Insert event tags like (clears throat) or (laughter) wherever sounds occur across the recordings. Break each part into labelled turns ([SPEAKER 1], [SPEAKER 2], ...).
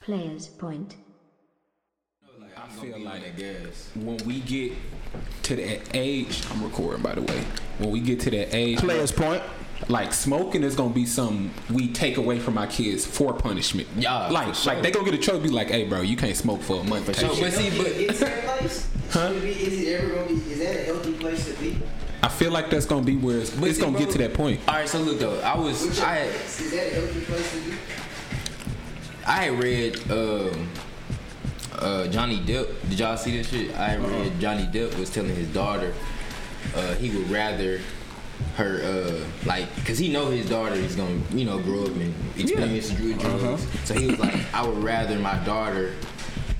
[SPEAKER 1] Players point.
[SPEAKER 2] I feel like when we get to that age, I'm recording by the way. When we get to that age,
[SPEAKER 3] Players point.
[SPEAKER 2] like smoking is gonna be something we take away from our kids for punishment.
[SPEAKER 4] Yeah,
[SPEAKER 2] like
[SPEAKER 4] for sure.
[SPEAKER 2] like they gonna get a trophy. Like, hey, bro, you can't smoke for a month. Take
[SPEAKER 4] sure.
[SPEAKER 2] it.
[SPEAKER 4] But see, but-
[SPEAKER 5] is it a place?
[SPEAKER 2] Huh?
[SPEAKER 5] Should it be, is it ever gonna be? Is that a healthy place to be?
[SPEAKER 2] I feel like that's gonna be where it's,
[SPEAKER 4] But
[SPEAKER 2] it's
[SPEAKER 4] see,
[SPEAKER 2] gonna
[SPEAKER 4] bro-
[SPEAKER 2] get to that point.
[SPEAKER 4] All right, so look though, I was I had,
[SPEAKER 5] Is that a healthy place to be?
[SPEAKER 4] I had read um, uh, Johnny Depp. Did y'all see this shit? I had read Johnny Depp was telling his daughter uh, he would rather her uh, like because he know his daughter is gonna you know grow up and experience dr- drugs. So he was like, I would rather my daughter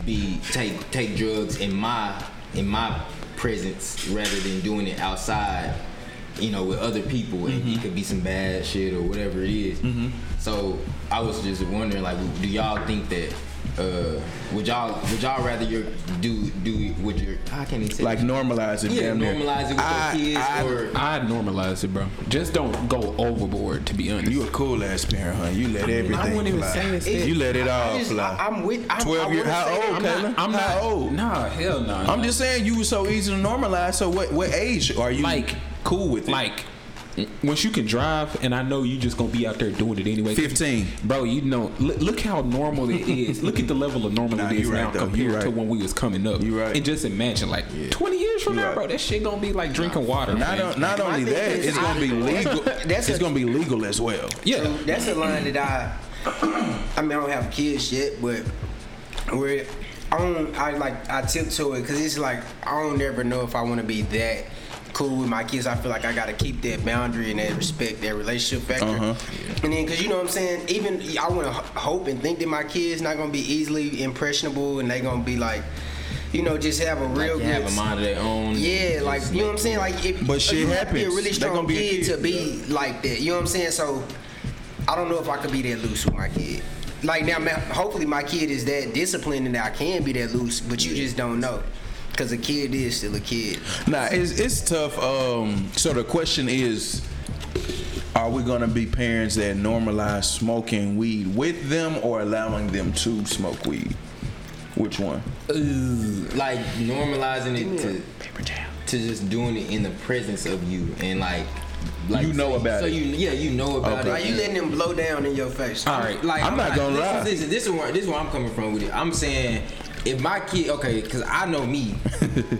[SPEAKER 4] be take take drugs in my in my presence rather than doing it outside. You know, with other people, and
[SPEAKER 3] Mm-hmm.
[SPEAKER 4] it could be some bad shit or whatever it is. So I was just wondering, like, do y'all think that? Uh, would y'all would y'all rather your do do would your I can't even say
[SPEAKER 3] Like normalize it.
[SPEAKER 4] yeah
[SPEAKER 3] damn near.
[SPEAKER 4] normalize it with
[SPEAKER 3] I-
[SPEAKER 4] your kids
[SPEAKER 3] I-
[SPEAKER 4] or
[SPEAKER 2] I normalize it, bro. Just don't go overboard. To be honest,
[SPEAKER 3] You a cool ass parent, huh? You let everything
[SPEAKER 2] wouldn't even
[SPEAKER 3] fly.
[SPEAKER 2] say it's that-
[SPEAKER 3] You let it all
[SPEAKER 4] I just-
[SPEAKER 3] fly.
[SPEAKER 4] I, am with I'm,
[SPEAKER 3] 12
[SPEAKER 4] I
[SPEAKER 3] years.
[SPEAKER 4] wouldn't
[SPEAKER 3] How
[SPEAKER 4] say-
[SPEAKER 3] old,
[SPEAKER 2] I'm
[SPEAKER 3] Kayla?
[SPEAKER 2] not. I'm
[SPEAKER 3] How
[SPEAKER 2] not
[SPEAKER 3] old?
[SPEAKER 2] Nah, hell no.
[SPEAKER 3] I'm just saying you were so easy to normalize. So what? What age are you
[SPEAKER 2] Like-
[SPEAKER 3] cool with it?
[SPEAKER 2] like once you can drive, and I know you just gonna be out there doing it anyway.
[SPEAKER 3] 15.
[SPEAKER 2] bro. You know, look, look how normal it is. look at the level of normal
[SPEAKER 3] Nah,
[SPEAKER 2] it is
[SPEAKER 3] you right,
[SPEAKER 2] now
[SPEAKER 3] though.
[SPEAKER 2] compared
[SPEAKER 3] You
[SPEAKER 2] to
[SPEAKER 3] right.
[SPEAKER 2] when we was coming up.
[SPEAKER 3] You right.
[SPEAKER 2] And just imagine, like twenty years from
[SPEAKER 3] You
[SPEAKER 2] now,
[SPEAKER 3] right.
[SPEAKER 2] bro, that shit gonna be like drinking water.
[SPEAKER 3] not
[SPEAKER 2] man.
[SPEAKER 3] on, not only
[SPEAKER 5] thing
[SPEAKER 3] that,
[SPEAKER 5] is,
[SPEAKER 3] it's gonna be
[SPEAKER 5] I-
[SPEAKER 3] legal.
[SPEAKER 5] that's
[SPEAKER 3] it's
[SPEAKER 5] a-
[SPEAKER 3] gonna be legal as well.
[SPEAKER 2] yeah.
[SPEAKER 5] So that's a line that I. (clears throat) I mean, I don't have kids yet, but where I don't, I like I tiptoe it because it's like I don't ever know if I want to be that cool with my kids. I feel like I gotta keep that boundary and that respect, that relationship factor.
[SPEAKER 3] Uh-huh.
[SPEAKER 5] And then, cause you know what I'm saying. Even I want to hope and think that my kids not gonna be easily impressionable, and they gonna be like, you know, just have a
[SPEAKER 4] like,
[SPEAKER 5] real
[SPEAKER 4] you have
[SPEAKER 5] good
[SPEAKER 4] a mind of their own
[SPEAKER 5] yeah, like you know what I'm saying. Like, if,
[SPEAKER 3] But
[SPEAKER 5] if
[SPEAKER 3] shit
[SPEAKER 5] you have to be a
[SPEAKER 3] happens.
[SPEAKER 5] really
[SPEAKER 3] They
[SPEAKER 5] strong
[SPEAKER 3] gonna be a
[SPEAKER 5] kid,
[SPEAKER 3] kid,
[SPEAKER 5] to be like that. You know what I'm saying? So, I don't know if I could be that loose with my kid. Like now, ma- hopefully my kid is that disciplined and I can be that loose. But you just don't know, cause a kid is still a kid.
[SPEAKER 3] Nah, it's it's tough. Um, so the question is, are we gonna be parents that normalize smoking weed with them, or allowing them to smoke weed? Which one?
[SPEAKER 4] like normalizing it to to just doing it in the presence of you and like like
[SPEAKER 3] You know
[SPEAKER 4] so,
[SPEAKER 3] about
[SPEAKER 4] so
[SPEAKER 3] it.
[SPEAKER 4] you yeah you know about
[SPEAKER 3] Okay.
[SPEAKER 4] it
[SPEAKER 5] Are you letting them blow down in your face?
[SPEAKER 2] All right.
[SPEAKER 4] Like
[SPEAKER 3] I'm not gonna lie.
[SPEAKER 4] This is, this is where this is where I'm coming from with it. I'm saying if my kid, okay, because I know
[SPEAKER 3] (laughs)
[SPEAKER 4] me,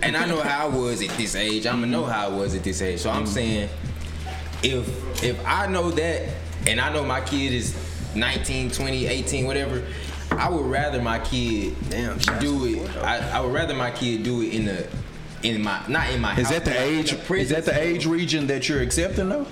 [SPEAKER 4] and I know how I was at this age. I'm gonna know how I was at this age. So
[SPEAKER 3] Mm-hmm.
[SPEAKER 4] I'm saying if if I know that, and I know my kid is 19, 20, 18, whatever. I would rather my kid
[SPEAKER 5] Damn,
[SPEAKER 4] do it. I, I would rather my kid do it in the in my not in my
[SPEAKER 3] Is
[SPEAKER 4] house,
[SPEAKER 3] that the
[SPEAKER 4] but in
[SPEAKER 3] age? Is that
[SPEAKER 4] presence
[SPEAKER 3] the
[SPEAKER 4] of-
[SPEAKER 3] age region that you're accepting though?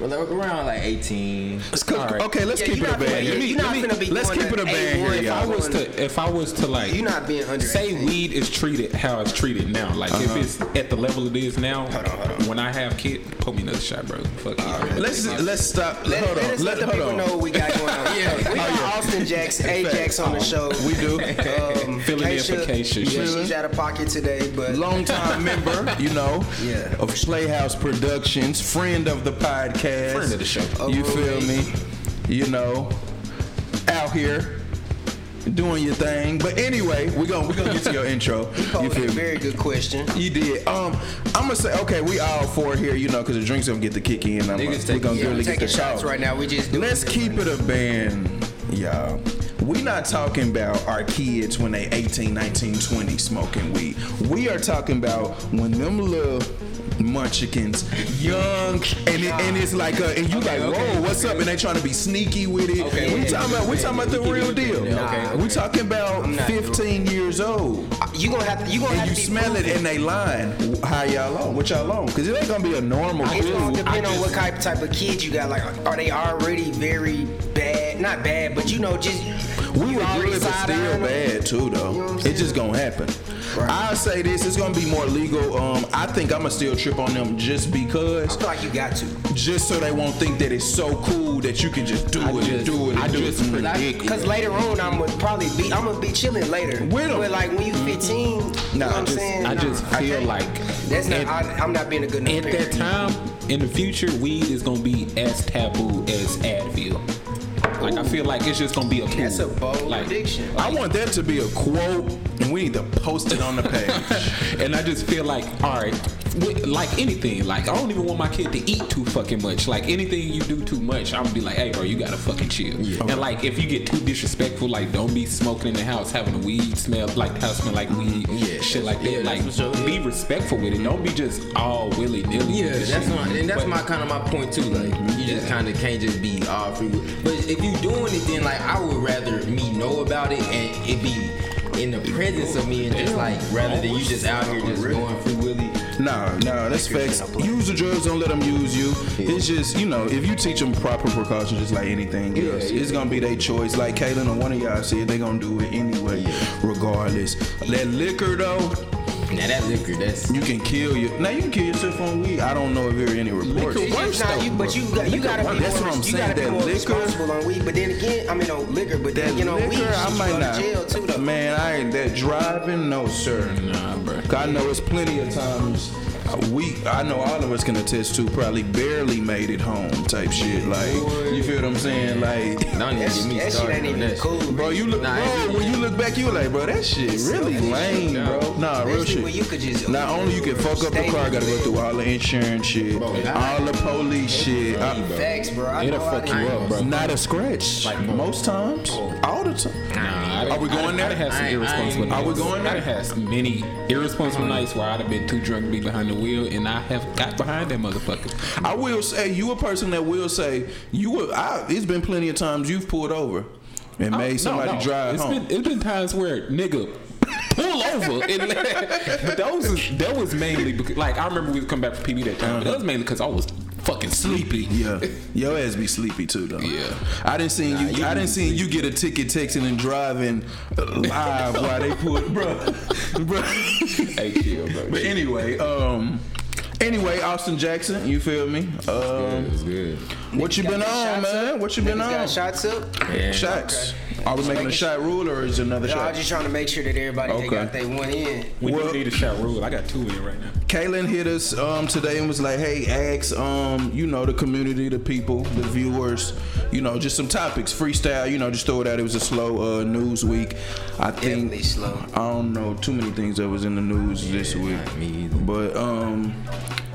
[SPEAKER 4] like, around like 18
[SPEAKER 2] All right.
[SPEAKER 3] Okay, let's
[SPEAKER 5] Yeah,
[SPEAKER 3] keep
[SPEAKER 5] you're
[SPEAKER 3] it a
[SPEAKER 5] not
[SPEAKER 3] band.
[SPEAKER 5] finna-
[SPEAKER 3] Let me-
[SPEAKER 5] you're not
[SPEAKER 3] let me-
[SPEAKER 5] finna be
[SPEAKER 3] Let's
[SPEAKER 5] going
[SPEAKER 3] keep it
[SPEAKER 5] to
[SPEAKER 3] a band
[SPEAKER 5] A1
[SPEAKER 3] here,
[SPEAKER 5] if
[SPEAKER 2] If
[SPEAKER 3] y'all.
[SPEAKER 2] I was to, if I was to like,
[SPEAKER 5] You're not being under
[SPEAKER 2] Say
[SPEAKER 5] 18.
[SPEAKER 2] weed is treated how it's treated now. Like
[SPEAKER 3] Uh-huh.
[SPEAKER 2] if it's at the level it is now, when I have kid, put me another shot, bro. Fuck you.
[SPEAKER 3] Let's let's stop.
[SPEAKER 5] Let,
[SPEAKER 3] hold
[SPEAKER 5] let
[SPEAKER 3] on.
[SPEAKER 5] us
[SPEAKER 3] Let,
[SPEAKER 5] let, the
[SPEAKER 3] hold Oh,
[SPEAKER 5] people
[SPEAKER 3] on.
[SPEAKER 5] know what we got going
[SPEAKER 3] (laughs)
[SPEAKER 5] on. yeah, we got Austin Jackson, Ajax on the show.
[SPEAKER 3] oh, We do.
[SPEAKER 5] um,
[SPEAKER 2] Filling in for Keisha.
[SPEAKER 5] Yeah, she's out of pocket today, but (laughs)
[SPEAKER 3] Longtime member, you know,
[SPEAKER 5] Yeah.
[SPEAKER 3] of Playhouse Productions, friend of the podcast,
[SPEAKER 2] Friend of the show.
[SPEAKER 3] You feel
[SPEAKER 5] Overrated.
[SPEAKER 3] me? You know, out here doing your thing. But anyway, we're gonna we're gonna get to your
[SPEAKER 5] (laughs)
[SPEAKER 3] intro. You
[SPEAKER 5] posed a
[SPEAKER 3] feel me?
[SPEAKER 5] very good question.
[SPEAKER 3] You did. Um, I'm gonna say okay. We all four here, you know, because the drinks gonna get the kick in. I'm
[SPEAKER 4] Niggas
[SPEAKER 3] we're
[SPEAKER 4] taking-
[SPEAKER 3] gonna
[SPEAKER 4] yeah,
[SPEAKER 3] really get
[SPEAKER 5] taking
[SPEAKER 3] the
[SPEAKER 5] shots
[SPEAKER 3] talk.
[SPEAKER 5] right now. We just doing
[SPEAKER 3] Let's
[SPEAKER 5] it.
[SPEAKER 3] keep it a band, y'all. We not talking about our kids when they 18, 19, 20 smoking weed. We are talking about when them little munchkins young and, it, and it's like uh, and you like whoa
[SPEAKER 4] okay,
[SPEAKER 3] what's up and they trying to be sneaky with it
[SPEAKER 4] Okay,
[SPEAKER 3] we
[SPEAKER 4] yeah,
[SPEAKER 3] talking about we talking about the
[SPEAKER 4] yeah,
[SPEAKER 3] real
[SPEAKER 4] yeah,
[SPEAKER 3] deal
[SPEAKER 4] yeah, okay,
[SPEAKER 3] we talking about
[SPEAKER 5] I'm not doing
[SPEAKER 3] 15 years old
[SPEAKER 5] You gonna have to. You gonna
[SPEAKER 3] and
[SPEAKER 5] have
[SPEAKER 3] you
[SPEAKER 5] to be
[SPEAKER 3] smell it
[SPEAKER 5] proven.
[SPEAKER 3] and they lying how y'all on what y'all on cause it ain't gonna be a normal
[SPEAKER 5] It's gonna
[SPEAKER 3] dude
[SPEAKER 5] depend on what type type of kids you got. Like, are they already very bad? Not bad, but you know, just
[SPEAKER 3] We
[SPEAKER 5] you
[SPEAKER 3] were
[SPEAKER 5] already
[SPEAKER 3] good, but still
[SPEAKER 5] side-eyeing them.
[SPEAKER 3] bad too, though.
[SPEAKER 5] You know what I'm
[SPEAKER 3] it's just gonna happen.
[SPEAKER 5] Right.
[SPEAKER 3] I'll say this: it's gonna be more legal. Um, I think I'ma still trip on them just
[SPEAKER 5] I
[SPEAKER 3] because,
[SPEAKER 5] feel like you got to.
[SPEAKER 3] just so they won't think that it's so cool that you can just do it and
[SPEAKER 2] just-
[SPEAKER 3] do it.
[SPEAKER 2] I
[SPEAKER 3] and do
[SPEAKER 2] just
[SPEAKER 3] it. Mm.
[SPEAKER 2] predict-
[SPEAKER 5] Cause later on, I'm gonna probably be. I'm gonna be chilling later.
[SPEAKER 3] With 'em. Mm-hmm.
[SPEAKER 5] But like when you 15, you know
[SPEAKER 3] Nah,
[SPEAKER 5] what I'm
[SPEAKER 2] I just,
[SPEAKER 5] saying?
[SPEAKER 2] I just
[SPEAKER 5] Nah,
[SPEAKER 2] feel
[SPEAKER 5] can't.
[SPEAKER 2] like
[SPEAKER 5] that's not. I, I'm not being a good enough
[SPEAKER 2] At that
[SPEAKER 5] parent.
[SPEAKER 2] time, in the future, weed is gonna be as taboo as Advil. Like I feel like it's just gonna be a pool.
[SPEAKER 5] That's a bold
[SPEAKER 2] like,
[SPEAKER 5] prediction.
[SPEAKER 3] I want that to be a quote, and we need to post it on the
[SPEAKER 2] (laughs) (laughs)
[SPEAKER 3] page.
[SPEAKER 2] and I just feel like, all right, with, like anything, like I don't even want my kid to eat too fucking much. Like anything you do too much, I'm gonna be like, hey, bro, you gotta fucking chill. And like if you get too disrespectful, like don't be smoking in the house, having a weed smell, like the house smell like weed,
[SPEAKER 4] Yeah.
[SPEAKER 2] shit like
[SPEAKER 4] Yeah,
[SPEAKER 2] that. like
[SPEAKER 4] that's what's up.
[SPEAKER 2] be respectful with it. Don't be just all willy nilly.
[SPEAKER 4] Yeah, that's not, and that's my kind of my point too. Like, you just kind of can't just be all free. With, but if you doing it, then like I would rather me know about it and it be in the presence of me and just like rather than you just out here just going free willy.
[SPEAKER 3] Nah, nah, that's facts. Use the drugs, don't let them use you. It's just, you know, if you teach them proper precautions, just like anything else, it's gonna be their choice. Like Kaylin or one of y'all said, they gonna do it anyway, regardless. That liquor though,
[SPEAKER 4] Now that liquor, that's
[SPEAKER 3] you can kill your. Now you can kill yourself on weed. I don't know if there are any reports.
[SPEAKER 2] Liquor
[SPEAKER 5] It's
[SPEAKER 2] worse
[SPEAKER 5] not
[SPEAKER 2] though.
[SPEAKER 5] you, but you, got, you
[SPEAKER 3] Liquor
[SPEAKER 5] gotta be
[SPEAKER 3] worse.
[SPEAKER 5] more,
[SPEAKER 3] That's what I'm
[SPEAKER 5] you
[SPEAKER 3] saying,
[SPEAKER 5] gotta be
[SPEAKER 3] that
[SPEAKER 5] more
[SPEAKER 3] liquor-
[SPEAKER 5] responsible on weed. But then again, I mean on liquor. But then
[SPEAKER 3] That
[SPEAKER 5] again on
[SPEAKER 3] liquor,
[SPEAKER 5] weed, shit,
[SPEAKER 3] I
[SPEAKER 5] you
[SPEAKER 3] might
[SPEAKER 5] go
[SPEAKER 3] not.
[SPEAKER 5] to jail too though.
[SPEAKER 3] Man, I ain't that driving, no sir.
[SPEAKER 2] Nah, bro.
[SPEAKER 3] I know it's plenty of times we, I know all of us can attest to probably barely made it home type shit. Like, you feel what I'm saying? Like,
[SPEAKER 4] don't even
[SPEAKER 5] that,
[SPEAKER 4] get
[SPEAKER 5] shit-
[SPEAKER 4] me
[SPEAKER 5] that shit
[SPEAKER 4] started
[SPEAKER 5] ain't
[SPEAKER 4] on
[SPEAKER 5] even
[SPEAKER 4] that
[SPEAKER 5] cool.
[SPEAKER 4] shit.
[SPEAKER 3] Bro, you look,
[SPEAKER 4] Nah,
[SPEAKER 3] bro,
[SPEAKER 4] it's-
[SPEAKER 3] when you look back, you like, bro, that shit really lame, bro. Nah, real
[SPEAKER 5] Especially
[SPEAKER 3] shit.
[SPEAKER 5] when you could just
[SPEAKER 3] Not only you can fuck up the
[SPEAKER 5] stay
[SPEAKER 3] car,
[SPEAKER 5] with
[SPEAKER 3] gotta go
[SPEAKER 5] it.
[SPEAKER 3] through all the insurance shit,
[SPEAKER 4] Bro, I-
[SPEAKER 3] all the police shit. I-
[SPEAKER 5] Facts, bro. I
[SPEAKER 2] It'll
[SPEAKER 5] know how
[SPEAKER 2] fuck
[SPEAKER 5] they-
[SPEAKER 2] you up, bro.
[SPEAKER 3] not a scratch. most times, all the time.
[SPEAKER 2] Nah, I done-
[SPEAKER 3] Are we
[SPEAKER 2] I done-
[SPEAKER 3] going
[SPEAKER 2] I done
[SPEAKER 3] there?
[SPEAKER 2] had some
[SPEAKER 4] I ain't-
[SPEAKER 2] irresponsible.
[SPEAKER 4] I ain't-
[SPEAKER 2] nights.
[SPEAKER 3] Are we going
[SPEAKER 2] I done
[SPEAKER 3] there?
[SPEAKER 2] had some many irresponsible nights where I'd have been too drunk to be behind the wheel, and I have got behind that motherfucker.
[SPEAKER 3] I will say, you a person that will say, you will, I, it's been plenty of times you've pulled over
[SPEAKER 5] Oh,
[SPEAKER 3] and
[SPEAKER 2] No,
[SPEAKER 3] made somebody
[SPEAKER 2] no.
[SPEAKER 3] drive
[SPEAKER 2] It's
[SPEAKER 3] home.
[SPEAKER 2] Been, it's been times where nigga pull
[SPEAKER 3] (laughs)
[SPEAKER 2] over, and let- but those was, that was mainly because, like I remember we would come back from PB that time. But that was mainly because I was fucking sleepy.
[SPEAKER 3] Uh-huh. Yeah, your ass be sleepy too, though.
[SPEAKER 2] Yeah.
[SPEAKER 3] I didn't see you. I didn't see you get a ticket texting and driving uh, live while they (laughs) put, bro,
[SPEAKER 2] (laughs)
[SPEAKER 3] bro.
[SPEAKER 2] Hey, chill, bro.
[SPEAKER 3] But anyway, um, anyway, Austin Jackson, you feel me? Um,
[SPEAKER 4] It's good.
[SPEAKER 3] what you
[SPEAKER 5] Got
[SPEAKER 3] been
[SPEAKER 5] their
[SPEAKER 3] on,
[SPEAKER 5] shots
[SPEAKER 3] man?
[SPEAKER 5] up.
[SPEAKER 3] What you been
[SPEAKER 5] Niggas
[SPEAKER 3] on?
[SPEAKER 5] Got shots up.
[SPEAKER 3] Shots. Are we making a shot rule or is it another
[SPEAKER 5] No, I was
[SPEAKER 3] shot?
[SPEAKER 5] just trying to make sure that everybody
[SPEAKER 3] Okay.
[SPEAKER 5] they got they one in.
[SPEAKER 2] We
[SPEAKER 3] Well-
[SPEAKER 2] do need a shot rule. I got two in right now.
[SPEAKER 3] Kaylin hit us um, today and was like, "Hey, ask um, you know the community, the people, the viewers, you know, just some topics, freestyle, you know, just throw it out." It was a slow uh, news week. I think
[SPEAKER 5] Definitely slow.
[SPEAKER 3] I don't know too many things that was in the news this week,
[SPEAKER 4] me either.
[SPEAKER 3] but um,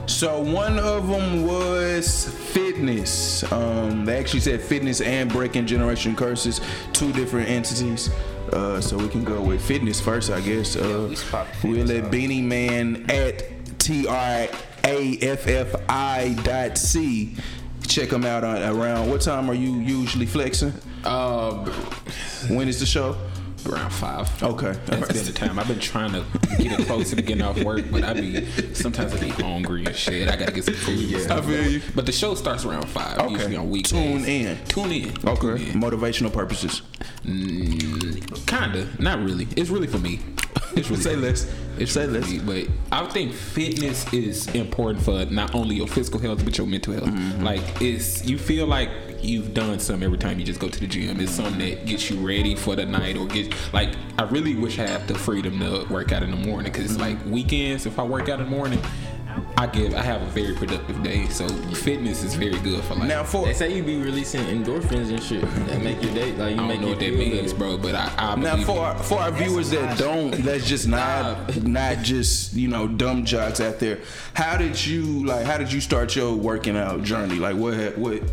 [SPEAKER 3] so one of them was fitness. Um, they actually said fitness and breaking generation curses, two different entities. Uh, so we can go with fitness first, I guess. Uh,
[SPEAKER 5] we spot
[SPEAKER 3] we'll let Beanie Man at T R A F F I dot C. Check them out on, around what time are you usually flexing?
[SPEAKER 2] Uh, b-
[SPEAKER 3] When is the show?
[SPEAKER 2] around five.
[SPEAKER 3] Okay.
[SPEAKER 2] That's been the time. I've been trying to get it close to getting off work, but I be sometimes I be hungry and shit. I gotta get some food. and stuff.
[SPEAKER 3] I feel you.
[SPEAKER 2] But the show starts around five.
[SPEAKER 3] Okay.
[SPEAKER 2] Usually on weekdays.
[SPEAKER 3] Tune in.
[SPEAKER 2] Tune in.
[SPEAKER 3] Okay.
[SPEAKER 2] Tune in.
[SPEAKER 3] Motivational purposes.
[SPEAKER 2] Mm, kinda. Not really. It's really for me. It's really
[SPEAKER 3] (laughs) Say less.
[SPEAKER 2] It's
[SPEAKER 3] Say
[SPEAKER 2] really
[SPEAKER 3] less.
[SPEAKER 2] for me, But I think fitness is important for not only your physical health but your mental health.
[SPEAKER 3] Mm-hmm.
[SPEAKER 2] Like it's you feel like you've done something every time you just go to the gym. It's something that gets you ready for the night or gets like I really wish I had the freedom to work out in the morning
[SPEAKER 3] Mm-hmm.
[SPEAKER 2] because like weekends if I work out in the morning. I give. I have a very productive day, so fitness is very good for like.
[SPEAKER 3] Now for
[SPEAKER 4] They say you be releasing endorphins and shit that make your day like you
[SPEAKER 2] I don't
[SPEAKER 4] make
[SPEAKER 2] know
[SPEAKER 4] your
[SPEAKER 2] what that
[SPEAKER 4] feel better.
[SPEAKER 2] means, bro, but I. I
[SPEAKER 3] Now
[SPEAKER 2] believe
[SPEAKER 3] for
[SPEAKER 2] it.
[SPEAKER 3] our, for our viewers that don't, that's just not not just you know dumb jocks out there. How did you like? How did you start your working out journey? Like what ha- what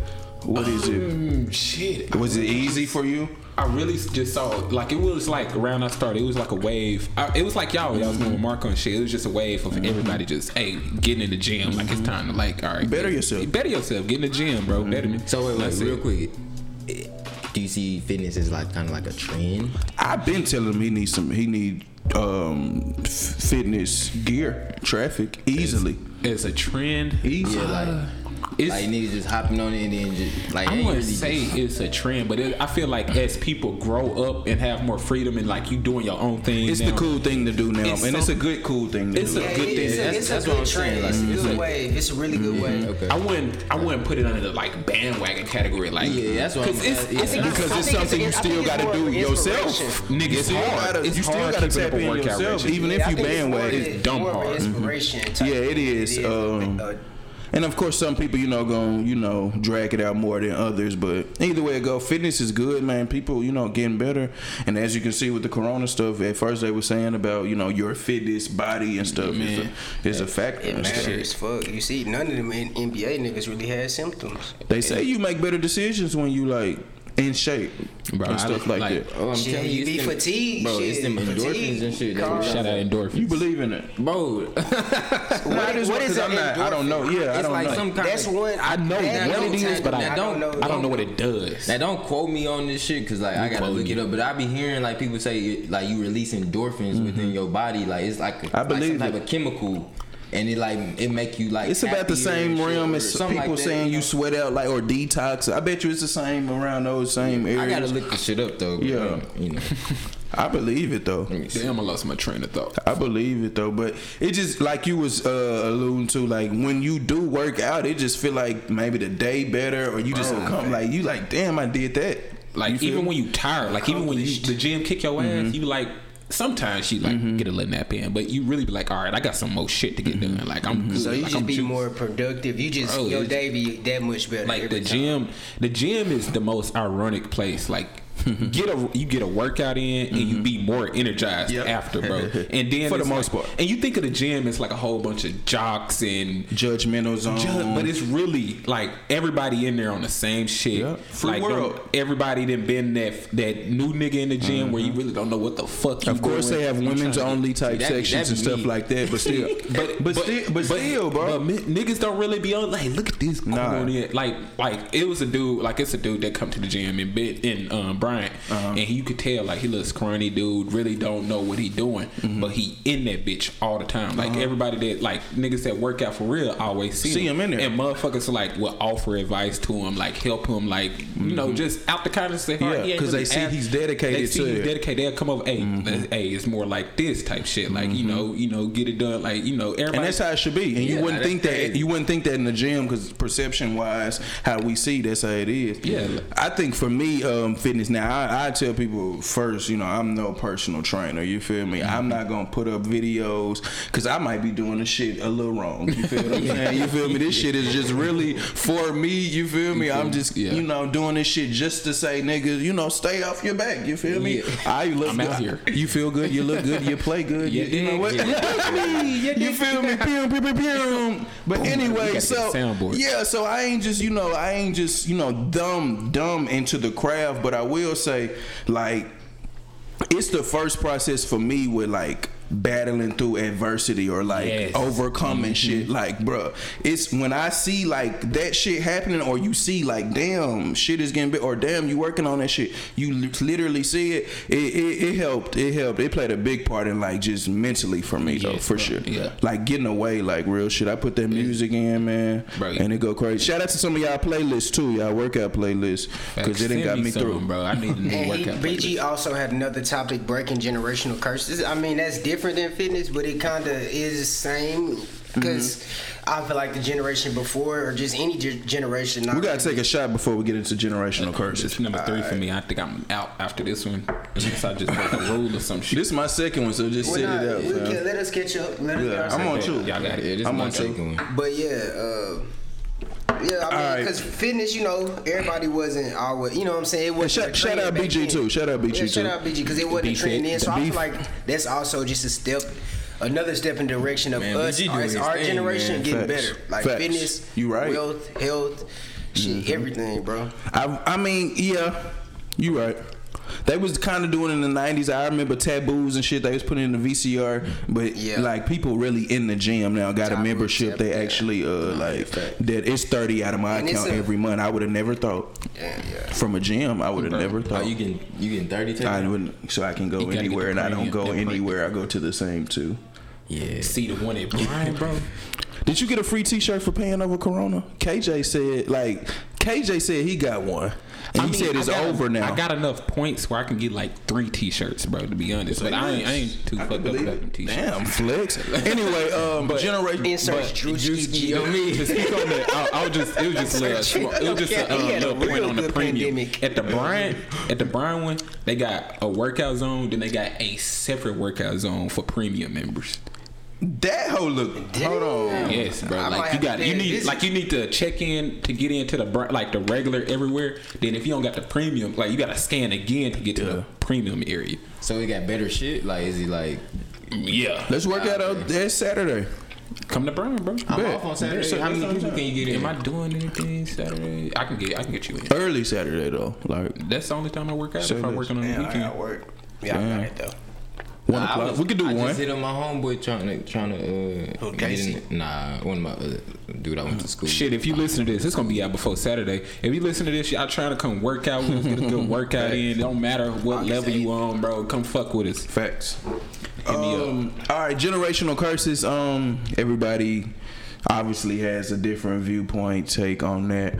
[SPEAKER 3] what is it?
[SPEAKER 2] Mm, shit.
[SPEAKER 3] Was it easy for you?
[SPEAKER 2] I really just saw like it was like around I started. It was like a wave. I, it was like y'all when y'all was going with Marco and shit. It was just a wave of everybody just hey getting in the gym. Like it's time to like all right,
[SPEAKER 3] Better
[SPEAKER 2] get-
[SPEAKER 3] yourself.
[SPEAKER 2] better yourself, get in the gym, bro. Better me.
[SPEAKER 4] So wait, wait,
[SPEAKER 2] That's
[SPEAKER 4] real
[SPEAKER 2] it.
[SPEAKER 4] quick. Do you see fitness as like kind of like a trend?
[SPEAKER 3] I've been telling him he needs some. He need um f- fitness gear, traffic easily.
[SPEAKER 2] It's a trend.
[SPEAKER 3] Easy.
[SPEAKER 4] like
[SPEAKER 2] It's,
[SPEAKER 4] like niggas just hopping on it and then just like
[SPEAKER 2] I
[SPEAKER 4] ain't
[SPEAKER 2] wouldn't
[SPEAKER 4] really
[SPEAKER 2] say
[SPEAKER 4] just-
[SPEAKER 2] it's a trend, but it, I feel like as people grow up and have more freedom and like you doing your own thing,
[SPEAKER 3] it's
[SPEAKER 2] now,
[SPEAKER 3] the cool thing to do now,
[SPEAKER 2] It's
[SPEAKER 3] and it's a
[SPEAKER 2] some-
[SPEAKER 3] good cool thing to
[SPEAKER 2] it's
[SPEAKER 3] do.
[SPEAKER 2] a
[SPEAKER 5] Yeah,
[SPEAKER 2] good
[SPEAKER 5] it-
[SPEAKER 2] thing.
[SPEAKER 5] It's a,
[SPEAKER 4] That's-
[SPEAKER 5] it's
[SPEAKER 4] that's
[SPEAKER 5] a
[SPEAKER 4] what
[SPEAKER 5] good
[SPEAKER 4] I'm saying,
[SPEAKER 5] trend.
[SPEAKER 4] like,
[SPEAKER 5] It's a
[SPEAKER 4] it's
[SPEAKER 5] good
[SPEAKER 4] like-
[SPEAKER 5] wave. It's a really good wave.
[SPEAKER 4] Okay.
[SPEAKER 2] I wouldn't. I wouldn't put it under the like bandwagon category. Like
[SPEAKER 4] Yeah, that's what I'm-
[SPEAKER 2] 'cause it's,
[SPEAKER 4] yeah.
[SPEAKER 2] it's not
[SPEAKER 3] because
[SPEAKER 5] I
[SPEAKER 3] it's
[SPEAKER 5] think it's-
[SPEAKER 3] something you
[SPEAKER 5] I think
[SPEAKER 3] still
[SPEAKER 5] it's
[SPEAKER 3] got to
[SPEAKER 5] more
[SPEAKER 3] do
[SPEAKER 5] of an
[SPEAKER 3] yourself.
[SPEAKER 5] inspiration.
[SPEAKER 2] Nigga,
[SPEAKER 3] You
[SPEAKER 2] it's
[SPEAKER 3] still
[SPEAKER 2] hard.
[SPEAKER 3] gotta-
[SPEAKER 2] It's
[SPEAKER 3] you still
[SPEAKER 2] hard
[SPEAKER 3] gotta
[SPEAKER 2] keeping up
[SPEAKER 3] tap
[SPEAKER 2] a
[SPEAKER 3] in
[SPEAKER 2] workout
[SPEAKER 3] yourself,
[SPEAKER 2] regime.
[SPEAKER 3] even
[SPEAKER 5] Yeah,
[SPEAKER 3] if
[SPEAKER 5] I
[SPEAKER 3] you
[SPEAKER 5] think it's more
[SPEAKER 3] bandwagon.
[SPEAKER 5] of
[SPEAKER 2] it's
[SPEAKER 5] an-
[SPEAKER 2] dumb
[SPEAKER 5] more of an
[SPEAKER 2] hard.
[SPEAKER 5] Inspiration. type
[SPEAKER 3] Yeah, it
[SPEAKER 5] of-
[SPEAKER 3] is, um,
[SPEAKER 5] a
[SPEAKER 3] And of course, some people you know going you know drag it out more than others. But either way it go, fitness is good, man. People you know getting better, and as you can see with the corona stuff, at first they were saying about you know your fitness body and stuff is a, is a factor.
[SPEAKER 5] It
[SPEAKER 3] and stuff.
[SPEAKER 5] matters, fuck. You see, none of them N- NBA niggas really had symptoms.
[SPEAKER 3] They say you make better decisions when you like in shape
[SPEAKER 2] Bro, I
[SPEAKER 3] and stuff
[SPEAKER 2] don't-
[SPEAKER 3] like,
[SPEAKER 2] like-
[SPEAKER 3] that.
[SPEAKER 4] Oh, I'm
[SPEAKER 5] Shit,
[SPEAKER 4] telling
[SPEAKER 5] you
[SPEAKER 4] you,
[SPEAKER 5] be
[SPEAKER 4] it's them-
[SPEAKER 5] fatigued,
[SPEAKER 4] bro. It's them
[SPEAKER 5] shit,
[SPEAKER 4] endorphins and shit. That's what
[SPEAKER 5] fatigued.
[SPEAKER 2] Shout out endorphins.
[SPEAKER 3] You believe in it? (laughs)
[SPEAKER 4] bro.
[SPEAKER 3] Nah, I just- 'cause I'm not- I don't know. Yeah, I
[SPEAKER 4] (laughs) it's
[SPEAKER 3] don't
[SPEAKER 4] like
[SPEAKER 3] know.
[SPEAKER 4] some kind
[SPEAKER 5] That's
[SPEAKER 4] of.
[SPEAKER 5] one.
[SPEAKER 2] I know
[SPEAKER 5] that
[SPEAKER 2] what
[SPEAKER 5] don't
[SPEAKER 2] it is,
[SPEAKER 5] tell-
[SPEAKER 2] but I,
[SPEAKER 5] that
[SPEAKER 2] don't. I don't know what it does.
[SPEAKER 4] Now don't quote me on this shit because like I gotta
[SPEAKER 2] quote
[SPEAKER 4] look it
[SPEAKER 2] me.
[SPEAKER 4] up, but I be hearing like people say it- like you release endorphins within your body, like it's like, a,
[SPEAKER 3] Mm-hmm. I
[SPEAKER 4] like
[SPEAKER 3] believe
[SPEAKER 4] some type
[SPEAKER 3] it.
[SPEAKER 4] of chemical, and it like it make you like
[SPEAKER 3] It's about the
[SPEAKER 4] happier
[SPEAKER 3] same
[SPEAKER 4] and shit,
[SPEAKER 3] realm
[SPEAKER 4] or
[SPEAKER 3] as people
[SPEAKER 4] something like that,
[SPEAKER 3] saying you
[SPEAKER 4] know?
[SPEAKER 3] sweat out like or detox. I bet you it's the same around those same
[SPEAKER 4] I gotta
[SPEAKER 3] areas.
[SPEAKER 4] look the shit up though. but,
[SPEAKER 3] Yeah.
[SPEAKER 4] you know. (laughs)
[SPEAKER 3] I believe it though.
[SPEAKER 2] Damn, I lost my train of thought.
[SPEAKER 3] I believe it though, but it just like you was uh, alluding to, like when you do work out, it just feel like maybe the day better, or you just come like you like, damn, I did that.
[SPEAKER 2] Like even when you tired, like even when you the gym kick your ass, you like sometimes you like get a little nap in, but you really be like, all right, I got some more shit to get done. Like I'm good.
[SPEAKER 5] So you
[SPEAKER 2] like,
[SPEAKER 5] just
[SPEAKER 2] I'm
[SPEAKER 5] be
[SPEAKER 2] juiced.
[SPEAKER 5] more productive. You just
[SPEAKER 2] Bro,
[SPEAKER 5] your
[SPEAKER 2] it's-
[SPEAKER 5] day be that much better.
[SPEAKER 2] like
[SPEAKER 5] every
[SPEAKER 2] the
[SPEAKER 5] time.
[SPEAKER 2] gym the gym is the most ironic place like (laughs) get a you get a workout in and you be more energized
[SPEAKER 3] Yep.
[SPEAKER 2] after
[SPEAKER 5] (laughs)
[SPEAKER 2] bro and then
[SPEAKER 3] For the
[SPEAKER 2] it's
[SPEAKER 3] most
[SPEAKER 2] like-
[SPEAKER 3] part.
[SPEAKER 2] and you think of the gym as like a whole bunch of jocks and
[SPEAKER 3] judgmental zone,
[SPEAKER 2] ju- but it's really like everybody in there on the same shit.
[SPEAKER 3] Yeah. Free
[SPEAKER 2] like
[SPEAKER 3] world.
[SPEAKER 2] don't- everybody done been that that new nigga in the gym where you really don't know what the fuck. You
[SPEAKER 3] Mm-hmm. Of course,
[SPEAKER 2] doing.
[SPEAKER 3] they have
[SPEAKER 2] You
[SPEAKER 3] women's
[SPEAKER 2] tryna-
[SPEAKER 3] only type
[SPEAKER 4] That-
[SPEAKER 3] sections and
[SPEAKER 4] that'd be
[SPEAKER 3] stuff
[SPEAKER 4] me.
[SPEAKER 3] like that. But still,
[SPEAKER 4] (laughs)
[SPEAKER 3] but, but, still, but, still, bro.
[SPEAKER 2] but mi- niggas don't really be on. Like, look at this
[SPEAKER 3] Nah.
[SPEAKER 2] corny. Like, like it was a dude. Like, it's a dude that come to the gym and bit in um, Bryant,
[SPEAKER 3] Uh-huh.
[SPEAKER 2] and he, you could tell like he looks scrawny dude. Really don't know what he doing,
[SPEAKER 3] Mm-hmm.
[SPEAKER 2] but he in that bitch all the time. Like everybody that like niggas that work out for real always see,
[SPEAKER 3] Uh-huh. See him in there.
[SPEAKER 2] and motherfuckers like will offer advice to him, like help him, like you know, just out the kindness of their heart.
[SPEAKER 3] Mm-hmm. Yeah,
[SPEAKER 2] He ain't
[SPEAKER 3] 'cause they
[SPEAKER 2] really
[SPEAKER 3] see
[SPEAKER 2] ask-
[SPEAKER 3] he's dedicated
[SPEAKER 2] They see
[SPEAKER 3] to
[SPEAKER 2] he's
[SPEAKER 3] it.
[SPEAKER 2] dedicated. They'll come over. Hey,
[SPEAKER 3] Mm-hmm.
[SPEAKER 2] let's- hey, it's more like this type shit. Like you know, you know, get it done. Like you know, everybody.
[SPEAKER 3] and that's how it should be. And you
[SPEAKER 4] Yeah,
[SPEAKER 3] wouldn't
[SPEAKER 4] that's
[SPEAKER 3] think that
[SPEAKER 4] crazy.
[SPEAKER 3] you wouldn't think that in the gym because perception wise, how we see that's how it is.
[SPEAKER 2] Yeah.
[SPEAKER 3] I think for me, um, fitness. Now I, I tell people first, you know, I'm no personal trainer. You feel me? I'm not gonna put up videos because I might be doing the shit a little wrong. You feel what I'm saying? You feel me? This shit is just really for me. You feel me? I'm just
[SPEAKER 2] Yeah.
[SPEAKER 3] you know doing this shit just to say, niggas, you know, stay off your back. You feel me?
[SPEAKER 4] Yeah.
[SPEAKER 3] I look
[SPEAKER 2] I'm
[SPEAKER 3] good.
[SPEAKER 2] out here.
[SPEAKER 3] You feel good. You look good. You play good.
[SPEAKER 2] You
[SPEAKER 3] You, you know
[SPEAKER 2] dig?
[SPEAKER 3] what? you feel me? Pew, pew, pew, pew. But
[SPEAKER 2] gotta
[SPEAKER 3] anyway,
[SPEAKER 2] get
[SPEAKER 3] so
[SPEAKER 2] the soundboard.
[SPEAKER 3] yeah, so I ain't just you know I ain't just you know dumb dumb into the craft, but I will say like it's the first process for me with like battling through adversity or like
[SPEAKER 2] Yes. Mm-hmm.
[SPEAKER 3] overcoming shit like bruh it's when i see like that shit happening or you see like damn shit is getting big or damn you working on that shit you li- literally see it it, it it helped it helped it played a big part in like just mentally for me though
[SPEAKER 2] Yes,
[SPEAKER 3] for
[SPEAKER 2] bro.
[SPEAKER 3] sure
[SPEAKER 2] Yeah.
[SPEAKER 3] like getting away like real shit i put that music in man
[SPEAKER 2] Bro.
[SPEAKER 3] and it go crazy shout out to some of y'all playlists too y'all workout playlists because
[SPEAKER 2] Send
[SPEAKER 3] it didn't got me
[SPEAKER 2] some,
[SPEAKER 3] through
[SPEAKER 2] bro. I need a new
[SPEAKER 5] And he,
[SPEAKER 2] workout.
[SPEAKER 5] BG also had another topic: breaking generational curses. I mean, that's different than fitness, but it kind of is the same.
[SPEAKER 3] Mm-hmm.
[SPEAKER 5] Because I feel like the generation before, or just any ge- generation, not
[SPEAKER 3] We gotta take a shot before we get into generational curses.
[SPEAKER 2] It's number three for me. I think I'm out after this one. Unless I just break a rule or some shit.
[SPEAKER 3] This is my second one, so just
[SPEAKER 5] We're
[SPEAKER 3] sit
[SPEAKER 5] not-
[SPEAKER 3] it out.
[SPEAKER 5] we
[SPEAKER 3] fam.
[SPEAKER 5] can- let us catch up. Let us
[SPEAKER 3] Yeah,
[SPEAKER 5] get our
[SPEAKER 3] I'm on
[SPEAKER 2] Hey,
[SPEAKER 3] two.
[SPEAKER 2] Y'all got
[SPEAKER 4] Yeah,
[SPEAKER 2] it.
[SPEAKER 4] this
[SPEAKER 3] I'm
[SPEAKER 4] is my
[SPEAKER 3] on two.
[SPEAKER 4] second one.
[SPEAKER 5] But yeah, uh, yeah, I mean,
[SPEAKER 3] Alright.
[SPEAKER 5] because fitness, you know, everybody wasn't always, you know what I'm saying? It wasn't
[SPEAKER 3] shout-
[SPEAKER 5] a trend
[SPEAKER 3] shout out
[SPEAKER 5] back
[SPEAKER 3] BG
[SPEAKER 5] then.
[SPEAKER 3] too. Shout out BG
[SPEAKER 5] yeah, Shout
[SPEAKER 3] too.
[SPEAKER 5] out BG because it wasn't
[SPEAKER 3] Beef
[SPEAKER 5] a trend
[SPEAKER 3] it.
[SPEAKER 5] then. So I
[SPEAKER 3] Beef.
[SPEAKER 5] feel like that's also just a step, another step in direction of
[SPEAKER 4] Man,
[SPEAKER 5] us,
[SPEAKER 4] BG
[SPEAKER 5] our,
[SPEAKER 4] doing his
[SPEAKER 5] our
[SPEAKER 4] thing,
[SPEAKER 5] generation
[SPEAKER 4] man.
[SPEAKER 5] getting
[SPEAKER 3] Facts.
[SPEAKER 5] better. Like
[SPEAKER 3] Facts.
[SPEAKER 5] fitness,
[SPEAKER 3] You right. Mm-hmm.
[SPEAKER 5] wealth, health, shit, everything, bro.
[SPEAKER 3] I, I mean, yeah, you right. They was kind of doing it in the '90s. I remember taboos and shit. They was putting in the VCR, but
[SPEAKER 5] Yeah.
[SPEAKER 3] like people really in the gym now got a
[SPEAKER 5] Taboo,
[SPEAKER 3] membership. They
[SPEAKER 5] taboo, yeah.
[SPEAKER 3] actually uh like that. It's thirty out of my
[SPEAKER 5] And it's
[SPEAKER 3] account
[SPEAKER 5] a-
[SPEAKER 3] every month. I would have never thought
[SPEAKER 5] Yeah, yeah.
[SPEAKER 3] from a gym. I would have never
[SPEAKER 4] Oh,
[SPEAKER 3] thought.
[SPEAKER 4] you getting you getting thirty tickets?
[SPEAKER 3] I wouldn't, so I can go
[SPEAKER 2] gotta get the
[SPEAKER 3] anywhere, and I don't
[SPEAKER 2] premium,
[SPEAKER 3] go
[SPEAKER 2] the premium.
[SPEAKER 3] anywhere. I go to the same two.
[SPEAKER 4] Yeah.
[SPEAKER 2] See the one at Brian, bro.
[SPEAKER 3] Did you get a free T-shirt for paying over Corona? KJ said, like KJ said, he got one, and he
[SPEAKER 2] mean,
[SPEAKER 3] said it's
[SPEAKER 2] I got-
[SPEAKER 3] over now.
[SPEAKER 2] I got enough points where I can get like three T-shirts, bro. To be honest, but I ain't, I ain't too fucked up
[SPEAKER 3] Believe
[SPEAKER 2] about
[SPEAKER 3] it.
[SPEAKER 2] them T-shirts.
[SPEAKER 3] Damn, flex.
[SPEAKER 2] (laughs)
[SPEAKER 3] anyway, um, generation.
[SPEAKER 5] Insert Drewski G on me.
[SPEAKER 2] to speak on that, I, I was just it was just a little, small- it was just a,
[SPEAKER 5] He
[SPEAKER 2] uh,
[SPEAKER 5] had a
[SPEAKER 2] little point
[SPEAKER 5] real
[SPEAKER 2] on the
[SPEAKER 5] good
[SPEAKER 2] premium.
[SPEAKER 5] pandemic.
[SPEAKER 2] At the Bryant, at the Bryant one, they got a workout zone, then they got a separate workout zone for premium members.
[SPEAKER 3] (laughs) That whole look. Hold on.
[SPEAKER 2] Yes, bro.
[SPEAKER 5] I might
[SPEAKER 2] like
[SPEAKER 5] have
[SPEAKER 2] you got
[SPEAKER 5] to
[SPEAKER 2] you
[SPEAKER 5] pay a
[SPEAKER 2] need
[SPEAKER 5] visit.
[SPEAKER 2] like you need to check in to get into the br- like the regular everywhere. Then if you don't got the premium, like you got to scan again to get to the premium area.
[SPEAKER 4] So he got better shit. Like, is he like?
[SPEAKER 2] Yeah,
[SPEAKER 3] Let's work out out there Saturday.
[SPEAKER 2] come to Brown, bro.
[SPEAKER 4] I'm
[SPEAKER 3] Bet.
[SPEAKER 4] off on Saturday.
[SPEAKER 2] So
[SPEAKER 4] How many people can you get in?
[SPEAKER 2] Am I doing anything Saturday? I can get I can get you in.
[SPEAKER 3] Early Saturday though, like
[SPEAKER 2] That's the only time I work out.
[SPEAKER 3] So
[SPEAKER 2] if I'm
[SPEAKER 3] does-
[SPEAKER 2] working on the
[SPEAKER 5] Yeah, I
[SPEAKER 3] Mm-hmm.
[SPEAKER 2] weekend.
[SPEAKER 5] got work. Yeah, I
[SPEAKER 3] Damn.
[SPEAKER 5] got it though.
[SPEAKER 3] one
[SPEAKER 4] Nah, I
[SPEAKER 3] o'clock.
[SPEAKER 4] was-
[SPEAKER 3] we could do
[SPEAKER 4] I
[SPEAKER 3] one.
[SPEAKER 4] Just hit up my homeboy trying to trying to. Uh,
[SPEAKER 5] Who,
[SPEAKER 4] get
[SPEAKER 5] Casey?
[SPEAKER 4] in- Nah, one of my other dude I went to school.
[SPEAKER 2] Shit, if you listen to this, it's gonna be out before Saturday. If you listen to this, y'all trying to come work out with us, get a
[SPEAKER 3] (laughs)
[SPEAKER 2] good workout in. Don't matter what level you on, bro. Come fuck with us.
[SPEAKER 3] Facts.
[SPEAKER 2] Hit me up.
[SPEAKER 3] Um, all right, generational curses. Um, everybody obviously has a different viewpoint, take on that.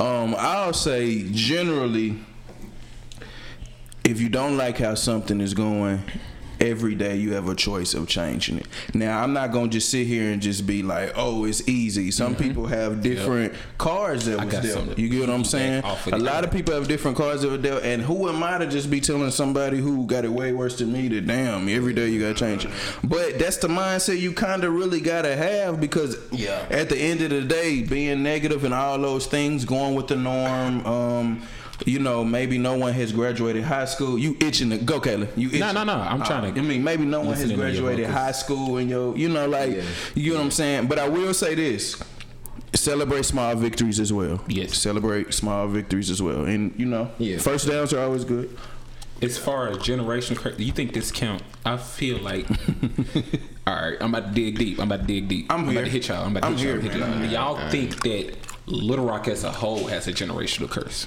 [SPEAKER 3] Um, I'll say generally, if you don't like how something is going. Every day you have a choice of changing it. Now I'm not gonna just sit here and just be like, "Oh, it's easy." Some people have different cars that was
[SPEAKER 2] Mm-hmm. got
[SPEAKER 3] dealt.
[SPEAKER 2] something.
[SPEAKER 3] You get what I'm saying?
[SPEAKER 2] off of
[SPEAKER 3] A
[SPEAKER 2] the-
[SPEAKER 3] lot of people have different cars that were dealt, and who am I to just be telling somebody who got it way worse than me that damn every day you gotta change it? But that's the mindset you kind of really gotta have because
[SPEAKER 5] Yeah.
[SPEAKER 3] at the end of the day, being negative and all those things, going with the norm. Um, you know, maybe no one has graduated high school. You itching to go, Kayla. You itching.
[SPEAKER 2] No, no, no. I'm trying
[SPEAKER 3] I
[SPEAKER 2] to.
[SPEAKER 3] mean, maybe no one has
[SPEAKER 2] Listening to your
[SPEAKER 3] graduated
[SPEAKER 2] vocals.
[SPEAKER 3] high school and yo, you know, like
[SPEAKER 4] Yeah.
[SPEAKER 3] you know what I'm saying. But I will say this: celebrate small victories as well.
[SPEAKER 2] Yes.
[SPEAKER 3] celebrate small victories as well. And you know,
[SPEAKER 4] Yeah.
[SPEAKER 3] first downs are always good.
[SPEAKER 2] As far as generation, cur- you think this count? I feel
[SPEAKER 3] (laughs)
[SPEAKER 2] like. all right, I'm about to dig deep. I'm about to dig deep.
[SPEAKER 3] I'm
[SPEAKER 2] about
[SPEAKER 3] here.
[SPEAKER 2] to hit y'all. I'm about to
[SPEAKER 3] I'm
[SPEAKER 2] hit y'all.
[SPEAKER 3] here,
[SPEAKER 2] hit y'all. Do y'all think that Little Rock as a whole has a generational curse?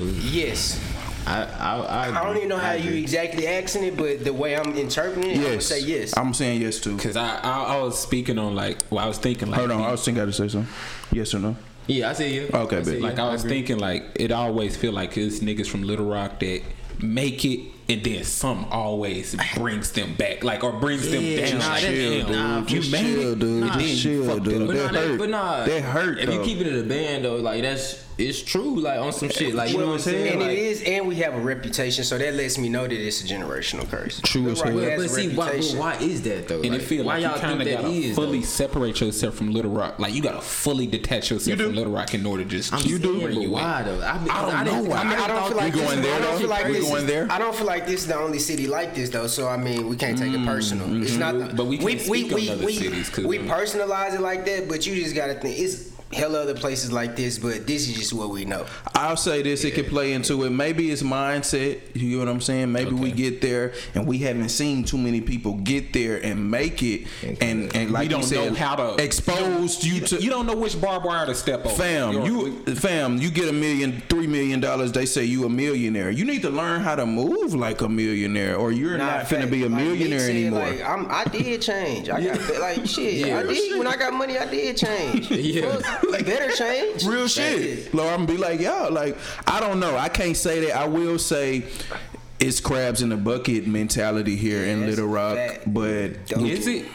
[SPEAKER 5] Yes.
[SPEAKER 4] I I I,
[SPEAKER 5] I don't
[SPEAKER 4] agree.
[SPEAKER 5] even know how
[SPEAKER 4] I
[SPEAKER 5] you
[SPEAKER 4] agree.
[SPEAKER 5] exactly asking it, but the way I'm interpreting it, I would
[SPEAKER 3] Yes,
[SPEAKER 5] say yes.
[SPEAKER 3] I'm saying yes too.
[SPEAKER 2] Because I, I I was speaking on like well I was thinking like
[SPEAKER 3] Hold on,
[SPEAKER 2] the-
[SPEAKER 3] I was thinking I had to say something. Yes or no?
[SPEAKER 4] Yeah, I see you.
[SPEAKER 3] Okay,
[SPEAKER 4] I
[SPEAKER 3] bet.
[SPEAKER 4] see you.
[SPEAKER 2] Like I was
[SPEAKER 4] agree.
[SPEAKER 2] thinking, like it always feel like it's niggas from Little Rock that make it, and then some always brings them back, like or brings them
[SPEAKER 4] Yeah,
[SPEAKER 2] down.
[SPEAKER 4] nah,
[SPEAKER 2] Like,
[SPEAKER 4] that's-
[SPEAKER 2] damn,
[SPEAKER 4] nah, for
[SPEAKER 2] you made
[SPEAKER 3] chill,
[SPEAKER 2] it, and
[SPEAKER 3] dude.
[SPEAKER 2] then
[SPEAKER 3] Just
[SPEAKER 2] you
[SPEAKER 3] chill,
[SPEAKER 2] fucked
[SPEAKER 3] dude.
[SPEAKER 2] it up.
[SPEAKER 3] That
[SPEAKER 4] nah,
[SPEAKER 3] hurt.
[SPEAKER 4] But nah,
[SPEAKER 3] That hurt,
[SPEAKER 4] If
[SPEAKER 3] though.
[SPEAKER 4] you keep it in the band though, like that's it's true. Like on some shit, like you know what I'm saying.
[SPEAKER 5] and
[SPEAKER 4] Like,
[SPEAKER 5] it is, and we have a reputation, so that lets me know that it's a generational curse.
[SPEAKER 3] True as hell.
[SPEAKER 5] Lil Rock
[SPEAKER 4] But,
[SPEAKER 5] has
[SPEAKER 4] but
[SPEAKER 5] a
[SPEAKER 4] see, why, but
[SPEAKER 5] reputation.
[SPEAKER 4] why is that though?
[SPEAKER 2] And it feel
[SPEAKER 4] why
[SPEAKER 2] like you
[SPEAKER 4] y'all
[SPEAKER 2] kind
[SPEAKER 4] think
[SPEAKER 2] of
[SPEAKER 4] that
[SPEAKER 2] gotta
[SPEAKER 4] is?
[SPEAKER 2] fully
[SPEAKER 4] though?
[SPEAKER 2] separate yourself from Little Rock. Like you gotta fully detach yourself from Little Rock in order to just
[SPEAKER 4] I'm
[SPEAKER 2] keep
[SPEAKER 4] saying,
[SPEAKER 2] where
[SPEAKER 4] but
[SPEAKER 2] you at.
[SPEAKER 4] why though? I, mean,
[SPEAKER 2] I don't
[SPEAKER 4] didn't-
[SPEAKER 2] know why.
[SPEAKER 5] I mean, I don't feel like
[SPEAKER 3] We
[SPEAKER 5] this-
[SPEAKER 3] going there,
[SPEAKER 5] I don't
[SPEAKER 3] though?
[SPEAKER 5] feel like
[SPEAKER 3] We
[SPEAKER 5] this
[SPEAKER 3] going
[SPEAKER 5] is-
[SPEAKER 3] there?
[SPEAKER 5] I don't feel like this is the only city like this though. So I mean, we can't take it personal. It's not,
[SPEAKER 2] But we can't speak on other
[SPEAKER 5] we,
[SPEAKER 2] cities 'cause
[SPEAKER 5] we
[SPEAKER 2] of-
[SPEAKER 5] personalize it like that. But you just gotta think it's hella other places like this. But this is just what we know.
[SPEAKER 3] I'll say this, it could play into it. Maybe it's mindset. You know what I'm saying? Maybe we get there and we haven't seen too many people get there and make it and, and like
[SPEAKER 2] We don't
[SPEAKER 3] you said,
[SPEAKER 2] know how to-
[SPEAKER 3] exposed you to
[SPEAKER 2] You don't know which barbed wire to step over.
[SPEAKER 3] Fam,
[SPEAKER 2] You're-
[SPEAKER 3] you fam, you get a million, three million dollars. They say you a millionaire. You need to learn how to move like a millionaire, or you're
[SPEAKER 5] Nah,
[SPEAKER 3] not finna
[SPEAKER 5] fact,
[SPEAKER 3] be a
[SPEAKER 5] like, Meek
[SPEAKER 3] millionaire
[SPEAKER 5] said,
[SPEAKER 3] anymore.
[SPEAKER 5] Like, I'm, I did change. I got like shit.
[SPEAKER 4] Yeah.
[SPEAKER 5] I did when I got money. I did change.
[SPEAKER 4] Yeah.
[SPEAKER 5] Fuck, better change.
[SPEAKER 3] Real
[SPEAKER 5] That's it.
[SPEAKER 3] shit. Lord, I'm gonna be like, yo, like, I don't know. I can't say that. I will say it's crabs in a bucket mentality here in
[SPEAKER 5] Yes,
[SPEAKER 3] Little Rock.
[SPEAKER 5] that-
[SPEAKER 3] But
[SPEAKER 5] Don't-
[SPEAKER 2] is it?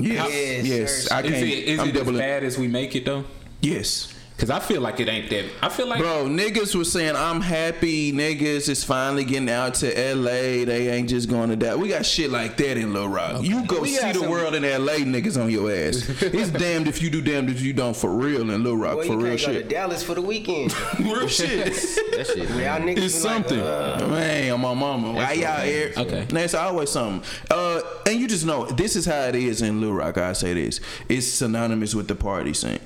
[SPEAKER 3] yes,
[SPEAKER 5] Yes,
[SPEAKER 3] yes,
[SPEAKER 5] sir,
[SPEAKER 3] I
[SPEAKER 2] Is
[SPEAKER 3] can't.
[SPEAKER 2] it is
[SPEAKER 3] I'm
[SPEAKER 2] it as
[SPEAKER 3] doubling.
[SPEAKER 2] bad as we make it though?
[SPEAKER 3] Yes.
[SPEAKER 2] Because I feel like it ain't that. I feel like
[SPEAKER 3] Bro, niggas was saying I'm happy. Niggas is finally getting out to L.A. They ain't just going to die. We got shit like that in Little Rock. You go
[SPEAKER 5] We
[SPEAKER 3] see
[SPEAKER 5] got
[SPEAKER 3] the
[SPEAKER 5] some-
[SPEAKER 3] world in L.A. Niggas on your ass.
[SPEAKER 5] (laughs)
[SPEAKER 3] it's damned if you do, damned if you don't. For real in Little Rock,
[SPEAKER 5] Well, Oh, you
[SPEAKER 3] for
[SPEAKER 5] can't
[SPEAKER 3] real
[SPEAKER 5] go
[SPEAKER 3] shit.
[SPEAKER 5] to Dallas for the
[SPEAKER 3] (laughs)
[SPEAKER 5] weekend.
[SPEAKER 3] real
[SPEAKER 5] (laughs)
[SPEAKER 3] shit.
[SPEAKER 4] that shit. man.
[SPEAKER 5] Y'all niggas
[SPEAKER 3] It's
[SPEAKER 5] be
[SPEAKER 3] something.
[SPEAKER 5] Like, uh,
[SPEAKER 3] Man, my mama. Why y'all here?
[SPEAKER 2] Okay.
[SPEAKER 3] That's always something. Uh, and you just know this is how it is in Little Rock. I say this. It's synonymous with the party scene.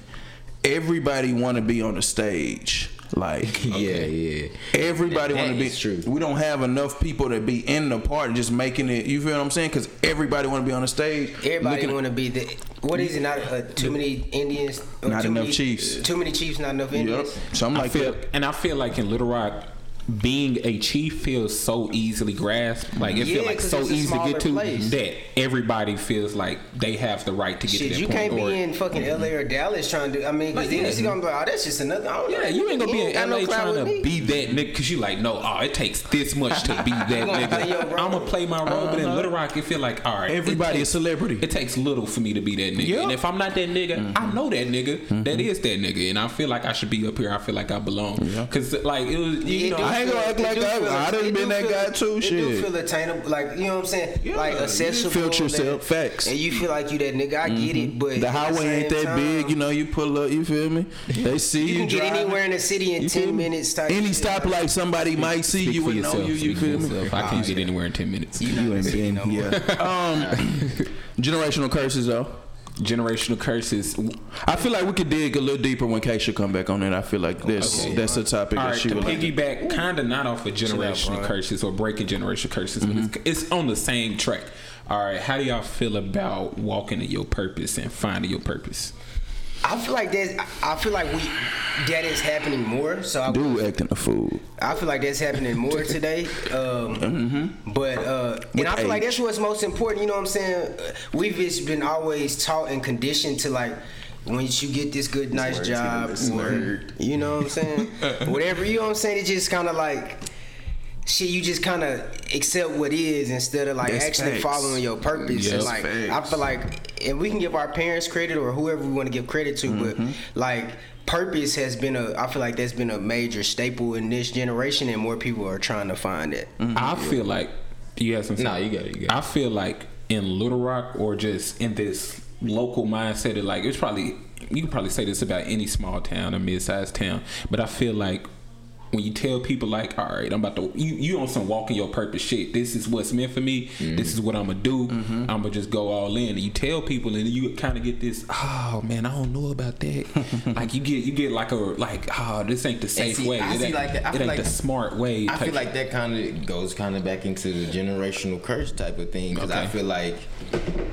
[SPEAKER 3] Everybody want to be on the stage. Like
[SPEAKER 4] Yeah, yeah.
[SPEAKER 3] everybody
[SPEAKER 4] That
[SPEAKER 3] want to be.
[SPEAKER 4] is true.
[SPEAKER 3] We don't have enough people that be in the party just making it. You feel what I'm saying? Because everybody want to be on the stage.
[SPEAKER 5] everybody
[SPEAKER 3] looking-
[SPEAKER 5] want to be the. What is it? Not uh, too many Indians. uh,
[SPEAKER 3] Not
[SPEAKER 5] too
[SPEAKER 3] enough
[SPEAKER 5] many-
[SPEAKER 3] Chiefs.
[SPEAKER 5] Too many Chiefs. Not enough
[SPEAKER 3] Yep.
[SPEAKER 5] Indians.
[SPEAKER 3] Something
[SPEAKER 2] I
[SPEAKER 3] like
[SPEAKER 2] feel,
[SPEAKER 3] that.
[SPEAKER 2] and I feel like in Little Rock, being a chief feels so easily grasped. Like it feels
[SPEAKER 5] Yeah,
[SPEAKER 2] like
[SPEAKER 5] 'cause
[SPEAKER 2] so
[SPEAKER 5] it's a
[SPEAKER 2] easy to
[SPEAKER 5] smaller
[SPEAKER 2] get to
[SPEAKER 5] place.
[SPEAKER 2] that everybody feels like they have the right to get
[SPEAKER 5] Shit,
[SPEAKER 2] to that
[SPEAKER 5] you
[SPEAKER 2] point.
[SPEAKER 5] can't
[SPEAKER 2] or-
[SPEAKER 5] be in fucking
[SPEAKER 3] Mm-hmm.
[SPEAKER 5] LA or Dallas trying to. I mean, because
[SPEAKER 2] Like,
[SPEAKER 5] then
[SPEAKER 2] yeah.
[SPEAKER 5] it's gonna be like, oh, that's just another. I don't know.
[SPEAKER 2] yeah, you ain't gonna be in
[SPEAKER 5] got no
[SPEAKER 2] LA
[SPEAKER 5] clout
[SPEAKER 2] trying to
[SPEAKER 5] with me.
[SPEAKER 2] be that nigga because you like, no, oh, it takes this much to
[SPEAKER 5] (laughs)
[SPEAKER 2] be that
[SPEAKER 5] gonna play your
[SPEAKER 2] nigga.
[SPEAKER 5] role.
[SPEAKER 2] I'm gonna play my role, but in Little Rock, it feel like, all right, it
[SPEAKER 3] Uh-huh. Everybody a
[SPEAKER 2] takes-
[SPEAKER 3] celebrity.
[SPEAKER 2] It takes little for me to be that nigga.
[SPEAKER 3] Yeah. Mm-hmm.
[SPEAKER 2] And if I'm not that nigga,
[SPEAKER 5] Mm-hmm.
[SPEAKER 2] I know that nigga. That is that nigga. And I feel like I should be up here. I feel like I belong. Because, like, it was, you
[SPEAKER 5] Yeah,
[SPEAKER 2] know,
[SPEAKER 5] dude,
[SPEAKER 3] I I ain't gonna act like I- I done been that guy too,
[SPEAKER 5] It
[SPEAKER 3] shit.
[SPEAKER 5] do feel attainable, like you know what I'm saying, like
[SPEAKER 2] you
[SPEAKER 5] accessible.
[SPEAKER 3] filter
[SPEAKER 5] that-
[SPEAKER 3] yourself, facts. Mm-hmm.
[SPEAKER 5] and you feel like you that nigga. I get it, but at
[SPEAKER 3] The highway ain't
[SPEAKER 5] same
[SPEAKER 3] that big, you know. You pull up, you feel me? They see you,
[SPEAKER 5] You can get
[SPEAKER 3] driving.
[SPEAKER 5] anywhere in the city in
[SPEAKER 3] You feel
[SPEAKER 5] ten
[SPEAKER 3] me?
[SPEAKER 5] minutes. Type
[SPEAKER 3] Any
[SPEAKER 5] shit.
[SPEAKER 3] stoplight, somebody might see
[SPEAKER 2] Speak
[SPEAKER 3] you
[SPEAKER 2] for
[SPEAKER 3] and know
[SPEAKER 2] yourself.
[SPEAKER 3] you. You
[SPEAKER 2] speak for
[SPEAKER 3] feel me?
[SPEAKER 2] yourself. I can't get anywhere in ten minutes.
[SPEAKER 3] You ain't been, yeah. um,
[SPEAKER 2] (laughs)
[SPEAKER 3] generational curses though.
[SPEAKER 2] Generational curses. All
[SPEAKER 3] I feel like we could dig a little deeper when Kay should come back on it. I feel like this
[SPEAKER 2] Okay.
[SPEAKER 3] that's a topic that
[SPEAKER 2] right,
[SPEAKER 3] she
[SPEAKER 2] to
[SPEAKER 3] would like.
[SPEAKER 2] piggyback, kind of not off of generational curses or breaking generational curses, but it's, it's on the same track. All right, how do y'all feel about walking in your purpose and finding your purpose?
[SPEAKER 5] I feel like that. I feel like we that is happening more. So I,
[SPEAKER 3] Dude acting a fool.
[SPEAKER 5] I feel like that's happening
[SPEAKER 3] (laughs)
[SPEAKER 5] more today. Um, But uh, and I feel like
[SPEAKER 3] Mm-hmm. age.
[SPEAKER 5] that's what's most important. You know what I'm saying? Uh, We've just been always taught and conditioned to like. Once you get this good, nice job, or, you know what
[SPEAKER 3] (laughs)
[SPEAKER 5] I'm saying? Whatever, you know what I'm saying? It's just kind of like, shit, you just kind of accept what is instead of like
[SPEAKER 3] That's
[SPEAKER 5] actually
[SPEAKER 3] facts.
[SPEAKER 5] following your purpose.
[SPEAKER 2] Yeah.
[SPEAKER 5] And, like, I feel like, and we can give our parents credit or whoever we want to give credit to,
[SPEAKER 4] Mm-hmm.
[SPEAKER 5] but like, purpose has been a, I feel like that's been a major staple in this generation, and more people are trying to find it.
[SPEAKER 2] I feel like you have some.
[SPEAKER 4] Mm-hmm. Nah, you got it, you got it.
[SPEAKER 2] I feel like in Little Rock or just in this local mindset, of like it's probably you can probably say this about any small town or mid-sized town, but I feel like when you tell people like, all right, I'm about to you you on some walking your purpose shit. This is what's meant for me.
[SPEAKER 4] Mm.
[SPEAKER 2] This is what I'm gonna do.
[SPEAKER 4] Mm-hmm.
[SPEAKER 2] I'm gonna just go all in. And you tell people, and you kind of get this. Oh man, I don't know about
[SPEAKER 4] (laughs)
[SPEAKER 2] that. like you get you get like a like oh this ain't the safe
[SPEAKER 4] see,
[SPEAKER 2] way.
[SPEAKER 4] I
[SPEAKER 2] it
[SPEAKER 4] see
[SPEAKER 2] ain't,
[SPEAKER 4] like that. I
[SPEAKER 2] it
[SPEAKER 4] feel
[SPEAKER 2] ain't
[SPEAKER 4] like-
[SPEAKER 2] the smart way.
[SPEAKER 4] I
[SPEAKER 2] type
[SPEAKER 4] feel like that kind of goes kind of back into the generational curse type of thing because I
[SPEAKER 2] Okay.
[SPEAKER 4] feel like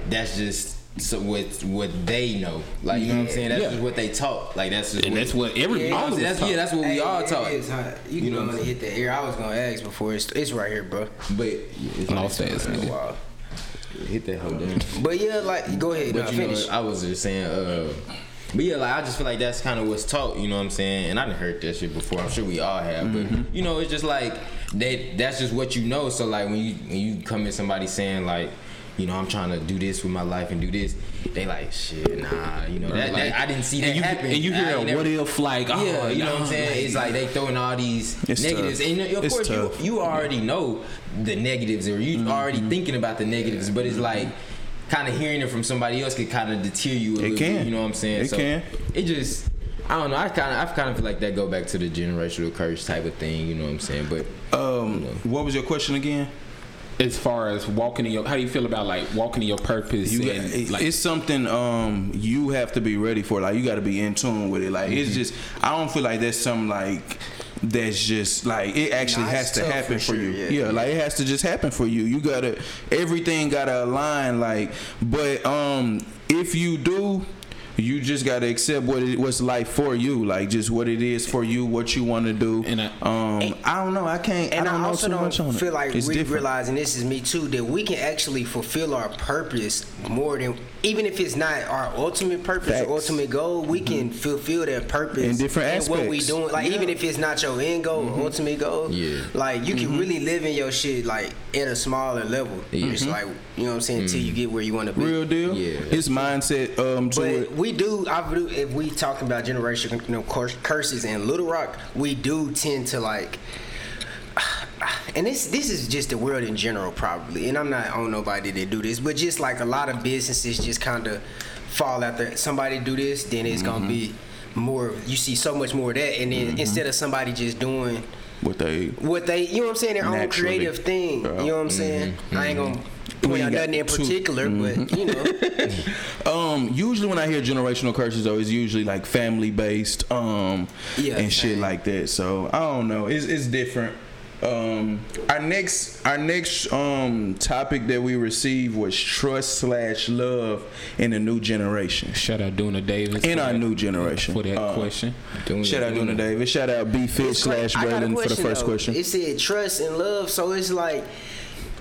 [SPEAKER 4] that's just so what what they know. Like you know what I'm saying? That's
[SPEAKER 2] Yeah.
[SPEAKER 4] just what they taught. Like that's just
[SPEAKER 2] And
[SPEAKER 4] what,
[SPEAKER 2] that's what every
[SPEAKER 5] Yeah,
[SPEAKER 2] all of us
[SPEAKER 4] that's,
[SPEAKER 2] talk.
[SPEAKER 4] yeah, that's what we
[SPEAKER 5] Hey,
[SPEAKER 4] all
[SPEAKER 5] it
[SPEAKER 4] taught.
[SPEAKER 5] is, huh? You,
[SPEAKER 4] You know
[SPEAKER 5] know,
[SPEAKER 4] what I'm
[SPEAKER 5] gonna hit the air. I was gonna ask before it's it's right here, bro.
[SPEAKER 4] But it's
[SPEAKER 2] Lost ass nigga.
[SPEAKER 5] Wow.
[SPEAKER 4] hit that hoe down.
[SPEAKER 5] But yeah, like go ahead,
[SPEAKER 4] But
[SPEAKER 5] nah,
[SPEAKER 4] you
[SPEAKER 5] finish.
[SPEAKER 4] know, I was just saying. Uh, but yeah, like I just feel like that's kind of what's taught. You know what I'm saying? And I done heard that shit before. I'm sure we all have.
[SPEAKER 2] Mm-hmm.
[SPEAKER 4] But you know, it's just like that. That's just what you know. So like when you when you come in somebody saying like. You know, I'm trying to do this with my life and do this. They like, shit, nah. You know, that, that- I didn't see that
[SPEAKER 2] and you,
[SPEAKER 4] happen.
[SPEAKER 2] And you
[SPEAKER 4] I
[SPEAKER 2] hear a
[SPEAKER 4] ain't never-
[SPEAKER 2] what if like, oh,
[SPEAKER 4] yeah, you know what
[SPEAKER 2] nah,
[SPEAKER 4] I'm saying? It's like they throwing all these
[SPEAKER 3] It's
[SPEAKER 4] negatives,
[SPEAKER 3] tough.
[SPEAKER 4] and you know, of
[SPEAKER 3] It's
[SPEAKER 4] course
[SPEAKER 3] tough.
[SPEAKER 4] you you already know the negatives, or you already thinking about the negatives, but it's like kind of hearing it from somebody else could kind of deter you. A little
[SPEAKER 3] can.
[SPEAKER 4] bit, you know what I'm saying?
[SPEAKER 3] It can.
[SPEAKER 4] It just. I don't know. I kind of, I kind of feel like that go back to the generational curse type of thing. You know what I'm saying? But
[SPEAKER 3] Um, what was your question again?
[SPEAKER 2] as far as walking in your, how do you feel about like walking in your purpose?
[SPEAKER 3] You
[SPEAKER 2] and,
[SPEAKER 3] it-
[SPEAKER 2] like,
[SPEAKER 3] it's something um you have to be ready for. Like you got to be in tune with it. Like it's
[SPEAKER 2] Mm-hmm.
[SPEAKER 3] just I don't feel like that's some like that's just like it actually
[SPEAKER 5] Nah,
[SPEAKER 3] has
[SPEAKER 5] it's
[SPEAKER 3] to
[SPEAKER 5] tough
[SPEAKER 3] happen for,
[SPEAKER 5] for sure,
[SPEAKER 3] you.
[SPEAKER 5] yeah.
[SPEAKER 3] Yeah, like it has to just happen for you. You gotta everything gotta align. Like, but um if you do. You just gotta accept what it, what's life for you, like just what it is for you, what you want to do.
[SPEAKER 2] And I-
[SPEAKER 3] um, I don't know. I can't.
[SPEAKER 5] and
[SPEAKER 3] I
[SPEAKER 5] I,
[SPEAKER 3] don't
[SPEAKER 5] also
[SPEAKER 3] know too
[SPEAKER 5] don't
[SPEAKER 3] much on it.
[SPEAKER 5] feel like
[SPEAKER 3] It's
[SPEAKER 5] we
[SPEAKER 3] different.
[SPEAKER 5] realizing this is me too that we can actually fulfill our purpose more than even if it's not our ultimate purpose
[SPEAKER 3] Facts. Mm-hmm.
[SPEAKER 5] or ultimate goal. We can fulfill that purpose
[SPEAKER 3] In different
[SPEAKER 5] What we
[SPEAKER 3] aspects. Mm-hmm.
[SPEAKER 5] doing, like even if it's not your end goal or ultimate goal,
[SPEAKER 4] Yeah.
[SPEAKER 5] Like you can really live in your shit like at a smaller level. It's like you know what I'm saying until you get where you want to be.
[SPEAKER 3] Mm-hmm. Mm. Real deal.
[SPEAKER 4] Yeah.
[SPEAKER 3] It's mindset um to it.
[SPEAKER 5] But we do. I do. If we talking about generational you know, cur- curses in Little Rock, we do tend to like. (sighs) And this this is just the world in general, probably. And I'm not on nobody to do this, but just like a lot of businesses just kind of fall after somebody do this, then it's gonna be
[SPEAKER 3] Mm-hmm.
[SPEAKER 5] more. You see so much more of that, and then instead of somebody just doing
[SPEAKER 3] What they
[SPEAKER 5] what they, you know what I'm saying, their own
[SPEAKER 3] Naturally.
[SPEAKER 5] creative thing.
[SPEAKER 3] Yeah.
[SPEAKER 5] You know what I'm saying? I ain't gonna
[SPEAKER 3] We
[SPEAKER 5] point out
[SPEAKER 3] got
[SPEAKER 5] nothing in
[SPEAKER 3] two- Mm-hmm.
[SPEAKER 5] particular, but you know.
[SPEAKER 3] Um, usually when I hear generational curses, though, it's usually like family based, um,
[SPEAKER 5] Yeah,
[SPEAKER 3] and shit
[SPEAKER 5] same.
[SPEAKER 3] like that. So I don't know. It's it's different. Um, our next our next um topic that we received was trust slash love in the new generation.
[SPEAKER 2] shout out Duna Davis
[SPEAKER 3] In
[SPEAKER 2] for
[SPEAKER 3] our
[SPEAKER 2] that-
[SPEAKER 3] new generation.
[SPEAKER 2] for that
[SPEAKER 3] Uh,
[SPEAKER 2] question.
[SPEAKER 4] doing
[SPEAKER 3] Shout out Duna Davis. Shout out B Fish slash
[SPEAKER 5] I got a
[SPEAKER 3] Braylon for the first
[SPEAKER 5] though.
[SPEAKER 3] question.
[SPEAKER 5] It said trust and love, so it's like,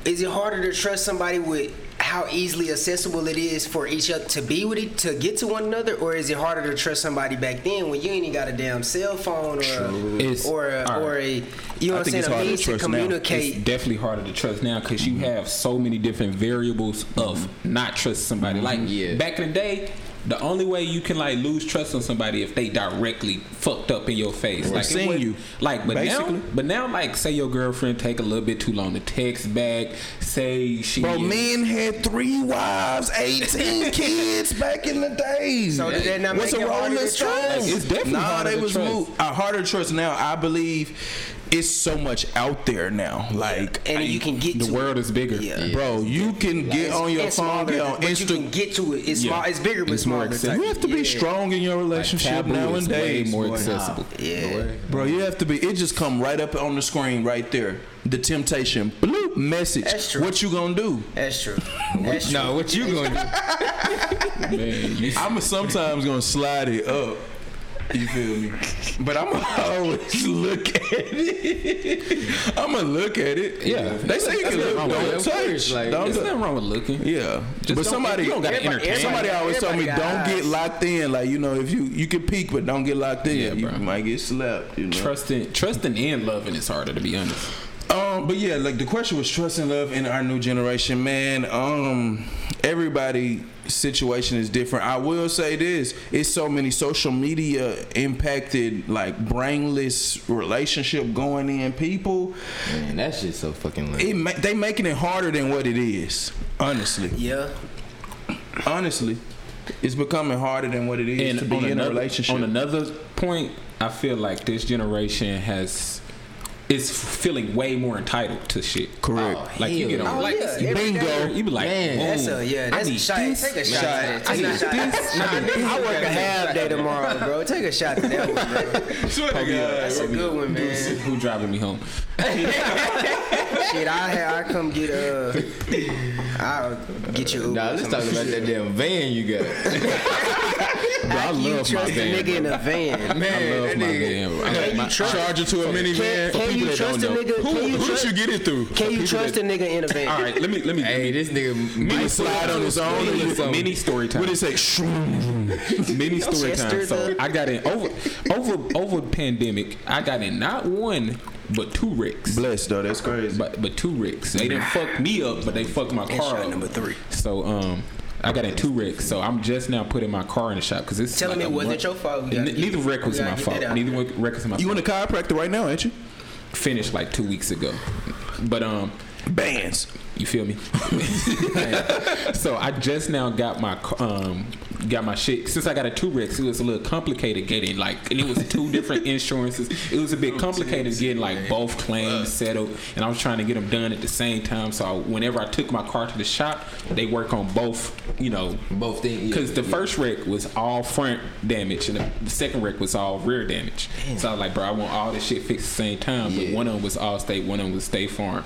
[SPEAKER 5] is it harder to trust somebody with how easily accessible it is for each other to be with it to get to one another, or is it harder to trust somebody back then when you ain't even got a damn cell phone or a,
[SPEAKER 2] It's-
[SPEAKER 5] or a,
[SPEAKER 2] all right.
[SPEAKER 5] or a you
[SPEAKER 3] I
[SPEAKER 5] know what I'm
[SPEAKER 3] think
[SPEAKER 5] saying
[SPEAKER 3] it's
[SPEAKER 5] a
[SPEAKER 3] harder to
[SPEAKER 5] means to
[SPEAKER 3] trust now.
[SPEAKER 5] communicate?
[SPEAKER 2] It's definitely harder to trust now because
[SPEAKER 3] Mm-hmm.
[SPEAKER 2] you have so many different variables of not trust somebody. Like
[SPEAKER 4] Yeah.
[SPEAKER 2] back in the day, The only way you can like lose trust on somebody if they directly fucked up in your face, like it
[SPEAKER 3] seen
[SPEAKER 2] wasn't-
[SPEAKER 3] you,
[SPEAKER 2] like but
[SPEAKER 3] basically.
[SPEAKER 2] now, but now, like say your girlfriend take a little bit too long to text back, say she
[SPEAKER 3] Bro,
[SPEAKER 2] is-
[SPEAKER 3] men had three wives,
[SPEAKER 5] (laughs)
[SPEAKER 3] 18 kids back in the days.
[SPEAKER 5] So did that not
[SPEAKER 3] What's
[SPEAKER 5] make
[SPEAKER 3] a
[SPEAKER 5] it harder
[SPEAKER 3] rolling
[SPEAKER 5] to trust?
[SPEAKER 2] It's definitely
[SPEAKER 3] nah,
[SPEAKER 2] harder
[SPEAKER 3] they
[SPEAKER 2] to
[SPEAKER 3] was
[SPEAKER 2] trust.
[SPEAKER 3] moved. A harder trust now. I believe it's so much out there now. Like,
[SPEAKER 5] and
[SPEAKER 3] I-
[SPEAKER 5] you can get
[SPEAKER 2] the
[SPEAKER 5] to
[SPEAKER 2] world is bigger.
[SPEAKER 5] Yeah.
[SPEAKER 3] bro, you can get on your phone,
[SPEAKER 5] It's smaller,
[SPEAKER 3] get on
[SPEAKER 5] but you can
[SPEAKER 3] Instagram.
[SPEAKER 5] get to it. It's
[SPEAKER 2] Yeah.
[SPEAKER 5] small. It's bigger, but
[SPEAKER 2] It's more
[SPEAKER 5] smaller.
[SPEAKER 2] accessible.
[SPEAKER 5] type.
[SPEAKER 3] You have to be
[SPEAKER 5] Yeah.
[SPEAKER 3] strong in your relationship
[SPEAKER 2] Taboo is way
[SPEAKER 3] nowadays.
[SPEAKER 2] more
[SPEAKER 3] boy.
[SPEAKER 2] accessible.
[SPEAKER 5] Yeah.
[SPEAKER 3] Bro, you have to be. It just come right up on the screen right there. The temptation, bloop message.
[SPEAKER 5] That's true.
[SPEAKER 3] What you gonna do?
[SPEAKER 5] That's true. That's true.
[SPEAKER 4] No, what you going to
[SPEAKER 2] (laughs) Man, you
[SPEAKER 3] I'm sometimes gonna slide it up. You feel me? But I'm gonna always look at it. I'm gonna look at it.
[SPEAKER 2] Yeah.
[SPEAKER 3] They say you can look,
[SPEAKER 2] wrong with
[SPEAKER 3] don't
[SPEAKER 2] it. Of
[SPEAKER 3] touch.
[SPEAKER 4] course,
[SPEAKER 3] (laughs)
[SPEAKER 4] like,
[SPEAKER 3] don't
[SPEAKER 2] There's
[SPEAKER 3] touch.
[SPEAKER 2] nothing wrong with looking.
[SPEAKER 3] Yeah,
[SPEAKER 2] Just
[SPEAKER 3] but
[SPEAKER 2] don't-
[SPEAKER 3] somebody
[SPEAKER 2] you don't gotta
[SPEAKER 5] Everybody-
[SPEAKER 2] entertain.
[SPEAKER 3] Somebody always told me
[SPEAKER 5] everybody
[SPEAKER 3] don't
[SPEAKER 5] got
[SPEAKER 3] get
[SPEAKER 5] eyes."
[SPEAKER 3] locked in. Like you know, if you you can peek, but don't get locked in.
[SPEAKER 2] Yeah,
[SPEAKER 3] you
[SPEAKER 2] bro.
[SPEAKER 3] might get slapped. You know.
[SPEAKER 2] Trusting, trusting, and loving is harder to be honest.
[SPEAKER 3] Um, but yeah, like the question was trust and love in our new generation, man. Um, everybody situation is different. I will say this: it's so many social media impacted, like brainless relationship going in people.
[SPEAKER 4] Man, that shit's so fucking lame.
[SPEAKER 3] It ma- they making it harder than what it is. Honestly,
[SPEAKER 5] Yeah.
[SPEAKER 3] honestly, it's becoming harder than what it is to be in
[SPEAKER 2] another,
[SPEAKER 3] a relationship.
[SPEAKER 2] On another point, I feel like this generation has is feeling way more entitled to shit. Uh,
[SPEAKER 3] Correct.
[SPEAKER 4] Oh,
[SPEAKER 2] Like you
[SPEAKER 4] hell
[SPEAKER 2] get on
[SPEAKER 5] Oh,
[SPEAKER 2] like
[SPEAKER 5] yeah.
[SPEAKER 2] you
[SPEAKER 5] Every
[SPEAKER 2] bingo,
[SPEAKER 5] day.
[SPEAKER 2] you be like,
[SPEAKER 4] Man,
[SPEAKER 2] whoa,
[SPEAKER 5] That's a yeah. That's
[SPEAKER 2] I
[SPEAKER 5] a
[SPEAKER 2] need
[SPEAKER 5] shot.
[SPEAKER 2] this.
[SPEAKER 5] Take a shot.
[SPEAKER 3] Shot.
[SPEAKER 5] at that.
[SPEAKER 2] I
[SPEAKER 5] Take a
[SPEAKER 2] need
[SPEAKER 5] shot.
[SPEAKER 2] this.
[SPEAKER 5] Nah,
[SPEAKER 2] I need
[SPEAKER 5] nigga, I work a
[SPEAKER 2] this.
[SPEAKER 5] half day tomorrow, bro. Take a shot at that one,
[SPEAKER 3] (laughs)
[SPEAKER 5] bro.
[SPEAKER 3] Swear to God.
[SPEAKER 5] That's a good one, man.
[SPEAKER 2] Who driving me home?
[SPEAKER 5] Shit, I ha- I come get uh, I'll get you Uber.
[SPEAKER 4] Nah, let's talk about that damn van you got.
[SPEAKER 2] Bro, I
[SPEAKER 5] You
[SPEAKER 2] love my
[SPEAKER 5] trust a nigga
[SPEAKER 2] van.
[SPEAKER 5] in a van.
[SPEAKER 2] I
[SPEAKER 4] Man,
[SPEAKER 2] love
[SPEAKER 4] that
[SPEAKER 2] my
[SPEAKER 4] nigga.
[SPEAKER 2] van. bro. I like my-
[SPEAKER 3] Charge it to a
[SPEAKER 5] Can,
[SPEAKER 3] minivan. for
[SPEAKER 5] can
[SPEAKER 3] people
[SPEAKER 5] you
[SPEAKER 3] that
[SPEAKER 5] trust a
[SPEAKER 3] don't know.
[SPEAKER 5] nigga?
[SPEAKER 3] Who,
[SPEAKER 5] can you
[SPEAKER 3] who
[SPEAKER 5] trust,
[SPEAKER 3] should get it through?
[SPEAKER 5] can you trust a nigga in a van?
[SPEAKER 2] All right, let me let me.
[SPEAKER 4] Hey, this nigga
[SPEAKER 2] Mini
[SPEAKER 4] might
[SPEAKER 2] slide on his own.
[SPEAKER 4] Mini
[SPEAKER 2] Mini,
[SPEAKER 4] something.
[SPEAKER 2] story time.
[SPEAKER 3] What did it say?
[SPEAKER 2] mini story time.
[SPEAKER 5] Chester
[SPEAKER 2] So
[SPEAKER 5] the-
[SPEAKER 2] I got in over over over pandemic. I got in not one but two wrecks.
[SPEAKER 3] Blessed though, that's crazy.
[SPEAKER 2] But but two wrecks. They didn't fuck me up, but they fucked my car
[SPEAKER 5] shot
[SPEAKER 2] up.
[SPEAKER 5] number three.
[SPEAKER 2] So um, I got in two wrecks. So I'm just now putting my car in the shop because it's
[SPEAKER 5] Tell
[SPEAKER 2] like
[SPEAKER 5] him it
[SPEAKER 2] a
[SPEAKER 5] wasn't
[SPEAKER 2] month-
[SPEAKER 5] your fault. We
[SPEAKER 2] N-
[SPEAKER 5] gotta get-
[SPEAKER 2] neither wreck was
[SPEAKER 5] we gotta
[SPEAKER 2] my
[SPEAKER 5] get
[SPEAKER 2] fault.
[SPEAKER 5] that out
[SPEAKER 2] Neither one- wreck was my
[SPEAKER 3] you
[SPEAKER 2] fault.
[SPEAKER 3] in a chiropractor right now, ain't you?
[SPEAKER 2] Finished like two weeks ago, but um.
[SPEAKER 3] Bands.
[SPEAKER 2] You feel me? (laughs) so I just now got my um got my shit. Since I got a two Rex, it was a little complicated getting like, and it was two different insurances. It was a bit complicated getting like both claims settled, and I was trying to get them done at the same time. So I, whenever I took my car to the shop, they work on both, you know,
[SPEAKER 4] Both things.
[SPEAKER 2] because the
[SPEAKER 4] yeah.
[SPEAKER 2] first wreck was all front damage and the, the second wreck was all rear damage. So I was like, bro, I want all this shit fixed at the same time. But
[SPEAKER 4] Yeah. Uh,
[SPEAKER 2] one of them was all state, one of them was state farm.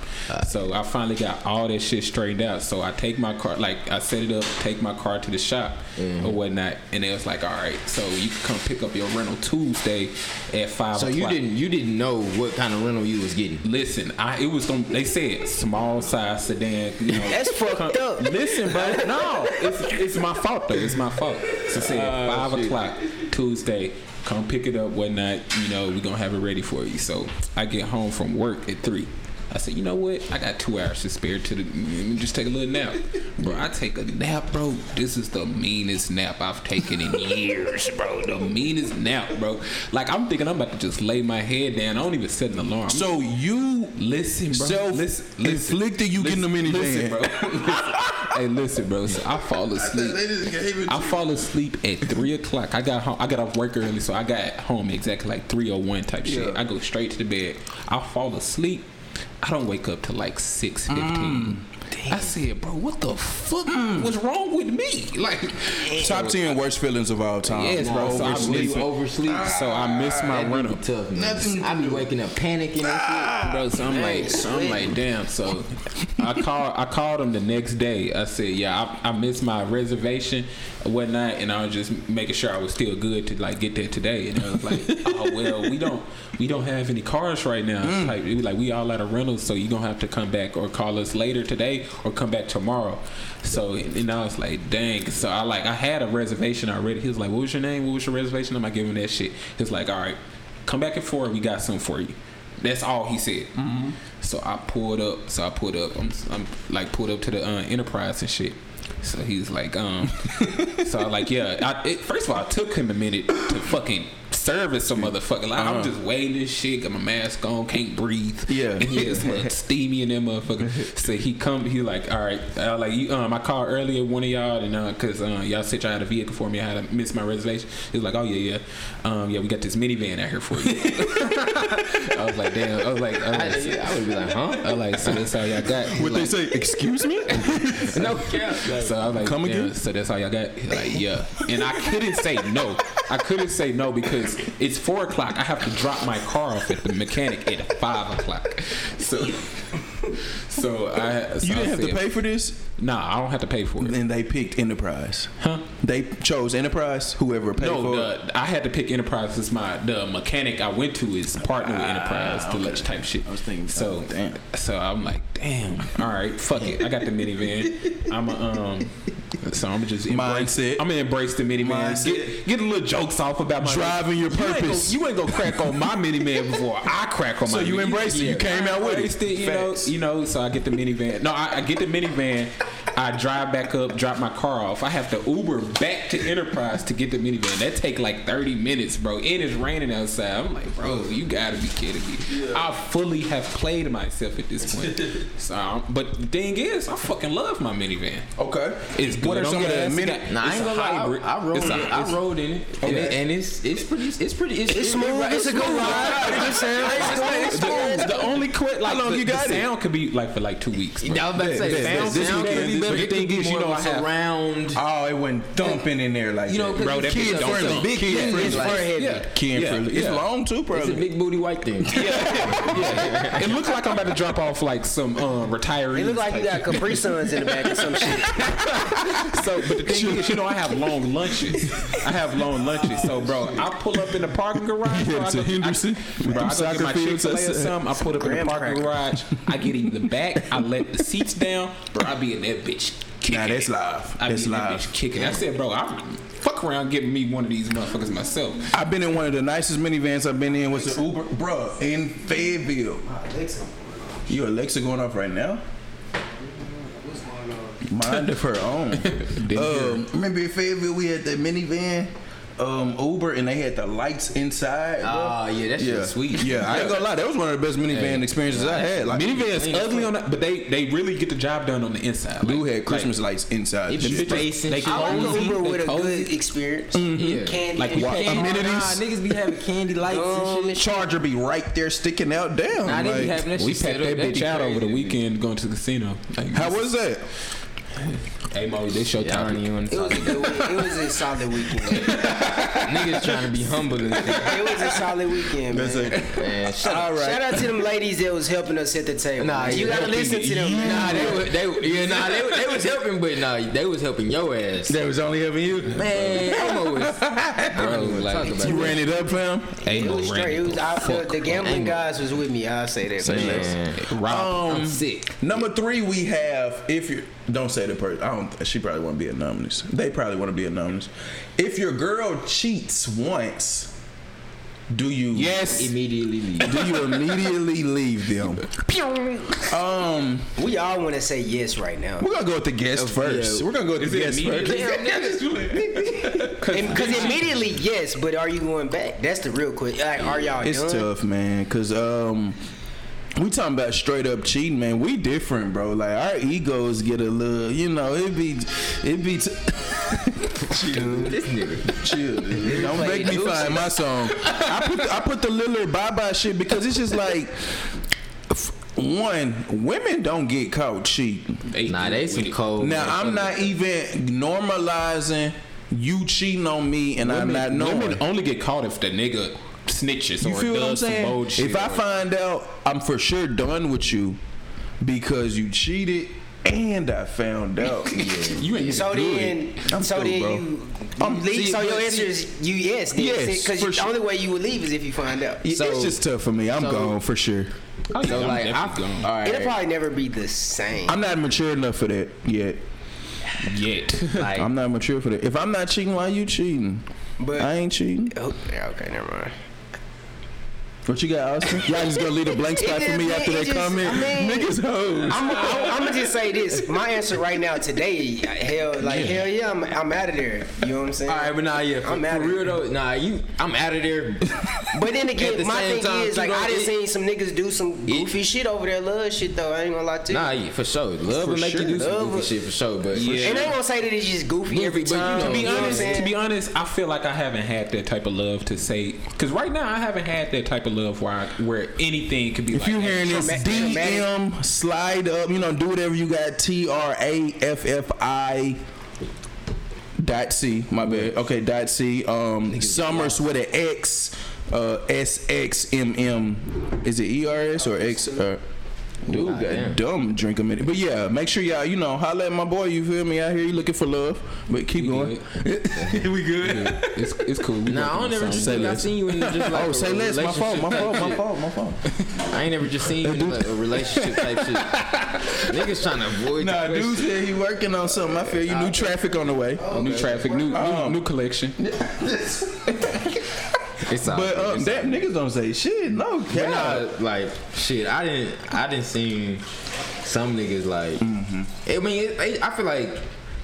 [SPEAKER 2] so I finally got all that shit straightened out. So I take my car, like I set it up, take my car to the shop
[SPEAKER 4] Mm-hmm.
[SPEAKER 2] or whatnot, and they was like, all right, so you can come pick up your rental Tuesday at five.
[SPEAKER 4] So you
[SPEAKER 2] o'clock."
[SPEAKER 4] didn't you didn't know what kind of rental you was getting.
[SPEAKER 2] Listen, I it was them. They said small size sedan.
[SPEAKER 4] (laughs)
[SPEAKER 2] You know,
[SPEAKER 5] That's fucked up.
[SPEAKER 2] Listen, bro. No, it's it's my fault though. It's my fault. So I said five o'clock Tuesday. Come pick it up, whatnot. You know, we gonna have it ready for you. So I get home from work at three. I said, you know what? I got two hours to spare. To the, let me just take a little nap, bro. I take a nap, bro. This is the meanest nap I've taken in years, bro. The meanest nap, bro. Like I'm thinking I'm about to just lay my head down. I don't even set an alarm. I'm
[SPEAKER 3] So you
[SPEAKER 2] Listen, bro.
[SPEAKER 3] self
[SPEAKER 2] listen, listen.
[SPEAKER 3] inflicted you getting them in
[SPEAKER 2] Listen, bro. (laughs)
[SPEAKER 3] the
[SPEAKER 2] Listen. hey, listen, bro. So I fall asleep. I fall asleep at three o'clock. I got home. I got off work early, so I got home exactly like three o one type shit. I go straight to the bed. I fall asleep. I don't wake up till like six
[SPEAKER 3] Mm,
[SPEAKER 2] fifteen. I said, bro, what the fuck was wrong with me? (laughs) Like,
[SPEAKER 3] Top ten worst feelings of all time.
[SPEAKER 2] Yes, bro. So I
[SPEAKER 3] Oversleep.
[SPEAKER 2] miss,
[SPEAKER 4] You oversleep.
[SPEAKER 2] so I miss my
[SPEAKER 4] that be
[SPEAKER 2] rental. Ah!
[SPEAKER 4] tough, man. I be waking up panicking and
[SPEAKER 2] bro. So I'm like, so I'm like, damn. So I call, I called him the next day. I said, yeah, I, I missed my reservation, and whatnot, and I was just making sure I was still good to like get there today. And I was like, oh well, we don't, we don't have any cars right now. Like, it was like we all out of rentals, so you gonna have to come back or call us later today or come back tomorrow. So and I was like, dang. So I like, I had a reservation already. He was like, what was your name? What was your reservation? I'm like, giving that shit. He was like, all right. Come back at four. We got something for you. That's all he said. So I pulled up. So I pulled up. I'm, I'm like pulled up to the uh, Enterprise and shit. So he was like, um, so I was like, yeah. I, it, first of all, it took him a minute to fucking service some motherfucker. Like I'm just waiting this shit, got my mask on, can't breathe.
[SPEAKER 3] Yeah.
[SPEAKER 2] it's like steamy in that motherfucker. So he come, he like, all right. I was like, you, um, I called earlier one of y'all and uh, cause uh, y'all said y'all had a vehicle for me. I had to miss my reservation. He was like, oh yeah, yeah, um, yeah, we got this minivan out here for you. I was like, damn. I was like, I was like,
[SPEAKER 4] I would be like, huh?
[SPEAKER 2] I was like so that's all y'all got. He
[SPEAKER 3] What
[SPEAKER 2] like,
[SPEAKER 3] they say? Excuse me?
[SPEAKER 2] no
[SPEAKER 4] Yeah.
[SPEAKER 2] So I was like,
[SPEAKER 3] Come
[SPEAKER 2] "Yeah,
[SPEAKER 3] again?"
[SPEAKER 2] So that's all y'all got? He like, yeah. And I couldn't say no. I couldn't say no because it's four o'clock. I have to drop my car off at the mechanic at five o'clock. So, so I. So
[SPEAKER 3] You
[SPEAKER 2] I
[SPEAKER 3] didn't have to
[SPEAKER 2] said,
[SPEAKER 3] pay for this,
[SPEAKER 2] Nah, I don't have to pay for it.
[SPEAKER 3] and they picked Enterprise.
[SPEAKER 2] Huh?
[SPEAKER 3] They chose Enterprise. Whoever paid
[SPEAKER 2] No,
[SPEAKER 3] for it.
[SPEAKER 2] the, I had to pick Enterprise as my the mechanic I went to is partner with Enterprise, the lunch type shit. I
[SPEAKER 3] Ah, was thinking-
[SPEAKER 2] so.
[SPEAKER 3] oh, damn.
[SPEAKER 2] So I'm like, damn. All right, fuck it. I got the minivan. I'm a, um. So I'm just embrace
[SPEAKER 3] Mindset.
[SPEAKER 2] I'm gonna embrace the minivan.
[SPEAKER 3] Mindset.
[SPEAKER 2] Get, get a little jokes off about my
[SPEAKER 3] Driving your
[SPEAKER 2] You ain't gonna-
[SPEAKER 3] purpose.
[SPEAKER 2] You ain't gonna, crack on my minivan before I crack on
[SPEAKER 3] So
[SPEAKER 2] my.
[SPEAKER 3] you
[SPEAKER 2] minivan.
[SPEAKER 3] embraced it. You came out with it.
[SPEAKER 2] Embraced You know.
[SPEAKER 3] Facts.
[SPEAKER 2] You know. So I get the minivan. No, I, I get the minivan. I drive back up, drop my car off. I have to Uber back to Enterprise to get the minivan. That take like thirty minutes, bro. And it's raining outside. I'm like, bro, you gotta be kidding me. I fully have played myself at this point. so, I'm- but the thing is, I fucking love my minivan.
[SPEAKER 3] Okay.
[SPEAKER 2] It's good
[SPEAKER 3] What are
[SPEAKER 2] on
[SPEAKER 3] some of the
[SPEAKER 2] gas. It
[SPEAKER 3] mini-
[SPEAKER 2] got-
[SPEAKER 4] Nah, I
[SPEAKER 2] it's
[SPEAKER 4] ain't
[SPEAKER 2] a
[SPEAKER 4] gonna lie.
[SPEAKER 2] hybrid.
[SPEAKER 4] I, I rode
[SPEAKER 2] It's
[SPEAKER 4] in
[SPEAKER 2] a-
[SPEAKER 4] it. I
[SPEAKER 2] it's-
[SPEAKER 4] rode in it, and, it, and it's it's pretty it's pretty it's,
[SPEAKER 5] It's smooth. It's a good ride. It's
[SPEAKER 2] the, the only quit like
[SPEAKER 3] long
[SPEAKER 2] the,
[SPEAKER 3] you
[SPEAKER 2] the
[SPEAKER 3] got it?
[SPEAKER 2] sound could be like for like two weeks. Bro.
[SPEAKER 4] I was about to
[SPEAKER 3] Yeah,
[SPEAKER 4] say,
[SPEAKER 3] yeah,
[SPEAKER 4] sound
[SPEAKER 3] this
[SPEAKER 4] sound
[SPEAKER 3] weekend-
[SPEAKER 4] could be
[SPEAKER 2] but
[SPEAKER 4] better.
[SPEAKER 2] the
[SPEAKER 4] It
[SPEAKER 2] thing
[SPEAKER 4] could be
[SPEAKER 2] is, you
[SPEAKER 4] more
[SPEAKER 2] know,
[SPEAKER 4] of a
[SPEAKER 2] I have-
[SPEAKER 4] surround.
[SPEAKER 3] Oh, it went dumping in there like
[SPEAKER 4] You know,
[SPEAKER 3] that.
[SPEAKER 4] bro,
[SPEAKER 2] that bitch don't
[SPEAKER 4] it's a
[SPEAKER 2] dump.
[SPEAKER 4] big
[SPEAKER 2] Kid
[SPEAKER 4] thing.
[SPEAKER 5] friendly.
[SPEAKER 4] Like,
[SPEAKER 5] Forehead.
[SPEAKER 2] Yeah,
[SPEAKER 3] Ken
[SPEAKER 2] yeah,
[SPEAKER 3] Frilly.
[SPEAKER 2] yeah.
[SPEAKER 3] It's long too,
[SPEAKER 4] It's a
[SPEAKER 3] probably.
[SPEAKER 4] big booty
[SPEAKER 2] (laughs)
[SPEAKER 4] white thing.
[SPEAKER 2] It looked like I'm about to drop off like some um, retirees.
[SPEAKER 5] It look like you got Capri Suns in the back or some shit.
[SPEAKER 2] so, but the thing is, you know, I have long lunches. I have long lunches. So, bro, I pull up in the parking garage. Bro, I
[SPEAKER 3] To
[SPEAKER 2] go-
[SPEAKER 3] Henderson,
[SPEAKER 2] I, bro,
[SPEAKER 3] with them
[SPEAKER 2] I go get
[SPEAKER 3] soccer
[SPEAKER 2] my
[SPEAKER 3] fields,
[SPEAKER 2] Chick-fil-A or
[SPEAKER 3] that's-
[SPEAKER 2] something. I pull up in the
[SPEAKER 5] Graham
[SPEAKER 2] parking
[SPEAKER 5] cracker.
[SPEAKER 2] garage. I get in the back. I let the seats down. Bro, I be in that bitch kicking.
[SPEAKER 3] Nah, that's
[SPEAKER 2] it.
[SPEAKER 3] live.
[SPEAKER 2] I be
[SPEAKER 3] That's
[SPEAKER 2] in that
[SPEAKER 3] live.
[SPEAKER 2] bitch kicking. I said, bro, I'm fuck around giving me one of these motherfuckers myself.
[SPEAKER 3] I've been in one of the nicest minivans I've been in was the Uber, bruh, in Fayetteville. Your Alexa going off right now? Mind of her
[SPEAKER 2] (laughs)
[SPEAKER 3] own. um, remember in Fayetteville we had the minivan, um, Uber, and they had the lights inside. bruh?
[SPEAKER 4] Ah, yeah, that shit's sweet.
[SPEAKER 3] Yeah, I ain't gonna lie, that was one of the best minivan
[SPEAKER 2] Hey.
[SPEAKER 3] experiences I had. Like,
[SPEAKER 2] Minivans ugly on the, but they they really get the job done on the inside.
[SPEAKER 3] Blue
[SPEAKER 2] Like-
[SPEAKER 3] had Christmas lights inside.
[SPEAKER 4] It
[SPEAKER 3] and
[SPEAKER 4] be
[SPEAKER 3] shit.
[SPEAKER 4] space and
[SPEAKER 2] They
[SPEAKER 4] shit.
[SPEAKER 2] call
[SPEAKER 5] I like
[SPEAKER 2] Cozy,
[SPEAKER 5] an Uber
[SPEAKER 2] they
[SPEAKER 5] with a
[SPEAKER 2] cozy.
[SPEAKER 5] good experience.
[SPEAKER 4] Yeah.
[SPEAKER 5] Candy,
[SPEAKER 2] Like,
[SPEAKER 5] and
[SPEAKER 2] wa-
[SPEAKER 5] candy.
[SPEAKER 3] amenities.
[SPEAKER 4] Nah, niggas be having candy lights and Oh, shit.
[SPEAKER 3] Charger be right there sticking out down.
[SPEAKER 4] Nah, they
[SPEAKER 3] like-
[SPEAKER 4] be having that shit.
[SPEAKER 2] We
[SPEAKER 4] set
[SPEAKER 2] packed
[SPEAKER 4] up.
[SPEAKER 2] that
[SPEAKER 4] That'd
[SPEAKER 2] bitch
[SPEAKER 4] be
[SPEAKER 2] out over the
[SPEAKER 4] crazy.
[SPEAKER 2] weekend going to the casino. Like,
[SPEAKER 3] how was that?
[SPEAKER 2] Hey, Mo, this show
[SPEAKER 4] Yeah, I don't
[SPEAKER 2] topic.
[SPEAKER 4] even want
[SPEAKER 5] It
[SPEAKER 4] to
[SPEAKER 5] was a good week. It was a solid weekend.
[SPEAKER 4] Niggas trying to be humble and (laughs) shit.
[SPEAKER 5] It was a solid weekend, man.
[SPEAKER 4] Man, shut up.
[SPEAKER 3] All right.
[SPEAKER 5] Shout out to them ladies that was helping us at the table.
[SPEAKER 4] Nah,
[SPEAKER 5] you
[SPEAKER 4] yeah,
[SPEAKER 5] gotta
[SPEAKER 4] helping
[SPEAKER 5] listen to them.
[SPEAKER 4] you.
[SPEAKER 5] man.
[SPEAKER 4] Nah, they, were, they were- yeah, nah, they, were- they was helping, but nah, they was helping your ass.
[SPEAKER 3] That was only helping you.
[SPEAKER 4] Man, Elmo (laughs) was.
[SPEAKER 2] Bro, like,
[SPEAKER 4] talk about
[SPEAKER 3] You ran it up, fam.
[SPEAKER 2] hey,
[SPEAKER 5] It
[SPEAKER 2] Mo,
[SPEAKER 5] was straight. It
[SPEAKER 2] Randy,
[SPEAKER 5] was I, the, the gambling
[SPEAKER 4] Angle.
[SPEAKER 5] guys was with me. I'll say that.
[SPEAKER 4] Man,
[SPEAKER 2] Rob,
[SPEAKER 4] I'm
[SPEAKER 3] Um,
[SPEAKER 4] sick.
[SPEAKER 3] Number three, we have if you don't say the person. I don't. She probably want to be a numbness. They probably want to be a numbness. If your girl cheats once, do you?
[SPEAKER 2] yes.
[SPEAKER 4] Immediately leave.
[SPEAKER 3] Do you (laughs) immediately leave them? um,
[SPEAKER 5] We all want to say yes right now.
[SPEAKER 3] we're gonna go with the guest first.
[SPEAKER 4] yeah.
[SPEAKER 3] We're gonna go with
[SPEAKER 2] Is
[SPEAKER 3] the
[SPEAKER 2] it
[SPEAKER 3] guest first.
[SPEAKER 5] Because immediately, yes, but are you going back? That's the real question. Like, are y'all
[SPEAKER 3] It's
[SPEAKER 5] done?
[SPEAKER 3] tough, man, because um, we talking about straight up cheating, man. We different, bro. Like our egos get a little, you know, it be, it be. T-
[SPEAKER 4] this nigga.
[SPEAKER 3] Chill, dude. Don't make me find my song. I put the, I put the Lillard bye bye shit because it's just like. f- One, women don't get caught cheating.
[SPEAKER 4] Nah, they some cold.
[SPEAKER 3] Now I'm not even normalizing you cheating on me, and I'm not knowing.
[SPEAKER 2] Women only get caught if the nigga snitches
[SPEAKER 3] You
[SPEAKER 2] or
[SPEAKER 3] feel what I'm
[SPEAKER 2] does some
[SPEAKER 3] saying?
[SPEAKER 2] bold shit.
[SPEAKER 3] If I find out, I'm for sure done with you because you cheated and I found
[SPEAKER 2] (laughs)
[SPEAKER 3] out.
[SPEAKER 2] you ain't
[SPEAKER 5] So
[SPEAKER 2] even
[SPEAKER 5] then,
[SPEAKER 3] I'm
[SPEAKER 5] so
[SPEAKER 3] cool,
[SPEAKER 5] then
[SPEAKER 3] bro.
[SPEAKER 5] you,
[SPEAKER 3] I'm-
[SPEAKER 5] you leave.
[SPEAKER 3] see,
[SPEAKER 5] so your
[SPEAKER 3] but
[SPEAKER 5] answer
[SPEAKER 3] see-
[SPEAKER 5] is you yes. Then
[SPEAKER 3] Yes,
[SPEAKER 5] because
[SPEAKER 3] for
[SPEAKER 5] the
[SPEAKER 3] sure.
[SPEAKER 5] only way you would leave is if you find out.
[SPEAKER 3] Yeah, it's
[SPEAKER 4] So-
[SPEAKER 3] just tough for me. I'm
[SPEAKER 4] so-
[SPEAKER 3] gone for sure.
[SPEAKER 2] Oh, yeah,
[SPEAKER 4] So
[SPEAKER 2] I'm
[SPEAKER 4] like, I,
[SPEAKER 2] definitely gone.
[SPEAKER 4] all
[SPEAKER 5] It'll
[SPEAKER 4] right,
[SPEAKER 5] probably never be the same.
[SPEAKER 3] I'm not mature enough for that yet.
[SPEAKER 2] yet.
[SPEAKER 4] like,
[SPEAKER 3] I'm not mature for that. If I'm not cheating, why you cheating?
[SPEAKER 5] But-
[SPEAKER 3] I ain't cheating.
[SPEAKER 5] Oh, yeah, okay, never mind.
[SPEAKER 3] What you got, Austin? (laughs) Y'all just gonna leave a blank spot for me
[SPEAKER 5] just-
[SPEAKER 3] after
[SPEAKER 5] it
[SPEAKER 3] that
[SPEAKER 5] just-
[SPEAKER 3] comment?
[SPEAKER 5] I
[SPEAKER 3] (laughs)
[SPEAKER 5] mean-
[SPEAKER 3] Niggas hoes.
[SPEAKER 5] I'm, I'm, I'm gonna just say this. My answer right now today, hell, like hell yeah, I'm, I'm out of there. You know what I'm saying?
[SPEAKER 4] All right, but nah, yeah, for,
[SPEAKER 5] I'm
[SPEAKER 4] for
[SPEAKER 5] outta
[SPEAKER 4] real
[SPEAKER 5] here.
[SPEAKER 4] though, nah, you, I'm out of (laughs) there.
[SPEAKER 5] But then again,
[SPEAKER 4] At the
[SPEAKER 5] my
[SPEAKER 4] same
[SPEAKER 5] thing
[SPEAKER 4] time,
[SPEAKER 5] is
[SPEAKER 4] too,
[SPEAKER 5] like
[SPEAKER 4] though,
[SPEAKER 5] I
[SPEAKER 4] it-
[SPEAKER 5] done seen some niggas do some goofy shit over there, love shit though. I ain't gonna lie to you.
[SPEAKER 4] nah, yeah, for sure, love
[SPEAKER 3] For
[SPEAKER 4] will make
[SPEAKER 3] sure.
[SPEAKER 4] you do some
[SPEAKER 5] Love
[SPEAKER 4] goofy
[SPEAKER 5] will-
[SPEAKER 4] shit for sure, but
[SPEAKER 2] Yeah.
[SPEAKER 5] And I ain't gonna say that it's just goofy every
[SPEAKER 4] But you
[SPEAKER 5] time.
[SPEAKER 4] know,
[SPEAKER 2] To be
[SPEAKER 5] you know what I'm
[SPEAKER 2] honest,
[SPEAKER 5] saying?
[SPEAKER 2] to be honest, I feel like I haven't had that type of love to say because right now I haven't had that type of love where I, where anything could be.
[SPEAKER 3] If
[SPEAKER 2] like,
[SPEAKER 3] you're hearing this,
[SPEAKER 5] Traumatic-
[SPEAKER 3] DM, slide up, you know, do whatever you got. T R A F F I dot C. My bad. Okay, dot C. Um, Summers with an X. Uh, S X M M. Is it E R S or X? Uh, Dude, got
[SPEAKER 4] damn.
[SPEAKER 3] dumb drink a minute. But yeah, make sure y'all, you know, holla at my boy, you feel me out here, you looking for love. But keep going.
[SPEAKER 2] we good. It's, it's cool. We
[SPEAKER 4] Nah, I
[SPEAKER 2] working
[SPEAKER 4] don't ever
[SPEAKER 2] on
[SPEAKER 4] just
[SPEAKER 2] something.
[SPEAKER 4] think I
[SPEAKER 3] less.
[SPEAKER 4] seen you in just
[SPEAKER 3] (laughs)
[SPEAKER 4] like
[SPEAKER 3] oh,
[SPEAKER 4] a
[SPEAKER 3] say less. My fault, my fault, my fault, my fault.
[SPEAKER 4] (laughs) I ain't never just seen you in like a relationship
[SPEAKER 3] (laughs)
[SPEAKER 4] type shit. Niggas trying to avoid
[SPEAKER 3] Nah,
[SPEAKER 4] the
[SPEAKER 3] Uh, dude
[SPEAKER 4] question.
[SPEAKER 3] said he working on something. I feel you. New traffic on the way.
[SPEAKER 2] New traffic, new new,
[SPEAKER 3] Um,
[SPEAKER 2] new collection.
[SPEAKER 4] It's all
[SPEAKER 3] But
[SPEAKER 4] good,
[SPEAKER 3] uh,
[SPEAKER 4] it's all
[SPEAKER 3] that niggas don't say shit. No
[SPEAKER 4] But
[SPEAKER 3] cap.
[SPEAKER 4] nah, like shit, I didn't, I didn't see some niggas like.
[SPEAKER 3] Mm-hmm.
[SPEAKER 4] I mean, it, it, I feel like,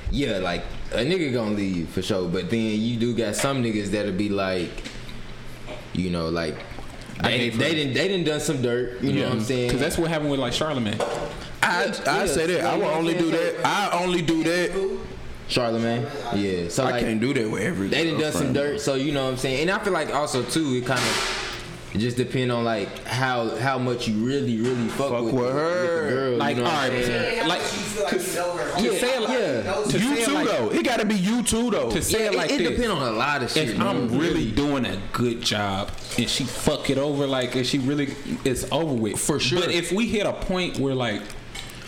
[SPEAKER 4] yeah, like a nigga gonna leave for sure. But then you do got some niggas that'll be like, you know, like they didn't, they didn't, they didn't done some dirt. You know what I'm saying?
[SPEAKER 2] Because that's what happened with like Charlemagne.
[SPEAKER 3] I I say that. I will only do that. I only do that.
[SPEAKER 4] Charlemagne. Yeah. So
[SPEAKER 3] I
[SPEAKER 4] like,
[SPEAKER 3] can't do that with every.
[SPEAKER 4] they done done some
[SPEAKER 3] girlfriend.
[SPEAKER 4] dirt, so you know what I'm saying. And I feel like also too, it kind of it just depend on like how how much you really really fuck,
[SPEAKER 3] Fuck
[SPEAKER 4] with,
[SPEAKER 3] with
[SPEAKER 4] the-
[SPEAKER 3] her.
[SPEAKER 4] the girl,
[SPEAKER 2] Like,
[SPEAKER 4] you know what
[SPEAKER 2] all
[SPEAKER 4] I'm
[SPEAKER 2] right,
[SPEAKER 4] saying?
[SPEAKER 2] like
[SPEAKER 4] yeah,
[SPEAKER 2] to say it like-
[SPEAKER 4] yeah.
[SPEAKER 2] to
[SPEAKER 3] You
[SPEAKER 2] say it
[SPEAKER 3] too
[SPEAKER 2] like-
[SPEAKER 3] though. It gotta be you too though.
[SPEAKER 2] To say
[SPEAKER 4] Yeah,
[SPEAKER 2] it like
[SPEAKER 4] it, it
[SPEAKER 2] this.
[SPEAKER 4] depend on a lot of shit.
[SPEAKER 2] if
[SPEAKER 4] bro.
[SPEAKER 2] I'm really doing a good job and she fuck it over, like if she really it's over with for
[SPEAKER 3] sure.
[SPEAKER 2] But if we hit a point where like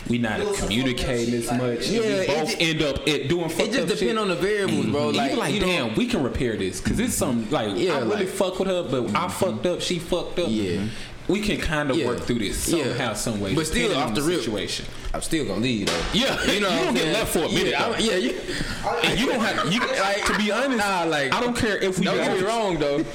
[SPEAKER 2] we not communicating as much, yeah,
[SPEAKER 4] Yeah,
[SPEAKER 2] we
[SPEAKER 4] it
[SPEAKER 2] both
[SPEAKER 4] ju-
[SPEAKER 2] end up at doing.
[SPEAKER 4] it just depend on the variables, bro.
[SPEAKER 2] Like,
[SPEAKER 4] Like,
[SPEAKER 2] you like
[SPEAKER 4] you know-
[SPEAKER 2] damn, we can repair this because it's some like I
[SPEAKER 4] Yeah,
[SPEAKER 2] really
[SPEAKER 4] like- mm-hmm.
[SPEAKER 2] fuck with her, but I fucked up, she fucked up.
[SPEAKER 4] Yeah.
[SPEAKER 2] we can kind of
[SPEAKER 4] Yeah.
[SPEAKER 2] work through this
[SPEAKER 4] Yeah.
[SPEAKER 2] somehow, some way.
[SPEAKER 4] But still,
[SPEAKER 2] depending
[SPEAKER 4] off
[SPEAKER 2] on
[SPEAKER 4] the rip.
[SPEAKER 2] situation,
[SPEAKER 4] I'm still gonna leave though.
[SPEAKER 2] Yeah, (laughs) you
[SPEAKER 4] what
[SPEAKER 2] don't
[SPEAKER 4] I'm
[SPEAKER 2] get
[SPEAKER 4] saying?
[SPEAKER 2] left for a minute,
[SPEAKER 4] Yeah,
[SPEAKER 2] though.
[SPEAKER 4] I- yeah. You,
[SPEAKER 2] and you don't have you like to be honest.
[SPEAKER 4] nah, like
[SPEAKER 2] I don't care if we
[SPEAKER 4] don't get
[SPEAKER 2] both-
[SPEAKER 4] me wrong
[SPEAKER 2] (laughs)
[SPEAKER 4] though.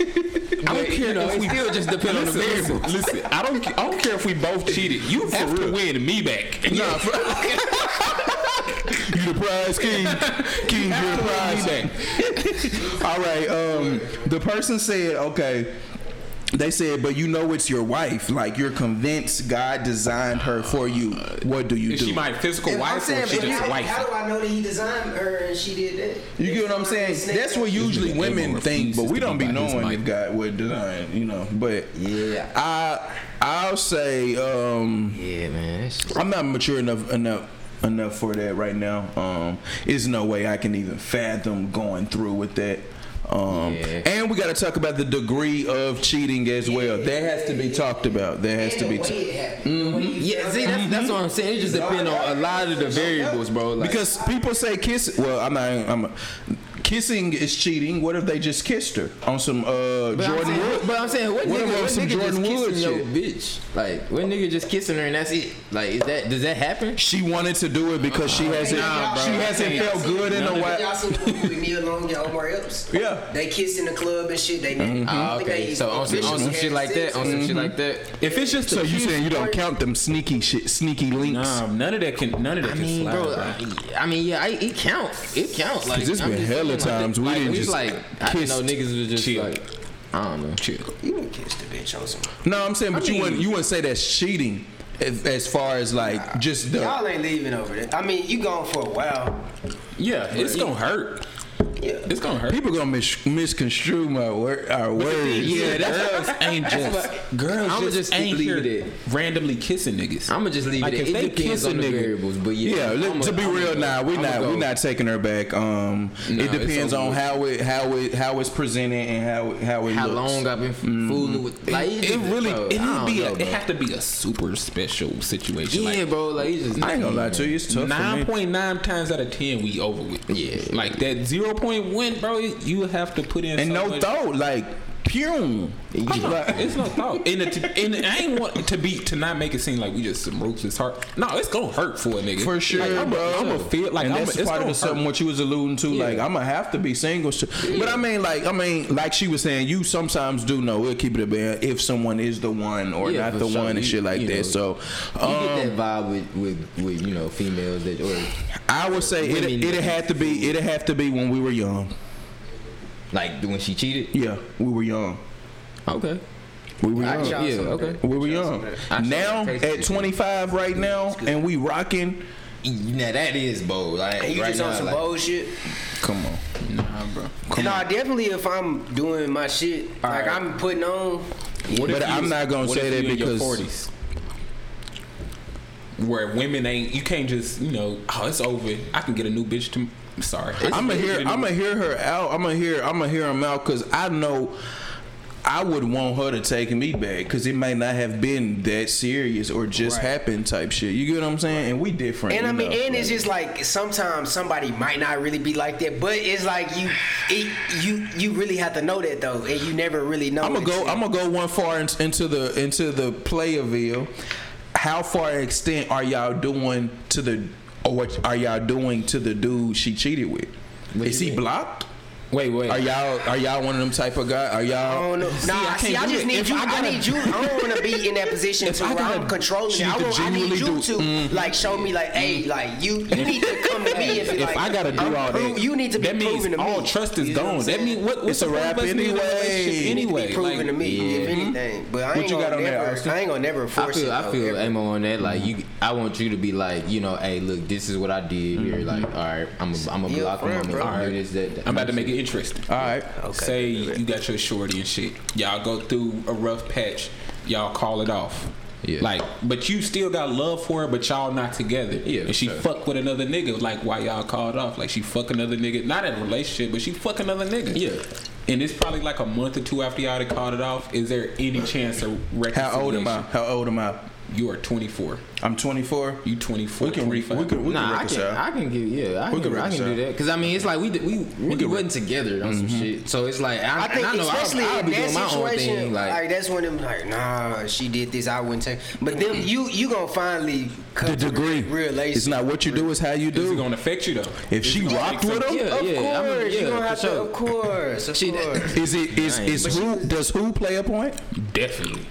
[SPEAKER 2] I don't care
[SPEAKER 4] you know,
[SPEAKER 2] if
[SPEAKER 4] it
[SPEAKER 2] we
[SPEAKER 4] still just depend on the
[SPEAKER 2] listen,
[SPEAKER 4] variables.
[SPEAKER 2] listen, I don't ca- I don't care if we both
[SPEAKER 4] (laughs)
[SPEAKER 2] cheated. You have to win me back.
[SPEAKER 4] Nah, for-
[SPEAKER 3] (laughs) You the prize king. King, you're the prize king. (laughs) All right. Um, the person said, okay. They said, but you know it's your wife. Like you're convinced God designed her for you. What do you
[SPEAKER 2] Is (laughs)
[SPEAKER 3] do?
[SPEAKER 2] she my physical
[SPEAKER 5] If I'm
[SPEAKER 2] wife or
[SPEAKER 5] saying,
[SPEAKER 2] is she
[SPEAKER 5] if
[SPEAKER 2] just
[SPEAKER 5] you-
[SPEAKER 2] wife?
[SPEAKER 5] how do I know that he designed her and she did that?
[SPEAKER 3] You get what I'm saying? That's what usually
[SPEAKER 2] nigga
[SPEAKER 3] women
[SPEAKER 2] Abel
[SPEAKER 3] think, but
[SPEAKER 2] refuses
[SPEAKER 3] we
[SPEAKER 2] to
[SPEAKER 3] don't
[SPEAKER 2] be
[SPEAKER 3] be
[SPEAKER 2] by his
[SPEAKER 3] knowing
[SPEAKER 2] mic.
[SPEAKER 3] if God would design, you know. But
[SPEAKER 4] Yeah.
[SPEAKER 3] I I'll say um
[SPEAKER 4] yeah, man. That's
[SPEAKER 3] I'm not mature enough enough enough for that right now. Um it's no way I can even fathom going through with that. Um
[SPEAKER 4] Yeah.
[SPEAKER 3] and we got to talk about the degree of cheating as well. That has to be talked about. That has to be t-
[SPEAKER 4] Yeah, see, that's, that's what I'm saying. It just
[SPEAKER 2] Mm-hmm.
[SPEAKER 4] depends on a lot of the variables, bro. Like,
[SPEAKER 3] because people say kiss. Well, I'm not. I'm. Kissing is cheating. What if they just kissed her on some uh,
[SPEAKER 4] but I'm
[SPEAKER 3] Jordan
[SPEAKER 4] saying,
[SPEAKER 3] Wood?
[SPEAKER 4] But I'm saying, what,
[SPEAKER 3] What
[SPEAKER 4] nigga,
[SPEAKER 3] about
[SPEAKER 4] what
[SPEAKER 3] some
[SPEAKER 4] nigga
[SPEAKER 3] Jordan
[SPEAKER 4] just
[SPEAKER 3] Wood
[SPEAKER 4] kissing your bitch? Like, what nigga just kissing her and that's it? Like, is that does that happen?
[SPEAKER 3] She wanted to do it because she hasn't.
[SPEAKER 5] Nah, bro.
[SPEAKER 3] she hasn't
[SPEAKER 5] Y'all
[SPEAKER 3] felt
[SPEAKER 5] seen-
[SPEAKER 3] good in a
[SPEAKER 5] Y'all
[SPEAKER 3] while.
[SPEAKER 5] seen the movie with Neil Long and Omar Epps?
[SPEAKER 3] Yeah.
[SPEAKER 5] They kissed in the club and shit. They Mm-hmm.
[SPEAKER 4] Ah, okay, so on some, on some shit like that, on some shit like that.
[SPEAKER 3] Mm-hmm.
[SPEAKER 2] if it's just
[SPEAKER 3] So
[SPEAKER 2] a
[SPEAKER 3] you
[SPEAKER 2] kiss-
[SPEAKER 3] saying you don't count them sneaky shit, sneaky links?
[SPEAKER 2] Nah, none of that can none of that
[SPEAKER 4] I
[SPEAKER 2] can
[SPEAKER 4] mean,
[SPEAKER 2] slide.
[SPEAKER 4] bro,
[SPEAKER 2] bro.
[SPEAKER 4] I, I mean, yeah, I, it counts. It counts. Like,
[SPEAKER 3] 'Cause it's
[SPEAKER 4] I'm
[SPEAKER 3] been
[SPEAKER 4] just
[SPEAKER 3] hella
[SPEAKER 4] saying, like,
[SPEAKER 3] times we
[SPEAKER 4] like,
[SPEAKER 3] didn't
[SPEAKER 4] it's
[SPEAKER 3] just
[SPEAKER 4] like, I didn't know
[SPEAKER 3] kiss-
[SPEAKER 4] niggas was just
[SPEAKER 2] chill.
[SPEAKER 4] like, I don't know.
[SPEAKER 2] Chill.
[SPEAKER 5] You would kiss the bitch on some.
[SPEAKER 3] No, I'm saying, but you
[SPEAKER 2] mean-
[SPEAKER 3] wouldn't. You wouldn't say that's cheating, if, as far as like just the.
[SPEAKER 5] Y'all ain't leaving over there. I mean, you gone for a while.
[SPEAKER 2] Yeah, it's gonna hurt.
[SPEAKER 5] Yeah.
[SPEAKER 2] It's gonna hurt.
[SPEAKER 3] People gonna mis- misconstrue my word, our words.
[SPEAKER 4] yeah,
[SPEAKER 2] that's girls ain't just girls
[SPEAKER 4] I'ma
[SPEAKER 2] just,
[SPEAKER 4] just
[SPEAKER 2] ain't
[SPEAKER 4] leave
[SPEAKER 2] here
[SPEAKER 4] it at-
[SPEAKER 2] randomly kissing niggas.
[SPEAKER 4] I'm gonna just leave
[SPEAKER 2] Like,
[SPEAKER 4] it.
[SPEAKER 2] if
[SPEAKER 4] It
[SPEAKER 2] they
[SPEAKER 4] depends
[SPEAKER 2] kiss a
[SPEAKER 4] on the
[SPEAKER 2] nigga-
[SPEAKER 4] variables, but yeah,
[SPEAKER 3] Yeah, look,
[SPEAKER 4] I'ma-
[SPEAKER 3] to be
[SPEAKER 4] I'ma
[SPEAKER 3] real,
[SPEAKER 4] go.
[SPEAKER 3] nah, we
[SPEAKER 4] I'ma
[SPEAKER 3] not
[SPEAKER 4] go.
[SPEAKER 3] we not taking her back. Um,
[SPEAKER 4] Nah,
[SPEAKER 3] it
[SPEAKER 4] it's
[SPEAKER 3] depends
[SPEAKER 4] over
[SPEAKER 3] on
[SPEAKER 4] with.
[SPEAKER 3] how it how it how it's presented and how it, how it
[SPEAKER 4] how
[SPEAKER 3] looks.
[SPEAKER 4] long I've been f- fooling with. Like,
[SPEAKER 2] it, it really
[SPEAKER 4] bro,
[SPEAKER 2] it
[SPEAKER 4] I
[SPEAKER 2] would
[SPEAKER 4] don't
[SPEAKER 2] be a,
[SPEAKER 4] know,
[SPEAKER 2] it
[SPEAKER 4] bro.
[SPEAKER 2] have to be a super special situation.
[SPEAKER 4] yeah,
[SPEAKER 2] like,
[SPEAKER 4] bro. Like, it's just
[SPEAKER 3] I ain't gonna lie to you, it's tough. for me.
[SPEAKER 2] Nine point nine times out of ten, we over with.
[SPEAKER 4] Yeah.
[SPEAKER 2] like that zero point one, bro. You have to put in
[SPEAKER 3] and
[SPEAKER 2] so
[SPEAKER 3] no
[SPEAKER 2] much-
[SPEAKER 3] thought, like Pew. Like,
[SPEAKER 2] It's no thought. And, it, and I ain't want to be to not make it seem like we just some ruthless heart. No, it's gonna hurt for a nigga.
[SPEAKER 3] For sure,
[SPEAKER 2] like, I'm
[SPEAKER 3] bro.
[SPEAKER 2] gonna feel like
[SPEAKER 3] and
[SPEAKER 2] I'm
[SPEAKER 3] that's
[SPEAKER 2] it's
[SPEAKER 3] part of
[SPEAKER 2] gonna
[SPEAKER 3] the something
[SPEAKER 2] hurt.
[SPEAKER 3] what you was alluding to. Like I'm gonna have to be single, sh- but I mean, like I mean, like she was saying, you sometimes do know. We'll keep it a band if someone is the one or
[SPEAKER 4] Yeah,
[SPEAKER 3] not
[SPEAKER 4] for
[SPEAKER 3] the
[SPEAKER 4] sure.
[SPEAKER 3] one and
[SPEAKER 4] You-
[SPEAKER 3] shit like
[SPEAKER 4] you
[SPEAKER 3] that.
[SPEAKER 4] know.
[SPEAKER 3] so,
[SPEAKER 4] You
[SPEAKER 3] um,
[SPEAKER 4] get that vibe with, with, with you know females that or
[SPEAKER 3] I would say
[SPEAKER 4] Women-
[SPEAKER 3] it it had to be it had to be when we were young.
[SPEAKER 4] like when she cheated.
[SPEAKER 3] Yeah, we were young.
[SPEAKER 4] Okay.
[SPEAKER 3] We were
[SPEAKER 4] I
[SPEAKER 3] young.
[SPEAKER 4] yeah, okay.
[SPEAKER 3] We were young.
[SPEAKER 4] I saw
[SPEAKER 3] Now
[SPEAKER 4] that Facebook.
[SPEAKER 3] at 25, right now, and we rocking.
[SPEAKER 4] Now that is bold. Like
[SPEAKER 5] And you
[SPEAKER 4] right
[SPEAKER 5] just
[SPEAKER 4] now,
[SPEAKER 5] on some
[SPEAKER 4] like,
[SPEAKER 5] bullshit.
[SPEAKER 3] Come on,
[SPEAKER 2] Nah, bro.
[SPEAKER 5] nah, definitely if I'm doing my shit, like I'm putting on.
[SPEAKER 2] What if
[SPEAKER 3] but
[SPEAKER 2] you-
[SPEAKER 3] I'm not gonna
[SPEAKER 2] what
[SPEAKER 3] say
[SPEAKER 2] if
[SPEAKER 3] that
[SPEAKER 2] you in your
[SPEAKER 3] because
[SPEAKER 2] 40s, where women ain't, you can't just you know, oh it's over. I can get a new bitch. To, I'm sorry,
[SPEAKER 3] I'm gonna hear. I'm gonna hear her out. I'm gonna hear. I'm gonna hear him out because I know. I would want her to take me back because it might not have been that serious or just
[SPEAKER 5] Right.
[SPEAKER 3] happened type shit. You get what I'm saying? And we different.
[SPEAKER 5] And I
[SPEAKER 3] you
[SPEAKER 5] mean,
[SPEAKER 3] know,
[SPEAKER 5] and it's
[SPEAKER 3] like-
[SPEAKER 5] just like sometimes somebody might not really be like that, but it's like you, it, you, you really have to know that though, and you never really know.
[SPEAKER 3] I'm gonna go.
[SPEAKER 5] until-
[SPEAKER 3] I'm gonna go one far in- into the into the playerville. How far extent are y'all doing to the? Or what are y'all doing to the dude she cheated with?
[SPEAKER 4] What
[SPEAKER 3] Is
[SPEAKER 4] you
[SPEAKER 3] he
[SPEAKER 4] mean?
[SPEAKER 3] blocked?
[SPEAKER 2] Wait, wait.
[SPEAKER 3] Are y'all are y'all one of them type of guy? Are
[SPEAKER 5] I
[SPEAKER 3] y'all?
[SPEAKER 5] don't know.
[SPEAKER 3] See,
[SPEAKER 5] nah,
[SPEAKER 3] can't
[SPEAKER 5] see, I
[SPEAKER 3] do
[SPEAKER 5] just
[SPEAKER 3] it.
[SPEAKER 5] need
[SPEAKER 3] If
[SPEAKER 5] you. I,
[SPEAKER 3] gotta-
[SPEAKER 5] need you. I don't want to be in that position
[SPEAKER 3] If
[SPEAKER 5] to
[SPEAKER 3] I
[SPEAKER 5] where
[SPEAKER 3] gotta
[SPEAKER 5] I'm controlling it.
[SPEAKER 3] choose
[SPEAKER 5] I,
[SPEAKER 3] to
[SPEAKER 5] want, I need
[SPEAKER 3] genuinely
[SPEAKER 5] you
[SPEAKER 3] do-
[SPEAKER 5] to like show me like, hey, like you, you need to come to me if,
[SPEAKER 2] If
[SPEAKER 5] like,
[SPEAKER 2] I gotta do
[SPEAKER 5] I'm
[SPEAKER 2] all
[SPEAKER 5] prove-
[SPEAKER 2] that,
[SPEAKER 5] You need to be
[SPEAKER 2] that means
[SPEAKER 5] proven to me.
[SPEAKER 2] all trust is
[SPEAKER 5] You know what
[SPEAKER 2] gone.
[SPEAKER 5] I'm
[SPEAKER 2] That
[SPEAKER 5] saying?
[SPEAKER 2] means what? What's
[SPEAKER 3] It's a
[SPEAKER 2] the point of
[SPEAKER 3] wrap
[SPEAKER 2] us being in a
[SPEAKER 3] anyway.
[SPEAKER 2] relationship
[SPEAKER 3] You need to be
[SPEAKER 5] Be
[SPEAKER 2] Anyway,
[SPEAKER 5] proven
[SPEAKER 2] Like,
[SPEAKER 5] to me if
[SPEAKER 4] yeah.
[SPEAKER 5] anything. But I
[SPEAKER 3] What
[SPEAKER 5] ain't
[SPEAKER 3] you got
[SPEAKER 5] gonna
[SPEAKER 3] on there,
[SPEAKER 5] never.
[SPEAKER 3] Austin?
[SPEAKER 5] I ain't gonna never
[SPEAKER 4] I
[SPEAKER 5] force
[SPEAKER 4] feel,
[SPEAKER 5] it.
[SPEAKER 4] I
[SPEAKER 5] though,
[SPEAKER 4] feel
[SPEAKER 5] ever.
[SPEAKER 4] Amo on that. Like you, I want you to be like, you know, hey, look, this is what I did. You're like, all right, I'm a, I'm a
[SPEAKER 5] Yeah,
[SPEAKER 4] block
[SPEAKER 5] friend,
[SPEAKER 4] him. Mm-hmm. I'm
[SPEAKER 5] bro.
[SPEAKER 4] gonna do this, that, that.
[SPEAKER 2] I'm about to make it interesting.
[SPEAKER 3] All right.
[SPEAKER 5] Okay.
[SPEAKER 2] Say you got your shorty and shit. Y'all go through a rough patch. Y'all call it off.
[SPEAKER 4] Yeah.
[SPEAKER 2] Like, but you still got love for her, but y'all not together.
[SPEAKER 4] Yeah,
[SPEAKER 2] And she
[SPEAKER 4] sure.
[SPEAKER 2] fucked with another nigga. Like, why y'all called off? Like, she fuck another nigga. Not in a relationship, but she fuck another nigga.
[SPEAKER 4] Yeah.
[SPEAKER 2] And it's probably like a month or two after y'all done called it off. Is there any chance of reconciliation?
[SPEAKER 3] How old am I? How old am I?
[SPEAKER 2] You are 24.
[SPEAKER 3] I'm 24.
[SPEAKER 2] You 24.
[SPEAKER 3] We can we
[SPEAKER 2] 25.
[SPEAKER 3] can we can
[SPEAKER 4] Nah, I can,
[SPEAKER 3] reconcile.
[SPEAKER 4] I can give, yeah, I
[SPEAKER 3] We
[SPEAKER 4] can,
[SPEAKER 3] can
[SPEAKER 4] I can
[SPEAKER 3] reconcile.
[SPEAKER 4] do that. Because I mean, it's like we, did- we Mm-hmm. really wasn't together on some shit. So it's like, I,
[SPEAKER 5] I
[SPEAKER 4] and
[SPEAKER 5] think
[SPEAKER 4] I know
[SPEAKER 5] especially
[SPEAKER 4] I'll, I'll
[SPEAKER 5] in
[SPEAKER 4] be
[SPEAKER 5] that
[SPEAKER 4] doing my own
[SPEAKER 5] situation,
[SPEAKER 4] thing.
[SPEAKER 5] like,
[SPEAKER 4] Like,
[SPEAKER 5] that's when them like, nah, she did this, I wouldn't take. But then you you gonna finally come
[SPEAKER 3] the degree.
[SPEAKER 5] to real relationship.
[SPEAKER 3] It's not what you do, it's how you
[SPEAKER 2] Is it
[SPEAKER 3] do.
[SPEAKER 2] gonna affect you though?
[SPEAKER 3] If she rocked with him,
[SPEAKER 4] Yeah,
[SPEAKER 5] of
[SPEAKER 4] yeah, I
[SPEAKER 5] course,
[SPEAKER 4] mean, yeah,
[SPEAKER 5] you
[SPEAKER 4] for
[SPEAKER 5] gonna have to.
[SPEAKER 4] sure.
[SPEAKER 5] Of course, of
[SPEAKER 4] She-
[SPEAKER 5] course.
[SPEAKER 3] is it is
[SPEAKER 4] Dang.
[SPEAKER 3] is who does who play a point? (laughs)
[SPEAKER 2] definitely.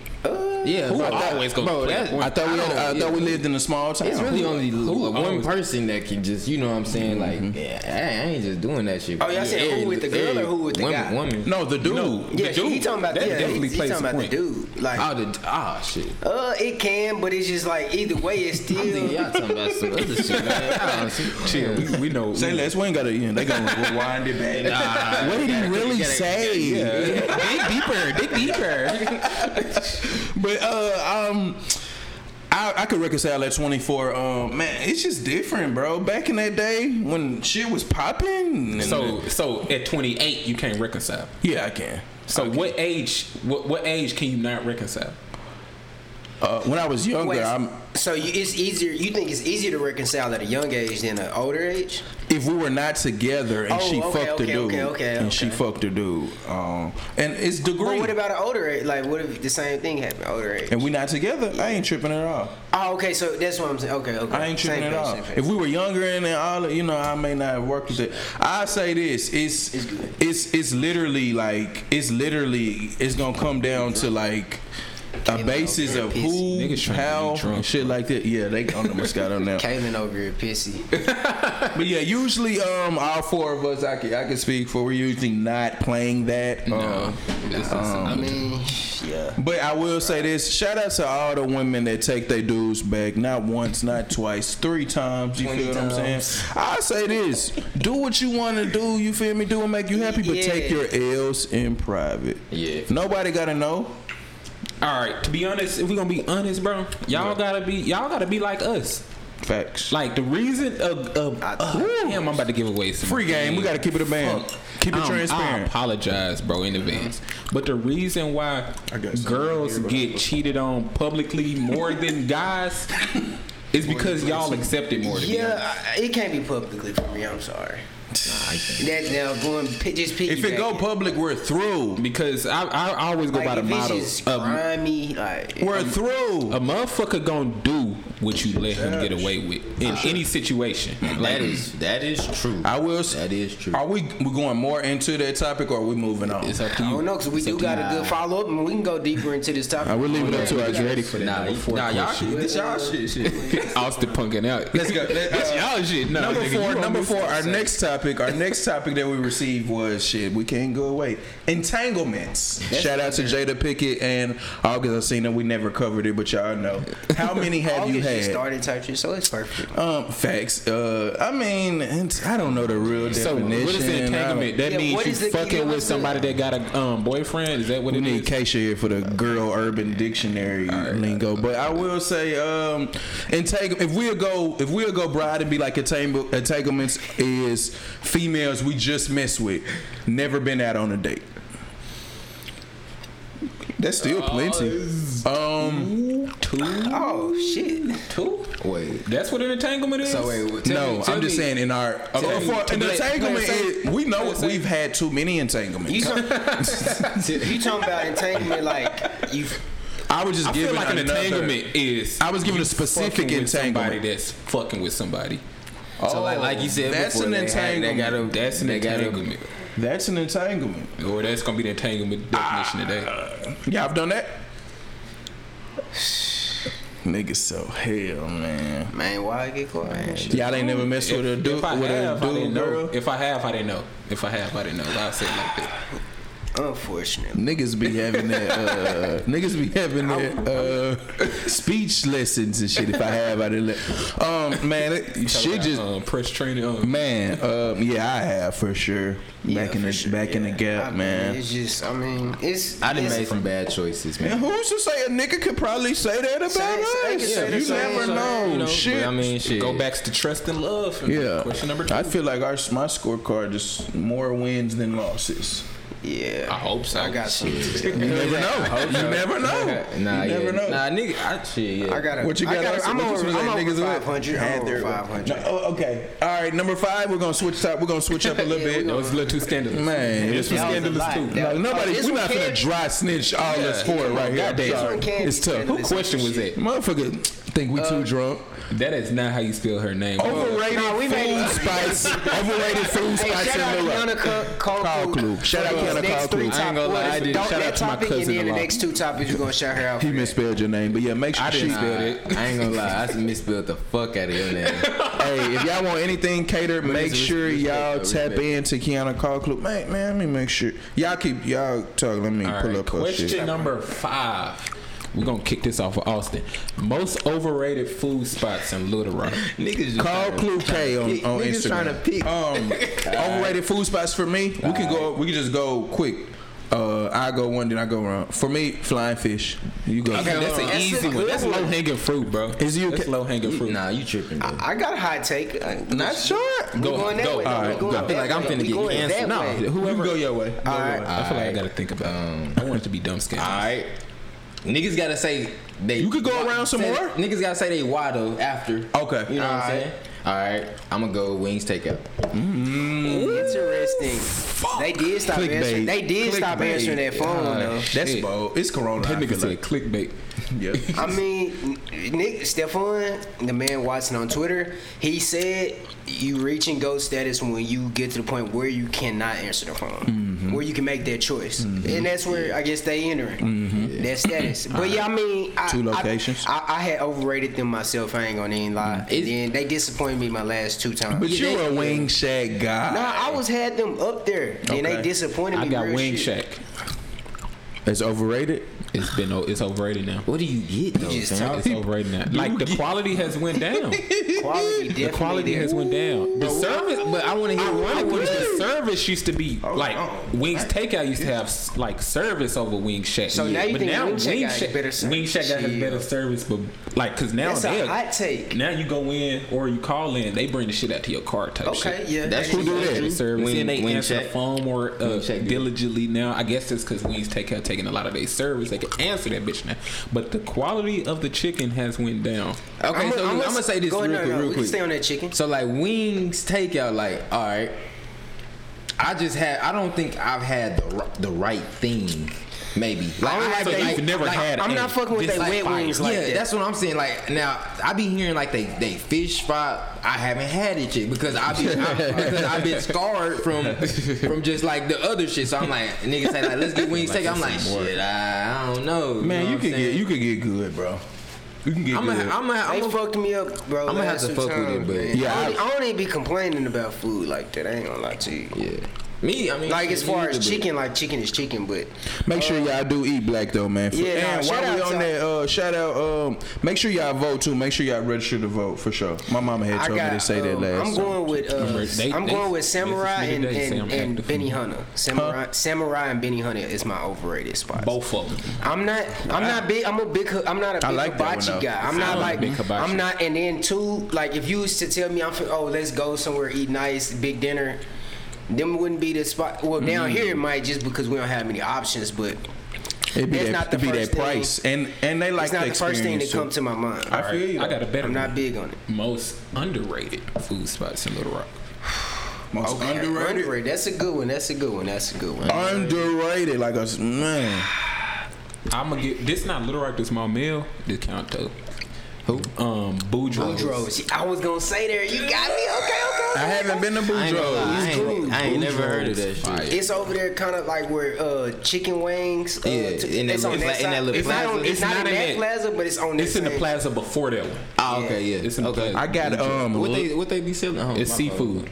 [SPEAKER 4] yeah,
[SPEAKER 2] Who
[SPEAKER 4] bro, that-
[SPEAKER 2] always gonna
[SPEAKER 4] bro,
[SPEAKER 2] play
[SPEAKER 4] that-
[SPEAKER 2] a point?
[SPEAKER 3] I thought we
[SPEAKER 4] don't-
[SPEAKER 3] had, I
[SPEAKER 4] yeah.
[SPEAKER 3] thought we lived in a small town.
[SPEAKER 4] It's really only
[SPEAKER 2] who
[SPEAKER 4] one
[SPEAKER 2] owns-
[SPEAKER 4] person that can just, you know what I'm saying?
[SPEAKER 3] Mm-hmm.
[SPEAKER 4] Like, yeah, I, I ain't just doing that shit.
[SPEAKER 5] Oh, y'all said who with the girl or who with the
[SPEAKER 4] woman,
[SPEAKER 5] guy?
[SPEAKER 4] Woman.
[SPEAKER 3] no, the dude.
[SPEAKER 2] No.
[SPEAKER 5] Yeah,
[SPEAKER 2] The
[SPEAKER 5] he
[SPEAKER 2] dude,
[SPEAKER 5] talking about
[SPEAKER 2] that
[SPEAKER 5] yeah,
[SPEAKER 2] definitely
[SPEAKER 5] he, he
[SPEAKER 2] plays
[SPEAKER 5] talking
[SPEAKER 2] a
[SPEAKER 5] about the
[SPEAKER 2] point.
[SPEAKER 5] dude.
[SPEAKER 4] Oh,
[SPEAKER 5] Like,
[SPEAKER 4] the, ah, shit.
[SPEAKER 5] uh, it can, but it's just like either way, it's
[SPEAKER 4] I'm thinking
[SPEAKER 5] still.
[SPEAKER 4] y'all talking about some other shit, man.
[SPEAKER 3] (laughs)
[SPEAKER 4] I don't see-
[SPEAKER 2] Chill. We, we know.
[SPEAKER 3] Say less. We ain't got to. You know, they gonna rewind it back.
[SPEAKER 4] (laughs) Nah.
[SPEAKER 3] what did he really say? (laughs)
[SPEAKER 2] dig deeper. Dig deeper.
[SPEAKER 3] But uh, um, I, I could reconcile at 24. Um, man, it's just different, bro. Back in that day when shit was popping. and-
[SPEAKER 2] So so at 28 you can't reconcile.
[SPEAKER 3] yeah, I can.
[SPEAKER 2] So what age what what age can you not reconcile?
[SPEAKER 3] Uh, when I was younger,
[SPEAKER 5] Wait,
[SPEAKER 3] I'm,
[SPEAKER 5] so you, it's easier. You think it's easier to reconcile at a young age than an older age?
[SPEAKER 3] if we were not together and
[SPEAKER 5] Oh,
[SPEAKER 3] she
[SPEAKER 5] okay,
[SPEAKER 3] fucked the
[SPEAKER 5] okay,
[SPEAKER 3] dude,
[SPEAKER 5] okay, okay,
[SPEAKER 3] and she
[SPEAKER 5] okay.
[SPEAKER 3] fucked the dude, um, and it's
[SPEAKER 5] But
[SPEAKER 3] degree,
[SPEAKER 5] what about an older age? Like, what if the same thing happened older age?
[SPEAKER 3] and we not together, I ain't tripping at all.
[SPEAKER 5] Oh, okay. So that's what I'm saying. Okay, okay.
[SPEAKER 3] I ain't
[SPEAKER 5] Same
[SPEAKER 3] tripping at
[SPEAKER 5] page,
[SPEAKER 3] all.
[SPEAKER 5] same page.
[SPEAKER 3] If we were younger and then all, you know, I may not have worked with it. I say this: it's
[SPEAKER 5] It's
[SPEAKER 3] it's
[SPEAKER 5] good.
[SPEAKER 3] it's, literally like it's literally it's gonna come down to like a
[SPEAKER 5] Kaylin
[SPEAKER 3] basis
[SPEAKER 5] over
[SPEAKER 3] of
[SPEAKER 5] here
[SPEAKER 3] who,
[SPEAKER 2] Niggas trying to
[SPEAKER 3] how,
[SPEAKER 2] be drunk,
[SPEAKER 3] and shit like that. Yeah, they on the Moscato now.
[SPEAKER 5] Kaylin over here pissy.
[SPEAKER 3] (laughs) But yeah, usually um all four of us I can I can speak for. We're usually not playing that. Um,
[SPEAKER 5] I mean, yeah.
[SPEAKER 3] But I will say this: shout out to all the women that take their dudes back, not once, not twice, three times. You feel what I'm saying? I say this: do what you want to do. You feel me? Do what make you happy, but take
[SPEAKER 5] Yeah.
[SPEAKER 3] your L's in private.
[SPEAKER 4] Yeah.
[SPEAKER 3] Nobody gotta know.
[SPEAKER 2] All right, to be honest, if we going to be honest, bro, y'all got to be y'all got to be like us.
[SPEAKER 3] Facts.
[SPEAKER 2] Like the reason of, of uh, damn, I'm about to give away some
[SPEAKER 3] Free game. We gotta keep it a band. Keep it
[SPEAKER 2] Um, I
[SPEAKER 3] transparent.
[SPEAKER 2] apologize, bro, in advance. But the reason why
[SPEAKER 3] I got something
[SPEAKER 2] girls
[SPEAKER 3] here, but- (laughs)
[SPEAKER 2] get cheated on publicly more than guys It's because y'all accept it more. To yeah.
[SPEAKER 5] Yeah, I- it can't be publicly for me. I'm sorry. That now going pi- just piggyback.
[SPEAKER 3] If it go public, we're through.
[SPEAKER 2] Because I, I I always go
[SPEAKER 5] like,
[SPEAKER 2] by the
[SPEAKER 5] if it's
[SPEAKER 2] motto
[SPEAKER 5] just
[SPEAKER 2] of
[SPEAKER 5] grimy, like
[SPEAKER 3] We're through.
[SPEAKER 2] a motherfucker gonna do what you let him get away with in any situation.
[SPEAKER 4] That is that is true.
[SPEAKER 3] I will. s-
[SPEAKER 4] that is true.
[SPEAKER 3] Are we we going more into that topic or are we moving on?
[SPEAKER 2] It's up to
[SPEAKER 5] I
[SPEAKER 2] you.
[SPEAKER 5] don't know, cause we
[SPEAKER 2] It's up
[SPEAKER 5] do
[SPEAKER 2] to
[SPEAKER 5] got a
[SPEAKER 2] you.
[SPEAKER 5] good follow up, and we can go deeper into this topic.
[SPEAKER 3] I will leave it up to our jury.
[SPEAKER 2] for
[SPEAKER 4] Nah,
[SPEAKER 2] Number four
[SPEAKER 4] nah, y'all
[SPEAKER 2] question.
[SPEAKER 4] shit.
[SPEAKER 3] (laughs)
[SPEAKER 4] This y'all shit. shit.
[SPEAKER 2] Austin punking out.
[SPEAKER 3] Let's go. Let-
[SPEAKER 2] That's
[SPEAKER 3] uh,
[SPEAKER 2] y'all shit. No,
[SPEAKER 3] Number
[SPEAKER 2] nigga, you
[SPEAKER 3] four.
[SPEAKER 2] don't
[SPEAKER 3] Number
[SPEAKER 2] do
[SPEAKER 3] four. Our
[SPEAKER 2] stuff.
[SPEAKER 3] next topic. Our next topic that we received was shit. We can't go away. Entanglements. Shout out to Jada Pickett and August. I seen that we never covered it, but y'all know. How many have you
[SPEAKER 5] August
[SPEAKER 3] had?
[SPEAKER 5] just started type shit, so it's perfect.
[SPEAKER 3] Um, facts. Uh, I mean, it's- I don't know the real
[SPEAKER 2] So what
[SPEAKER 3] definition.
[SPEAKER 2] is
[SPEAKER 3] I
[SPEAKER 2] entanglement?
[SPEAKER 3] don't-
[SPEAKER 2] That
[SPEAKER 5] Yeah,
[SPEAKER 2] means
[SPEAKER 5] what
[SPEAKER 2] you
[SPEAKER 5] is it-
[SPEAKER 2] fucking with
[SPEAKER 5] what's the-
[SPEAKER 2] somebody that got a um, boyfriend. Is that what
[SPEAKER 3] We
[SPEAKER 2] it
[SPEAKER 3] need
[SPEAKER 2] is?
[SPEAKER 3] Keisha here for the girl urban dictionary lingo, but I will say, um, entang- if we'll go, if we'll go broad and be like entangle- entanglements is females we just mess with, never been out on a date. That's still
[SPEAKER 2] Uh,
[SPEAKER 3] plenty. Um,
[SPEAKER 2] Two,
[SPEAKER 5] Oh shit! (laughs)
[SPEAKER 2] two.
[SPEAKER 4] Wait.
[SPEAKER 2] That's what an entanglement is.
[SPEAKER 4] So wait. what-
[SPEAKER 2] Tell
[SPEAKER 3] no,
[SPEAKER 2] me-
[SPEAKER 3] I'm
[SPEAKER 2] tell
[SPEAKER 3] just
[SPEAKER 2] me.
[SPEAKER 3] saying in our
[SPEAKER 2] Tell me.
[SPEAKER 3] for an
[SPEAKER 2] Play- play
[SPEAKER 3] entanglement,
[SPEAKER 2] it safe.
[SPEAKER 3] is, we know
[SPEAKER 2] Play it safe.
[SPEAKER 3] we've had too many entanglements.
[SPEAKER 5] You talking, you talking about entanglement like you?
[SPEAKER 3] I was just
[SPEAKER 2] I feel
[SPEAKER 3] giving
[SPEAKER 2] like an
[SPEAKER 3] another-
[SPEAKER 2] entanglement is.
[SPEAKER 3] I was giving a
[SPEAKER 2] fucking
[SPEAKER 3] specific
[SPEAKER 2] with somebody
[SPEAKER 3] entanglement. Oh,
[SPEAKER 2] that's fucking with somebody.
[SPEAKER 5] Oh,
[SPEAKER 4] So like, like you said
[SPEAKER 3] that's
[SPEAKER 4] before,
[SPEAKER 3] an
[SPEAKER 4] they had-
[SPEAKER 3] entanglement.
[SPEAKER 4] They got a,
[SPEAKER 2] That's an
[SPEAKER 4] they got a-
[SPEAKER 2] entanglement,
[SPEAKER 3] That's an entanglement.
[SPEAKER 2] or that's gonna be the entanglement definition
[SPEAKER 3] Ah.
[SPEAKER 2] today.
[SPEAKER 3] Yeah, I've done that. (sighs) Niggas so hell, man.
[SPEAKER 5] Man, why I get caught? Man, shit.
[SPEAKER 3] Y'all ain't never messed with a dude
[SPEAKER 2] if I
[SPEAKER 3] with
[SPEAKER 2] have,
[SPEAKER 3] a
[SPEAKER 2] I
[SPEAKER 3] dude
[SPEAKER 2] didn't know.
[SPEAKER 3] girl.
[SPEAKER 2] If I have, I didn't know. If I have, I didn't know. I'll say it like that.
[SPEAKER 5] Unfortunately.
[SPEAKER 3] Niggas be having that. Uh, (laughs) niggas be having that uh, speech lessons and shit. If I have, I didn't. Let, um, man, it, shit just
[SPEAKER 2] um, press training. Um,
[SPEAKER 3] man. Um, yeah, I have for sure.
[SPEAKER 5] Yeah,
[SPEAKER 3] Back in
[SPEAKER 5] for
[SPEAKER 3] the
[SPEAKER 5] sure,
[SPEAKER 3] back in the
[SPEAKER 5] yeah. I
[SPEAKER 3] gap,
[SPEAKER 5] mean,
[SPEAKER 3] man.
[SPEAKER 5] It's just, I mean, it's.
[SPEAKER 4] I done
[SPEAKER 5] it's-
[SPEAKER 4] made some bad choices,
[SPEAKER 3] And
[SPEAKER 4] man.
[SPEAKER 3] who's to say a nigga could probably say that about
[SPEAKER 5] Say- say-
[SPEAKER 3] us?
[SPEAKER 5] say the
[SPEAKER 3] you
[SPEAKER 5] same
[SPEAKER 3] never
[SPEAKER 5] shit,
[SPEAKER 3] know.
[SPEAKER 4] you know,
[SPEAKER 3] shit.
[SPEAKER 4] but I mean, shit.
[SPEAKER 2] Go back to trust and love.
[SPEAKER 3] yeah.
[SPEAKER 2] Question number two.
[SPEAKER 3] I feel like our my scorecard is more wins than losses.
[SPEAKER 5] Yeah.
[SPEAKER 2] I hope so.
[SPEAKER 5] I got some.
[SPEAKER 3] Oh, You never know. You
[SPEAKER 4] (laughs)
[SPEAKER 3] never know.
[SPEAKER 4] Nah,
[SPEAKER 3] you
[SPEAKER 4] yeah.
[SPEAKER 3] never know.
[SPEAKER 4] Nah, nigga, I shit. Yeah.
[SPEAKER 5] I got a,
[SPEAKER 3] What you got?
[SPEAKER 5] I
[SPEAKER 3] Austin?
[SPEAKER 5] am
[SPEAKER 3] What you
[SPEAKER 5] over,
[SPEAKER 3] feel like
[SPEAKER 5] I'm over
[SPEAKER 3] niggas with?
[SPEAKER 5] 500.
[SPEAKER 3] Had
[SPEAKER 5] I'm over
[SPEAKER 3] their-
[SPEAKER 5] 500.
[SPEAKER 3] No, oh, okay. All right. Number five. We're gonna switch top. We're gonna switch up a little
[SPEAKER 5] (laughs) Yeah, we
[SPEAKER 3] bit.
[SPEAKER 2] That was a little too scandalous.
[SPEAKER 3] Man,
[SPEAKER 2] this was
[SPEAKER 5] that was a
[SPEAKER 2] scandalous
[SPEAKER 5] lot.
[SPEAKER 2] too.
[SPEAKER 5] That-
[SPEAKER 3] Like, nobody.
[SPEAKER 5] Oh, this
[SPEAKER 3] we're
[SPEAKER 5] one
[SPEAKER 3] not gonna
[SPEAKER 5] can't-
[SPEAKER 3] dry snitch all us for it right here.
[SPEAKER 2] Goddamn.
[SPEAKER 3] I'm sorry.
[SPEAKER 5] This one can't
[SPEAKER 3] It's
[SPEAKER 5] be
[SPEAKER 3] tough.
[SPEAKER 5] scandalous.
[SPEAKER 2] Who question was that?
[SPEAKER 3] Motherfucker, think we
[SPEAKER 5] Uh,
[SPEAKER 3] too drunk.
[SPEAKER 2] That is not how you spell her name.
[SPEAKER 5] Oh,
[SPEAKER 3] Overrated
[SPEAKER 5] Nah, we
[SPEAKER 3] food
[SPEAKER 5] made it-
[SPEAKER 3] spice. overrated food
[SPEAKER 5] Hey,
[SPEAKER 3] spice
[SPEAKER 5] shout
[SPEAKER 3] in
[SPEAKER 5] out
[SPEAKER 3] Little Rock.
[SPEAKER 5] Kiana Col- Cole
[SPEAKER 3] Cole Clue.
[SPEAKER 5] Clue.
[SPEAKER 3] Shout out
[SPEAKER 5] For these
[SPEAKER 3] Kiana
[SPEAKER 5] next
[SPEAKER 3] Cole
[SPEAKER 5] three
[SPEAKER 3] Clue.
[SPEAKER 5] top
[SPEAKER 2] I ain't gonna lie, I
[SPEAKER 5] orders.
[SPEAKER 2] did.
[SPEAKER 5] Don't
[SPEAKER 2] Shout
[SPEAKER 5] that
[SPEAKER 2] out to my
[SPEAKER 5] topic,
[SPEAKER 2] cousin
[SPEAKER 5] And then
[SPEAKER 2] a
[SPEAKER 5] the
[SPEAKER 2] lot.
[SPEAKER 5] next two topics, you're going to shout her out.
[SPEAKER 3] He
[SPEAKER 5] for that.
[SPEAKER 3] misspelled your name, but yeah, make sure
[SPEAKER 2] I
[SPEAKER 3] she
[SPEAKER 2] didn't
[SPEAKER 3] spelled
[SPEAKER 2] spell
[SPEAKER 3] it.
[SPEAKER 2] it.
[SPEAKER 4] I ain't gonna lie, I misspelled the fuck out of your name.
[SPEAKER 2] (laughs)
[SPEAKER 3] hey, if y'all want anything catered, make
[SPEAKER 4] it's a
[SPEAKER 3] sure
[SPEAKER 4] respect,
[SPEAKER 3] y'all
[SPEAKER 4] though,
[SPEAKER 3] tap into Kiana Call Club. Man, man, let me make sure y'all keep y'all talking. Let me
[SPEAKER 2] All
[SPEAKER 3] pull
[SPEAKER 2] right,
[SPEAKER 3] up her
[SPEAKER 2] question
[SPEAKER 3] shit.
[SPEAKER 2] number five. We're gonna kick this off with Austin. Most overrated food spots in Little Rock.
[SPEAKER 4] Niggas just
[SPEAKER 3] Call Clue K on, on
[SPEAKER 4] niggas
[SPEAKER 3] Instagram.
[SPEAKER 4] trying to pick.
[SPEAKER 3] Um, overrated food spots for me. We can go. We can just go quick. Uh, I go one, then I go wrong. For me, flying fish. You go.
[SPEAKER 2] Okay, that's an
[SPEAKER 5] That's
[SPEAKER 2] easy
[SPEAKER 5] a
[SPEAKER 2] one.
[SPEAKER 5] good
[SPEAKER 2] That's low hanging fruit, bro.
[SPEAKER 3] Is you
[SPEAKER 2] That's
[SPEAKER 3] okay?
[SPEAKER 2] low hanging fruit.
[SPEAKER 4] Nah, you tripping. Bro.
[SPEAKER 5] I got a hot take.
[SPEAKER 3] Not sure.
[SPEAKER 5] We
[SPEAKER 2] Go,
[SPEAKER 5] going that
[SPEAKER 2] go.
[SPEAKER 5] way, though.
[SPEAKER 2] All
[SPEAKER 5] We
[SPEAKER 2] right,
[SPEAKER 5] going
[SPEAKER 2] go. I feel
[SPEAKER 5] that
[SPEAKER 2] like I'm
[SPEAKER 5] way.
[SPEAKER 2] finna
[SPEAKER 5] We
[SPEAKER 2] get
[SPEAKER 5] going
[SPEAKER 2] canceled.
[SPEAKER 5] that
[SPEAKER 2] No,
[SPEAKER 5] way.
[SPEAKER 3] Whoever. You go your way. Go
[SPEAKER 5] All
[SPEAKER 3] your
[SPEAKER 5] right.
[SPEAKER 3] way.
[SPEAKER 2] I feel like I gotta think about. it. I want it to be dumb scandalous.
[SPEAKER 4] Alright. Niggas gotta say they
[SPEAKER 3] You could go around some
[SPEAKER 4] say-
[SPEAKER 3] more?
[SPEAKER 4] Niggas gotta say they waddle after.
[SPEAKER 3] Okay.
[SPEAKER 4] You know what
[SPEAKER 5] Alright.
[SPEAKER 4] I'm saying? Alright. I'ma go wings takeout.
[SPEAKER 5] Interesting. They did stop
[SPEAKER 3] Clickbait.
[SPEAKER 5] answering. They did stop
[SPEAKER 3] Clickbait.
[SPEAKER 5] answering that phone
[SPEAKER 2] God.
[SPEAKER 5] though.
[SPEAKER 3] That's
[SPEAKER 2] Shit.
[SPEAKER 3] bold. It's Corona.
[SPEAKER 2] That
[SPEAKER 3] I
[SPEAKER 2] nigga
[SPEAKER 3] feel
[SPEAKER 2] said clickbait.
[SPEAKER 3] like. (laughs) Yeah.
[SPEAKER 5] I mean, Nick Stefan, the man Watson on Twitter, he said you reach and go status when you get to the point where you cannot answer the phone,
[SPEAKER 3] Mm-hmm.
[SPEAKER 5] where you can make that choice, and that's where I guess they entering that status. But yeah, I mean, I,
[SPEAKER 3] Mm-hmm. Two
[SPEAKER 5] I-
[SPEAKER 3] locations. Mm-hmm.
[SPEAKER 5] I, I, had overrated them myself. I ain't gonna even lie. And
[SPEAKER 4] It's-
[SPEAKER 5] then they disappointed me my last two times.
[SPEAKER 3] But
[SPEAKER 5] Yeah,
[SPEAKER 3] you
[SPEAKER 5] they-
[SPEAKER 3] a wing shack guy.
[SPEAKER 5] Nah, I was had them up there, and
[SPEAKER 3] Okay.
[SPEAKER 5] they disappointed me.
[SPEAKER 2] I got
[SPEAKER 5] real
[SPEAKER 2] Wing Shack.
[SPEAKER 5] shit.
[SPEAKER 3] It's overrated.
[SPEAKER 2] It's been o- it's overrated now.
[SPEAKER 4] What do you get though?
[SPEAKER 5] just
[SPEAKER 4] fam?
[SPEAKER 5] talking.
[SPEAKER 2] It's overrated now. Like the quality has went down.
[SPEAKER 3] (laughs)
[SPEAKER 5] Quality,
[SPEAKER 2] The
[SPEAKER 5] definitely
[SPEAKER 2] quality
[SPEAKER 5] there.
[SPEAKER 2] has went down. The service, but I want to hear. I
[SPEAKER 4] I
[SPEAKER 2] want the service service used to be
[SPEAKER 3] Oh,
[SPEAKER 2] like
[SPEAKER 3] uh-uh.
[SPEAKER 2] Wings Takeout used to have s- like service over Wings Shack.
[SPEAKER 5] So now you
[SPEAKER 2] but
[SPEAKER 5] think
[SPEAKER 2] now
[SPEAKER 5] Wings Shack got
[SPEAKER 2] Shack,
[SPEAKER 5] better service.
[SPEAKER 2] Wings Shack got has
[SPEAKER 5] Chill.
[SPEAKER 2] better service, but like because now
[SPEAKER 5] That's
[SPEAKER 2] they'll-
[SPEAKER 5] a hot take.
[SPEAKER 2] Now you go in or you call in, they bring the shit out to your car type shit.
[SPEAKER 5] Okay, yeah.
[SPEAKER 4] That's
[SPEAKER 3] Who do
[SPEAKER 4] true.
[SPEAKER 3] that?
[SPEAKER 2] They service
[SPEAKER 4] Wing-
[SPEAKER 2] and they
[SPEAKER 4] wing
[SPEAKER 2] answer the
[SPEAKER 4] check.
[SPEAKER 2] phone more uh,
[SPEAKER 4] Wing check, dude.
[SPEAKER 2] diligently now. I guess it's because Wings take out taking a lot of their service. They can answer that bitch now, but the quality of the chicken has went down.
[SPEAKER 4] Okay,
[SPEAKER 5] I'ma-
[SPEAKER 4] so I'm
[SPEAKER 5] I'ma-
[SPEAKER 4] gonna say this
[SPEAKER 5] go
[SPEAKER 4] real
[SPEAKER 5] ahead,
[SPEAKER 4] quick,
[SPEAKER 5] no, no,
[SPEAKER 4] real
[SPEAKER 5] we can
[SPEAKER 4] quick.
[SPEAKER 5] Stay on that chicken.
[SPEAKER 4] So like wings takeout, like all right. I just had. I don't think I've had the ri- the right thing. Maybe. Like,
[SPEAKER 5] don't
[SPEAKER 4] I
[SPEAKER 5] like
[SPEAKER 4] haven't,
[SPEAKER 5] that
[SPEAKER 4] like-
[SPEAKER 2] you've never
[SPEAKER 4] like,
[SPEAKER 2] had.
[SPEAKER 5] I'm
[SPEAKER 2] a
[SPEAKER 5] not fucking with
[SPEAKER 2] this
[SPEAKER 5] they wet
[SPEAKER 2] fire.
[SPEAKER 5] wings like
[SPEAKER 4] yeah,
[SPEAKER 5] that.
[SPEAKER 4] that's what I'm saying. Like now, I be hearing like they they fish fry. I haven't had it yet because I be I, because I've been scarred from from just like the other shit. So I'm like niggas say like let's get wings take. I'm like shit. I, I don't know.
[SPEAKER 3] Man,
[SPEAKER 4] know
[SPEAKER 3] you
[SPEAKER 4] what I'm
[SPEAKER 3] could get
[SPEAKER 4] saying?
[SPEAKER 3] you could get good, bro. You can get
[SPEAKER 4] I'm
[SPEAKER 3] good.
[SPEAKER 4] gonna I'm gonna
[SPEAKER 5] They
[SPEAKER 4] I'm gonna
[SPEAKER 5] fucked me up, bro.
[SPEAKER 4] I'ma have
[SPEAKER 5] last
[SPEAKER 4] to
[SPEAKER 5] few
[SPEAKER 4] fuck with it,
[SPEAKER 5] times,
[SPEAKER 4] but-
[SPEAKER 5] man.
[SPEAKER 3] Yeah,
[SPEAKER 5] I don't,
[SPEAKER 3] I-
[SPEAKER 5] I don't even be complaining about food like that. I ain't gonna lie to you.
[SPEAKER 4] yeah. Me, I mean,
[SPEAKER 5] Like
[SPEAKER 4] shit,
[SPEAKER 5] as far
[SPEAKER 4] you
[SPEAKER 5] as
[SPEAKER 4] could be-
[SPEAKER 5] chicken, like chicken is chicken, but
[SPEAKER 3] Make sure y'all do eat black though, man. For-
[SPEAKER 5] Yeah, nah,
[SPEAKER 3] and
[SPEAKER 5] shout
[SPEAKER 3] while we
[SPEAKER 5] out
[SPEAKER 3] on
[SPEAKER 5] to-
[SPEAKER 3] that, uh, shout out. Um, make sure y'all vote too. Make sure y'all register to vote for sure. My mama had
[SPEAKER 5] I
[SPEAKER 3] told me
[SPEAKER 5] got.
[SPEAKER 3] to say that
[SPEAKER 5] um,
[SPEAKER 3] last.
[SPEAKER 5] I'm
[SPEAKER 3] time.
[SPEAKER 5] going with
[SPEAKER 2] Remember, they-
[SPEAKER 5] uh, I'm
[SPEAKER 2] they-
[SPEAKER 5] going with Samurai
[SPEAKER 2] they-
[SPEAKER 5] and
[SPEAKER 2] they say I'm
[SPEAKER 5] and, and
[SPEAKER 2] active.
[SPEAKER 5] Benny Hunter. Samurai, Samurai and Benny Hunter is my overrated spot.
[SPEAKER 2] Both of them.
[SPEAKER 5] I'm not. I'm not big. I'm a big. hu- I'm not a
[SPEAKER 3] I
[SPEAKER 5] big
[SPEAKER 3] like that one,
[SPEAKER 5] hibachi
[SPEAKER 3] though.
[SPEAKER 5] guy. I'm
[SPEAKER 2] I
[SPEAKER 5] not
[SPEAKER 2] like
[SPEAKER 5] like.
[SPEAKER 2] big hibachi.
[SPEAKER 5] I'm not. And then two, like if you used to tell me, I'm fin- oh let's go somewhere eat nice big dinner, them wouldn't be the spot. Well, down
[SPEAKER 3] Mm-hmm.
[SPEAKER 5] here it might just because we don't have many options, but
[SPEAKER 3] It be
[SPEAKER 5] That's
[SPEAKER 3] that,
[SPEAKER 5] not the
[SPEAKER 3] it be that
[SPEAKER 5] first thing.
[SPEAKER 3] price, and and they like
[SPEAKER 5] it's not the first thing that
[SPEAKER 3] experience, too.
[SPEAKER 5] comes to my mind.
[SPEAKER 3] I feel you.
[SPEAKER 2] I got a better.
[SPEAKER 5] I'm not
[SPEAKER 2] one.
[SPEAKER 5] big on it.
[SPEAKER 2] Most underrated food spots in Little Rock.
[SPEAKER 3] Most underrated.
[SPEAKER 5] Underrated. That's a good one. That's a good one. That's a good one.
[SPEAKER 3] Underrated, like a man.
[SPEAKER 2] I'm gonna get this. Not Little Rock. This my meal. This count though. Who? Um, Boudreaux.
[SPEAKER 5] Boudreaux. I was gonna say there. You got me. Okay,
[SPEAKER 3] I
[SPEAKER 5] okay.
[SPEAKER 3] haven't been to
[SPEAKER 4] I ain't, gonna lie, I
[SPEAKER 3] Boudreaux.
[SPEAKER 4] ain't, I ain't never heard of that shit.
[SPEAKER 5] It's over there, kind of like where uh, chicken wings. Uh,
[SPEAKER 4] Yeah,
[SPEAKER 5] t-
[SPEAKER 4] in that
[SPEAKER 5] it's
[SPEAKER 4] little
[SPEAKER 5] on
[SPEAKER 4] pla- in
[SPEAKER 5] side.
[SPEAKER 4] that little
[SPEAKER 5] it's Not
[SPEAKER 4] plaza.
[SPEAKER 5] on, it's, not, in that plaza, but it's on.
[SPEAKER 2] It's
[SPEAKER 5] that
[SPEAKER 2] in the
[SPEAKER 5] same-
[SPEAKER 2] plaza before that one.
[SPEAKER 4] Oh, okay, yeah.
[SPEAKER 2] It's in the
[SPEAKER 4] okay.
[SPEAKER 2] plug.
[SPEAKER 3] I got um.
[SPEAKER 4] what they what they be selling? Oh,
[SPEAKER 2] It's
[SPEAKER 4] my
[SPEAKER 2] seafood.
[SPEAKER 4] fault.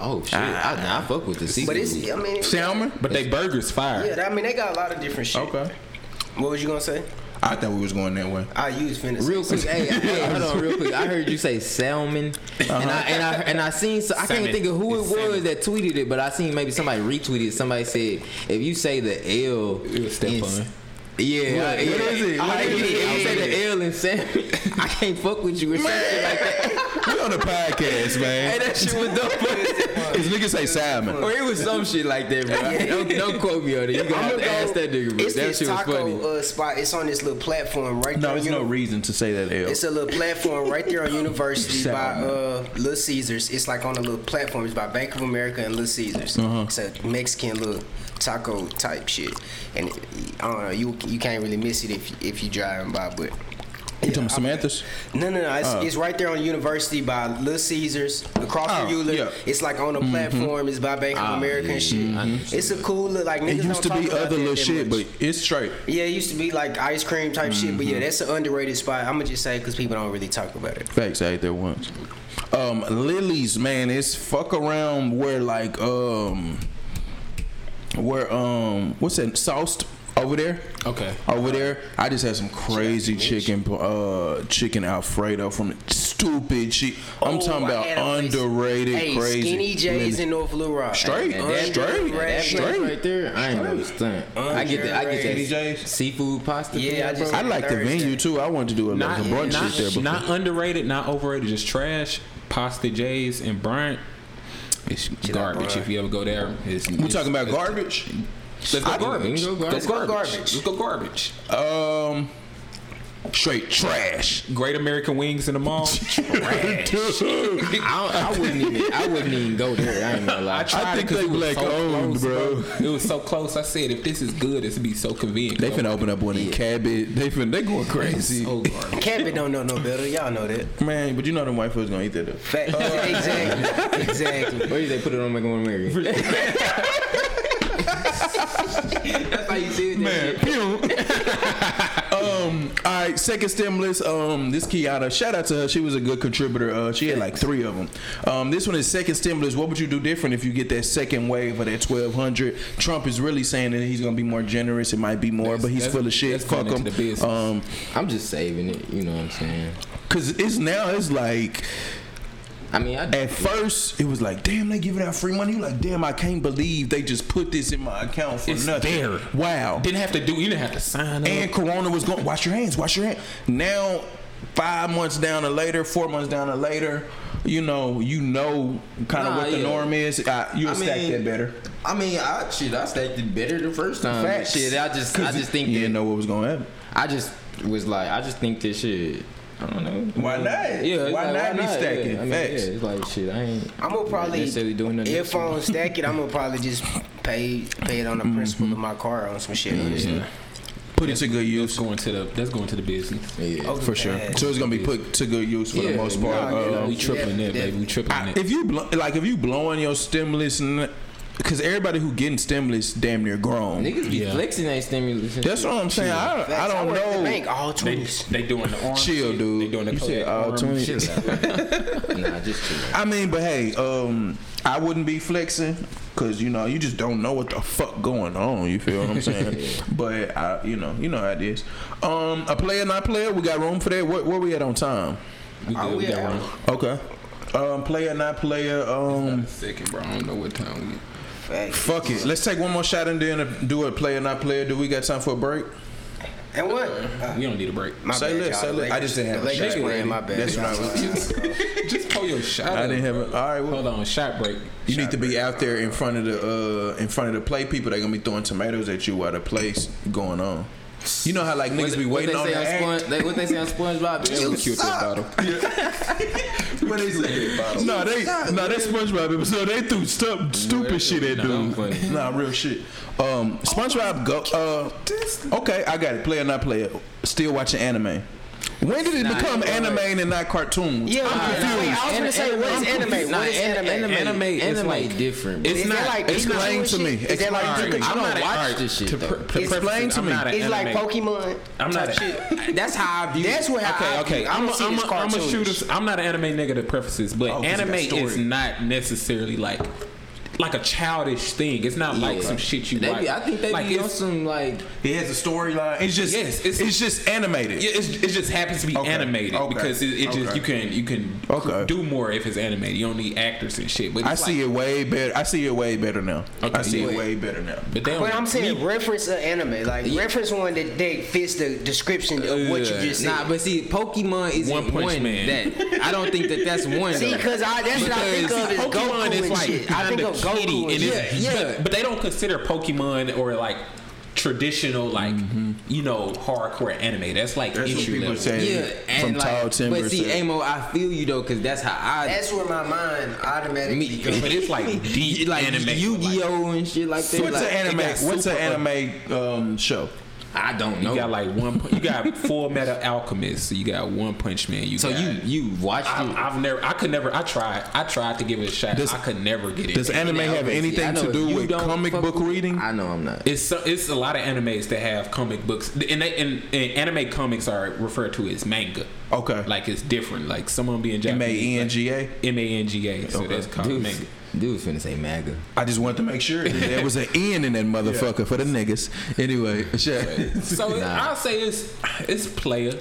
[SPEAKER 4] Oh, shit! I, nah, I fuck with the seafood.
[SPEAKER 5] But it's. I mean, it-
[SPEAKER 3] Salmon?
[SPEAKER 2] But they burgers fire.
[SPEAKER 5] yeah. I mean, they got a lot of different shit.
[SPEAKER 3] Okay.
[SPEAKER 5] What was you gonna say?
[SPEAKER 3] I thought we was going that way.
[SPEAKER 5] I use venison.
[SPEAKER 4] real quick. hey, hey, hold on, real quick. I heard you say salmon, and I and I and I seen. So, I can't
[SPEAKER 2] Salmon.
[SPEAKER 4] think of who
[SPEAKER 2] It's
[SPEAKER 4] it was
[SPEAKER 2] salmon.
[SPEAKER 4] that tweeted it, but I seen maybe somebody retweeted. it. Somebody said, "If you say the L,
[SPEAKER 2] It was
[SPEAKER 4] in-
[SPEAKER 2] Stephon.
[SPEAKER 4] Yeah, I-
[SPEAKER 3] What- what
[SPEAKER 4] yeah.
[SPEAKER 3] is it?
[SPEAKER 4] I
[SPEAKER 3] What
[SPEAKER 4] like
[SPEAKER 3] is
[SPEAKER 4] it.
[SPEAKER 3] it?
[SPEAKER 4] If you say the L and salmon, (laughs) I can't fuck with you or something like that.
[SPEAKER 3] we on the podcast,
[SPEAKER 4] Hey,
[SPEAKER 3] man.
[SPEAKER 4] that shit was dope.
[SPEAKER 3] This nigga say salmon.
[SPEAKER 4] Or it was some shit like that, bro. Don't, don't quote me on it. You gonna have
[SPEAKER 5] I'ma
[SPEAKER 4] to ask that nigga, bro.
[SPEAKER 5] It's
[SPEAKER 4] That
[SPEAKER 5] this
[SPEAKER 4] shit was funny.
[SPEAKER 5] taco uh, spot. It's on this little platform right
[SPEAKER 3] No,
[SPEAKER 5] there.
[SPEAKER 3] there's
[SPEAKER 5] You
[SPEAKER 3] no
[SPEAKER 5] know,
[SPEAKER 3] reason to say that L.
[SPEAKER 5] It's a little platform right
[SPEAKER 3] (laughs)
[SPEAKER 5] there on University by
[SPEAKER 3] Salmon.
[SPEAKER 5] uh, Little Caesars. It's like on a little platform. It's by Bank of America and Little Caesars.
[SPEAKER 3] Uh-huh.
[SPEAKER 5] It's a Mexican little taco type shit, and it, I don't know. You you can't really miss it if you- if you driving by, but.
[SPEAKER 3] You talking Samantha's? Uh.
[SPEAKER 5] No, no, no. It's, it's right there on University by Little Caesars across
[SPEAKER 3] Oh,
[SPEAKER 5] from Euler.
[SPEAKER 3] yeah. Mm-hmm. Ah,
[SPEAKER 5] It's like on a platform. It's by Bank of America and shit. It's a cool look. Like niggas
[SPEAKER 3] It used to
[SPEAKER 5] don't
[SPEAKER 3] be
[SPEAKER 5] talk about
[SPEAKER 3] other
[SPEAKER 5] that
[SPEAKER 3] little
[SPEAKER 5] that
[SPEAKER 3] shit,
[SPEAKER 5] much.
[SPEAKER 3] but it's straight.
[SPEAKER 5] Yeah, it used to be like ice cream type shit, but yeah,
[SPEAKER 3] Mm-hmm.
[SPEAKER 5] that's an underrated spot. I'm gonna just say because people don't really talk about it.
[SPEAKER 3] Facts, I ate there once. Um, Lily's man, it's fuck around where like um, where um, what's that sauced over there?
[SPEAKER 2] Okay.
[SPEAKER 3] Over there, I just had some crazy chicken, uh, chicken Alfredo from stupid shit. I'm
[SPEAKER 5] Oh,
[SPEAKER 3] talking
[SPEAKER 5] I
[SPEAKER 3] about
[SPEAKER 5] had a place-
[SPEAKER 3] underrated,
[SPEAKER 5] Hey,
[SPEAKER 3] crazy.
[SPEAKER 5] Skinny J's in North Little Rock.
[SPEAKER 3] Straight,
[SPEAKER 5] Hey, man,
[SPEAKER 3] straight,
[SPEAKER 5] underrated.
[SPEAKER 3] That's
[SPEAKER 4] That place
[SPEAKER 3] straight.
[SPEAKER 4] right there, I ain't never stunt. I get that. I get that
[SPEAKER 3] J's.
[SPEAKER 4] seafood pasta.
[SPEAKER 5] uh, Yeah,
[SPEAKER 4] thing,
[SPEAKER 5] I just-
[SPEAKER 4] bro.
[SPEAKER 3] I like the
[SPEAKER 5] Thursday.
[SPEAKER 3] venue too. I wanted to do a
[SPEAKER 2] Not,
[SPEAKER 3] little brunch
[SPEAKER 2] not,
[SPEAKER 3] shit there, but
[SPEAKER 2] not underrated, not overrated, just trash. Pasta J's and Bryant. It's garbage. If you ever go there, it's,
[SPEAKER 3] we talking about garbage.
[SPEAKER 2] Let's go garbage.
[SPEAKER 4] we can go
[SPEAKER 2] Let's go
[SPEAKER 5] garbage.
[SPEAKER 2] garbage. Let's go garbage.
[SPEAKER 3] Um, straight (laughs) trash.
[SPEAKER 2] Great American Wings in the
[SPEAKER 3] (laughs)
[SPEAKER 2] mall.
[SPEAKER 4] I, I wouldn't even. I wouldn't even go there. I ain't gonna lie.
[SPEAKER 3] I think
[SPEAKER 2] 'cause
[SPEAKER 3] they
[SPEAKER 2] it was
[SPEAKER 3] black owned,
[SPEAKER 2] close,
[SPEAKER 3] bro.
[SPEAKER 2] It was so close. I said, if this is good, it's be so convenient.
[SPEAKER 3] They finna open up one in Cabot. They finna they going
[SPEAKER 2] (laughs)
[SPEAKER 3] crazy.
[SPEAKER 2] Oh, garbage.
[SPEAKER 5] Cabot don't know no better. Y'all know that.
[SPEAKER 3] Man, but you know them white folks gonna eat that. Up.
[SPEAKER 5] Fact. (laughs) exactly. Exactly.
[SPEAKER 4] Where did they put it on Make One American? That's how you did that. Man.
[SPEAKER 3] Um, all right, second stimulus. Um, this Kiana, shout out to her. She was a good contributor. Uh, she had like three of them. Um, this one is second stimulus. What would you do different if you get that second wave of that twelve hundred? Trump is really saying that he's gonna be more generous. It might be more, but he's
[SPEAKER 2] that's-
[SPEAKER 3] full of shit.
[SPEAKER 2] that's
[SPEAKER 3] Fuck
[SPEAKER 2] going into the
[SPEAKER 3] him.
[SPEAKER 2] business.
[SPEAKER 3] Um,
[SPEAKER 4] I'm just saving it. You know what I'm saying?
[SPEAKER 3] Cause it's now it's like
[SPEAKER 4] I mean, I
[SPEAKER 3] At first, it was like, damn, they giving out free money. You like, damn, I can't believe they just put this in my account for
[SPEAKER 2] It's
[SPEAKER 3] nothing.
[SPEAKER 2] there.
[SPEAKER 3] Wow.
[SPEAKER 2] Didn't have to do. You didn't have to sign up.
[SPEAKER 3] and Corona was going. Wash your hands. Wash your hands. Now, five months down and later, four months down and later, you know, you know, kind of
[SPEAKER 4] Nah,
[SPEAKER 3] what the
[SPEAKER 4] yeah.
[SPEAKER 3] norm is. Uh, you
[SPEAKER 4] I
[SPEAKER 3] stack
[SPEAKER 4] mean,
[SPEAKER 3] that better.
[SPEAKER 4] I mean, I shit, I stacked it better the first time.
[SPEAKER 3] Facts.
[SPEAKER 4] Shit, I just, I
[SPEAKER 3] 'Cause
[SPEAKER 4] just think
[SPEAKER 3] you
[SPEAKER 4] that,
[SPEAKER 3] didn't know what was going to happen.
[SPEAKER 4] I just was like, I just think this shit. I don't know.
[SPEAKER 3] Why not?
[SPEAKER 4] Mm, Yeah, it's
[SPEAKER 3] Why
[SPEAKER 4] like,
[SPEAKER 3] not be stacking?
[SPEAKER 4] Yeah, I mean, yeah,
[SPEAKER 3] Facts.
[SPEAKER 4] it's like shit. I ain't.
[SPEAKER 5] I'm gonna probably
[SPEAKER 4] necessarily doing nothing.
[SPEAKER 5] if I don't stack it, I'm gonna probably just pay pay it on the principal of my car on some shit.
[SPEAKER 4] Mm-hmm. Yeah.
[SPEAKER 2] put it to good use. Going to the. That's going to the business.
[SPEAKER 4] Yeah.
[SPEAKER 5] Oh,
[SPEAKER 3] For sure.
[SPEAKER 5] yeah.
[SPEAKER 3] So it's gonna be put to good use for the
[SPEAKER 4] Yeah,
[SPEAKER 3] most part.
[SPEAKER 5] nah,
[SPEAKER 3] Uh,
[SPEAKER 5] you know,
[SPEAKER 2] we tripling
[SPEAKER 5] yeah,
[SPEAKER 2] that, baby. We tripling
[SPEAKER 3] I-
[SPEAKER 2] that.
[SPEAKER 3] if you blo- like, if you blowing your stimulus, because everybody who getting stimulus damn near grown.
[SPEAKER 4] Niggas be
[SPEAKER 2] Yeah.
[SPEAKER 4] flexing their stimulus. and
[SPEAKER 3] That's
[SPEAKER 4] shit.
[SPEAKER 3] what I'm saying. I, I
[SPEAKER 5] Facts,
[SPEAKER 3] don't
[SPEAKER 5] work at The
[SPEAKER 3] know.
[SPEAKER 5] bank all
[SPEAKER 2] They,
[SPEAKER 5] twenties.
[SPEAKER 2] they doing the orange.
[SPEAKER 3] Chill,
[SPEAKER 2] shit.
[SPEAKER 3] dude.
[SPEAKER 2] They doing the
[SPEAKER 3] You said uh,
[SPEAKER 2] Kodak
[SPEAKER 3] all
[SPEAKER 2] orange
[SPEAKER 3] 20.
[SPEAKER 2] shit.
[SPEAKER 3] (laughs)
[SPEAKER 4] nah, just chill.
[SPEAKER 3] I mean, but hey, um, I wouldn't be flexing because you know you just don't know what the fuck going on. You feel what I'm
[SPEAKER 5] (laughs)
[SPEAKER 3] saying? but I, you know, you know how it is. Um, a player, not player. We got room for that. Where, where we at on time?
[SPEAKER 2] We
[SPEAKER 5] Are
[SPEAKER 3] Oh,
[SPEAKER 2] good.
[SPEAKER 5] we
[SPEAKER 2] We got
[SPEAKER 5] out?
[SPEAKER 2] room.
[SPEAKER 3] Okay. Um, player, not player. Um,
[SPEAKER 2] Second, bro. I don't know what time we. at.
[SPEAKER 5] Facts.
[SPEAKER 3] fuck it. Let's take one more shot and then do a player, not player. Do we got time for a break?
[SPEAKER 5] And what? Uh,
[SPEAKER 2] We don't need a break. (laughs)
[SPEAKER 5] my
[SPEAKER 3] Say
[SPEAKER 5] bad,
[SPEAKER 3] less,
[SPEAKER 5] y'all.
[SPEAKER 3] say
[SPEAKER 5] The
[SPEAKER 3] less. I just didn't have
[SPEAKER 5] the
[SPEAKER 3] a
[SPEAKER 5] Lakers
[SPEAKER 3] shot.
[SPEAKER 5] playing. My bad.
[SPEAKER 3] That's what I
[SPEAKER 5] (laughs)
[SPEAKER 3] was.
[SPEAKER 2] Just pull your shot.
[SPEAKER 3] I
[SPEAKER 2] up.
[SPEAKER 3] didn't have it. All right. Well,
[SPEAKER 2] Hold on, shot break.
[SPEAKER 3] you need to be out there in front of the uh, in front of the play people. They're gonna be throwing tomatoes at you while the play's going on. You know how like niggas be
[SPEAKER 4] What
[SPEAKER 3] waiting
[SPEAKER 4] they
[SPEAKER 3] on
[SPEAKER 4] say
[SPEAKER 3] the
[SPEAKER 4] on
[SPEAKER 3] act.
[SPEAKER 4] Sponge? they- What they say on SpongeBob? It was
[SPEAKER 2] Cute bottle.
[SPEAKER 3] What they say? No, they no, they SpongeBob episode. They threw stup, stupid shit at
[SPEAKER 2] Nah, I'm
[SPEAKER 3] dude.
[SPEAKER 2] funny.
[SPEAKER 3] Nah, real shit. Um, SpongeBob go. Uh, okay, I got it. Player, not player. Still watching anime. When did it
[SPEAKER 4] Nah,
[SPEAKER 3] become
[SPEAKER 4] it's not
[SPEAKER 3] anime
[SPEAKER 4] right.
[SPEAKER 3] and not cartoon?
[SPEAKER 5] Yeah,
[SPEAKER 3] I'm
[SPEAKER 5] nah, nah,
[SPEAKER 3] confused.
[SPEAKER 5] wait, I was gonna say, what is
[SPEAKER 4] I'm
[SPEAKER 5] anime?
[SPEAKER 4] confused.
[SPEAKER 5] What is
[SPEAKER 4] an-
[SPEAKER 5] anime?
[SPEAKER 4] Anime,
[SPEAKER 2] Anime
[SPEAKER 4] is
[SPEAKER 2] is
[SPEAKER 4] like
[SPEAKER 2] like-
[SPEAKER 4] different.
[SPEAKER 2] It's
[SPEAKER 5] Is that
[SPEAKER 2] not.
[SPEAKER 5] like
[SPEAKER 2] it's not.
[SPEAKER 3] explain
[SPEAKER 5] Pikachu
[SPEAKER 3] to
[SPEAKER 5] and
[SPEAKER 3] me.
[SPEAKER 5] shit? Is that like
[SPEAKER 3] Explain to
[SPEAKER 5] Pikachu?
[SPEAKER 3] me.
[SPEAKER 4] I
[SPEAKER 2] I'm
[SPEAKER 4] don't
[SPEAKER 2] not a-
[SPEAKER 4] watch
[SPEAKER 2] alright,
[SPEAKER 4] this shit,
[SPEAKER 2] to
[SPEAKER 4] though.
[SPEAKER 2] pre- pre-
[SPEAKER 5] Explain
[SPEAKER 2] preface it,
[SPEAKER 3] to
[SPEAKER 2] I'm
[SPEAKER 3] me.
[SPEAKER 2] not an
[SPEAKER 5] It's like
[SPEAKER 2] anime.
[SPEAKER 5] Pokemon.
[SPEAKER 2] I'm not
[SPEAKER 5] type
[SPEAKER 2] a-
[SPEAKER 4] (laughs)
[SPEAKER 5] shit.
[SPEAKER 4] that's how I view.
[SPEAKER 5] That's what
[SPEAKER 2] Okay,
[SPEAKER 5] I
[SPEAKER 2] okay.
[SPEAKER 5] view. I
[SPEAKER 2] I'm
[SPEAKER 5] don't
[SPEAKER 2] a,
[SPEAKER 5] see
[SPEAKER 2] I'm, a,
[SPEAKER 5] this
[SPEAKER 2] I'm a
[SPEAKER 5] cartoonish.
[SPEAKER 2] shooter. I'm not an anime nigga that prefaces, but
[SPEAKER 3] 'cause it got
[SPEAKER 2] anime is
[SPEAKER 3] story.
[SPEAKER 2] not necessarily like like a childish thing. It's not like
[SPEAKER 4] Yeah.
[SPEAKER 2] some shit you
[SPEAKER 4] They
[SPEAKER 2] like.
[SPEAKER 4] be- I think they
[SPEAKER 2] like
[SPEAKER 4] be on
[SPEAKER 2] it's,
[SPEAKER 4] some like.
[SPEAKER 3] It has a storyline. It's just
[SPEAKER 2] Yes,
[SPEAKER 3] it's,
[SPEAKER 2] it's-
[SPEAKER 3] just animated.
[SPEAKER 2] yeah, it's, it just happens to be
[SPEAKER 3] Okay.
[SPEAKER 2] animated
[SPEAKER 3] Okay.
[SPEAKER 2] because it, it just
[SPEAKER 3] Okay.
[SPEAKER 2] you can you can
[SPEAKER 3] Okay.
[SPEAKER 2] do more if it's animated. You don't need actors and shit. But
[SPEAKER 3] I
[SPEAKER 2] it's
[SPEAKER 3] see
[SPEAKER 2] like,
[SPEAKER 3] it way better. I see it way better now.
[SPEAKER 2] Okay,
[SPEAKER 3] I see it
[SPEAKER 2] yeah.
[SPEAKER 3] way better now.
[SPEAKER 2] But, they don't,
[SPEAKER 5] But I'm saying
[SPEAKER 2] me-
[SPEAKER 5] reference an anime, like reference one that, that fits the description of what you
[SPEAKER 2] Yeah.
[SPEAKER 5] just said.
[SPEAKER 4] Nah, but see, Pokemon is
[SPEAKER 2] One
[SPEAKER 4] one,
[SPEAKER 2] Punch Man.
[SPEAKER 4] that I don't think
[SPEAKER 3] (laughs)
[SPEAKER 4] that that's one.
[SPEAKER 5] See,
[SPEAKER 4] though.
[SPEAKER 5] because I that's what I think of is
[SPEAKER 2] Pokemon
[SPEAKER 5] Goku
[SPEAKER 2] is
[SPEAKER 5] and
[SPEAKER 2] like
[SPEAKER 5] shit. I think
[SPEAKER 2] kinda
[SPEAKER 5] of Goku
[SPEAKER 2] kiddie
[SPEAKER 5] and
[SPEAKER 2] and
[SPEAKER 5] shit.
[SPEAKER 2] it's-
[SPEAKER 4] Yeah, yeah.
[SPEAKER 2] But, but they don't consider Pokemon or like traditional like you know hardcore anime. That's like
[SPEAKER 3] That's what
[SPEAKER 2] issue
[SPEAKER 3] people
[SPEAKER 2] level.
[SPEAKER 3] say.
[SPEAKER 4] yeah, and
[SPEAKER 3] From
[SPEAKER 4] like,
[SPEAKER 3] Tall Timbers
[SPEAKER 4] But see,
[SPEAKER 3] to-
[SPEAKER 4] Amo, I feel you though, because that's how I
[SPEAKER 5] That's where my mind automatically
[SPEAKER 4] me.
[SPEAKER 5] goes.
[SPEAKER 2] But it's
[SPEAKER 4] (laughs)
[SPEAKER 2] like deep
[SPEAKER 4] like
[SPEAKER 2] anime. Like,
[SPEAKER 4] Yu-Gi-Oh and shit like that.
[SPEAKER 3] What's
[SPEAKER 4] like,
[SPEAKER 3] an anime?
[SPEAKER 2] got
[SPEAKER 3] What's an
[SPEAKER 2] super-
[SPEAKER 3] anime um, show?
[SPEAKER 4] I don't know.
[SPEAKER 2] you got like one. pu- You got Full Metal Alchemist. So you got One Punch Man. You
[SPEAKER 4] so
[SPEAKER 2] got,
[SPEAKER 4] you you watched
[SPEAKER 2] I,
[SPEAKER 4] it.
[SPEAKER 2] I've never. I could never. I tried. I tried to give it a shot.
[SPEAKER 3] Does-
[SPEAKER 2] I could never get it.
[SPEAKER 3] Does anime
[SPEAKER 4] Now,
[SPEAKER 3] have
[SPEAKER 4] see, I
[SPEAKER 3] anything
[SPEAKER 4] know
[SPEAKER 3] to
[SPEAKER 4] if
[SPEAKER 3] do
[SPEAKER 4] you
[SPEAKER 3] with
[SPEAKER 4] don't
[SPEAKER 3] comic
[SPEAKER 4] fuck
[SPEAKER 3] book
[SPEAKER 4] with-
[SPEAKER 3] reading?
[SPEAKER 4] I know I'm not.
[SPEAKER 2] It's so- it's a lot of animes that have comic books, and they, and, and anime comics are referred to as manga.
[SPEAKER 3] Okay.
[SPEAKER 2] like it's different. Like someone being
[SPEAKER 3] M
[SPEAKER 2] Japanese.
[SPEAKER 3] A N G A.
[SPEAKER 2] M A N G A. So that's called
[SPEAKER 4] Dude,
[SPEAKER 2] manga.
[SPEAKER 4] dude was finna say MAGA.
[SPEAKER 3] I just wanted to make sure that there was an N in that motherfucker for the niggas. Anyway, (laughs) shit. (laughs)
[SPEAKER 2] So it,
[SPEAKER 4] Nah.
[SPEAKER 2] I'll say it's it's player.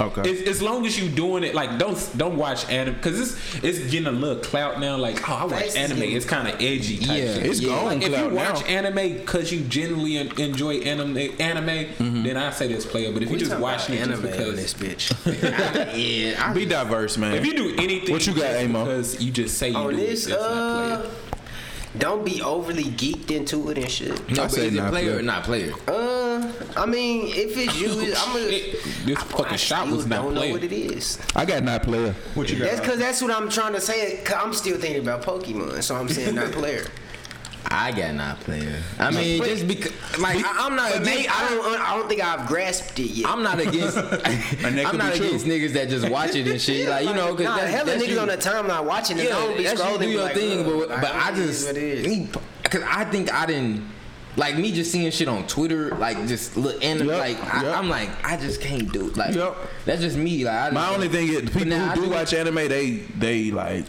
[SPEAKER 3] Okay.
[SPEAKER 2] It's, as long as you doing it, like don't don't watch anime because it's it's getting a little clout now. Like oh, I watch
[SPEAKER 5] Faces
[SPEAKER 2] anime.
[SPEAKER 5] getting-
[SPEAKER 2] It's kind of edgy. Type
[SPEAKER 4] Yeah.
[SPEAKER 2] shit.
[SPEAKER 3] It's
[SPEAKER 4] Yeah,
[SPEAKER 3] gone
[SPEAKER 2] Like, if you
[SPEAKER 3] cloud
[SPEAKER 2] watch
[SPEAKER 3] now.
[SPEAKER 2] anime because you generally en- enjoy anime, anime,
[SPEAKER 3] Mm-hmm.
[SPEAKER 2] then I say this player. But if you just
[SPEAKER 5] talking
[SPEAKER 2] watch
[SPEAKER 5] about
[SPEAKER 2] it just
[SPEAKER 5] anime on
[SPEAKER 2] because
[SPEAKER 4] (laughs)
[SPEAKER 5] this bitch.
[SPEAKER 4] Yeah,
[SPEAKER 3] Be diverse,
[SPEAKER 2] If
[SPEAKER 3] man.
[SPEAKER 2] you do anything,
[SPEAKER 3] What you got,
[SPEAKER 2] just
[SPEAKER 3] Amo?
[SPEAKER 2] Because you just say you
[SPEAKER 4] Oh,
[SPEAKER 5] On
[SPEAKER 2] do
[SPEAKER 5] this,
[SPEAKER 2] it. It's not
[SPEAKER 5] uh,
[SPEAKER 2] player.
[SPEAKER 5] don't be overly geeked into it and shit.
[SPEAKER 4] no,
[SPEAKER 3] I
[SPEAKER 4] but
[SPEAKER 3] say
[SPEAKER 4] is it
[SPEAKER 3] not
[SPEAKER 4] player
[SPEAKER 3] player.
[SPEAKER 4] or not player?
[SPEAKER 5] Uh, I mean, if
[SPEAKER 4] (laughs)
[SPEAKER 5] it's you, I'm gonna.
[SPEAKER 2] Shit, this fucking shot
[SPEAKER 5] still
[SPEAKER 2] was not
[SPEAKER 5] don't
[SPEAKER 2] player.
[SPEAKER 5] know what it is.
[SPEAKER 3] I got not player. What you
[SPEAKER 5] That's because that's what I'm trying to say. i I'm still thinking about Pokemon, so I'm saying
[SPEAKER 4] (laughs)
[SPEAKER 5] not player.
[SPEAKER 4] I got not player. I mean,
[SPEAKER 5] but-
[SPEAKER 4] just because like I, am not
[SPEAKER 5] But they,
[SPEAKER 4] against.
[SPEAKER 5] I don't. I don't think I've grasped it yet.
[SPEAKER 4] I'm not against.
[SPEAKER 3] that
[SPEAKER 4] I'm
[SPEAKER 3] could
[SPEAKER 4] not
[SPEAKER 3] be true.
[SPEAKER 4] against niggas that just watch it and shit. Like you know, because
[SPEAKER 5] nah,
[SPEAKER 4] that's,
[SPEAKER 5] hella
[SPEAKER 4] that's
[SPEAKER 5] niggas
[SPEAKER 4] you.
[SPEAKER 5] on the timeline watching it.
[SPEAKER 4] yeah,
[SPEAKER 5] I don't be
[SPEAKER 4] that's you
[SPEAKER 5] scrolling.
[SPEAKER 4] do
[SPEAKER 5] be
[SPEAKER 4] your
[SPEAKER 5] like,
[SPEAKER 4] thing,
[SPEAKER 5] "Ugh,
[SPEAKER 4] but but I
[SPEAKER 5] it is
[SPEAKER 4] just
[SPEAKER 5] what it is."
[SPEAKER 4] (laughs) because I think I didn't like me just seeing shit on Twitter like just look and
[SPEAKER 3] Yep,
[SPEAKER 4] like I,
[SPEAKER 3] yep.
[SPEAKER 4] I'm like I just can't do it. like
[SPEAKER 3] Yep.
[SPEAKER 4] that's just me like I
[SPEAKER 3] My
[SPEAKER 4] just-
[SPEAKER 3] only thing is
[SPEAKER 4] But
[SPEAKER 3] people
[SPEAKER 4] now I
[SPEAKER 3] who do
[SPEAKER 4] just-
[SPEAKER 3] watch anime, they they like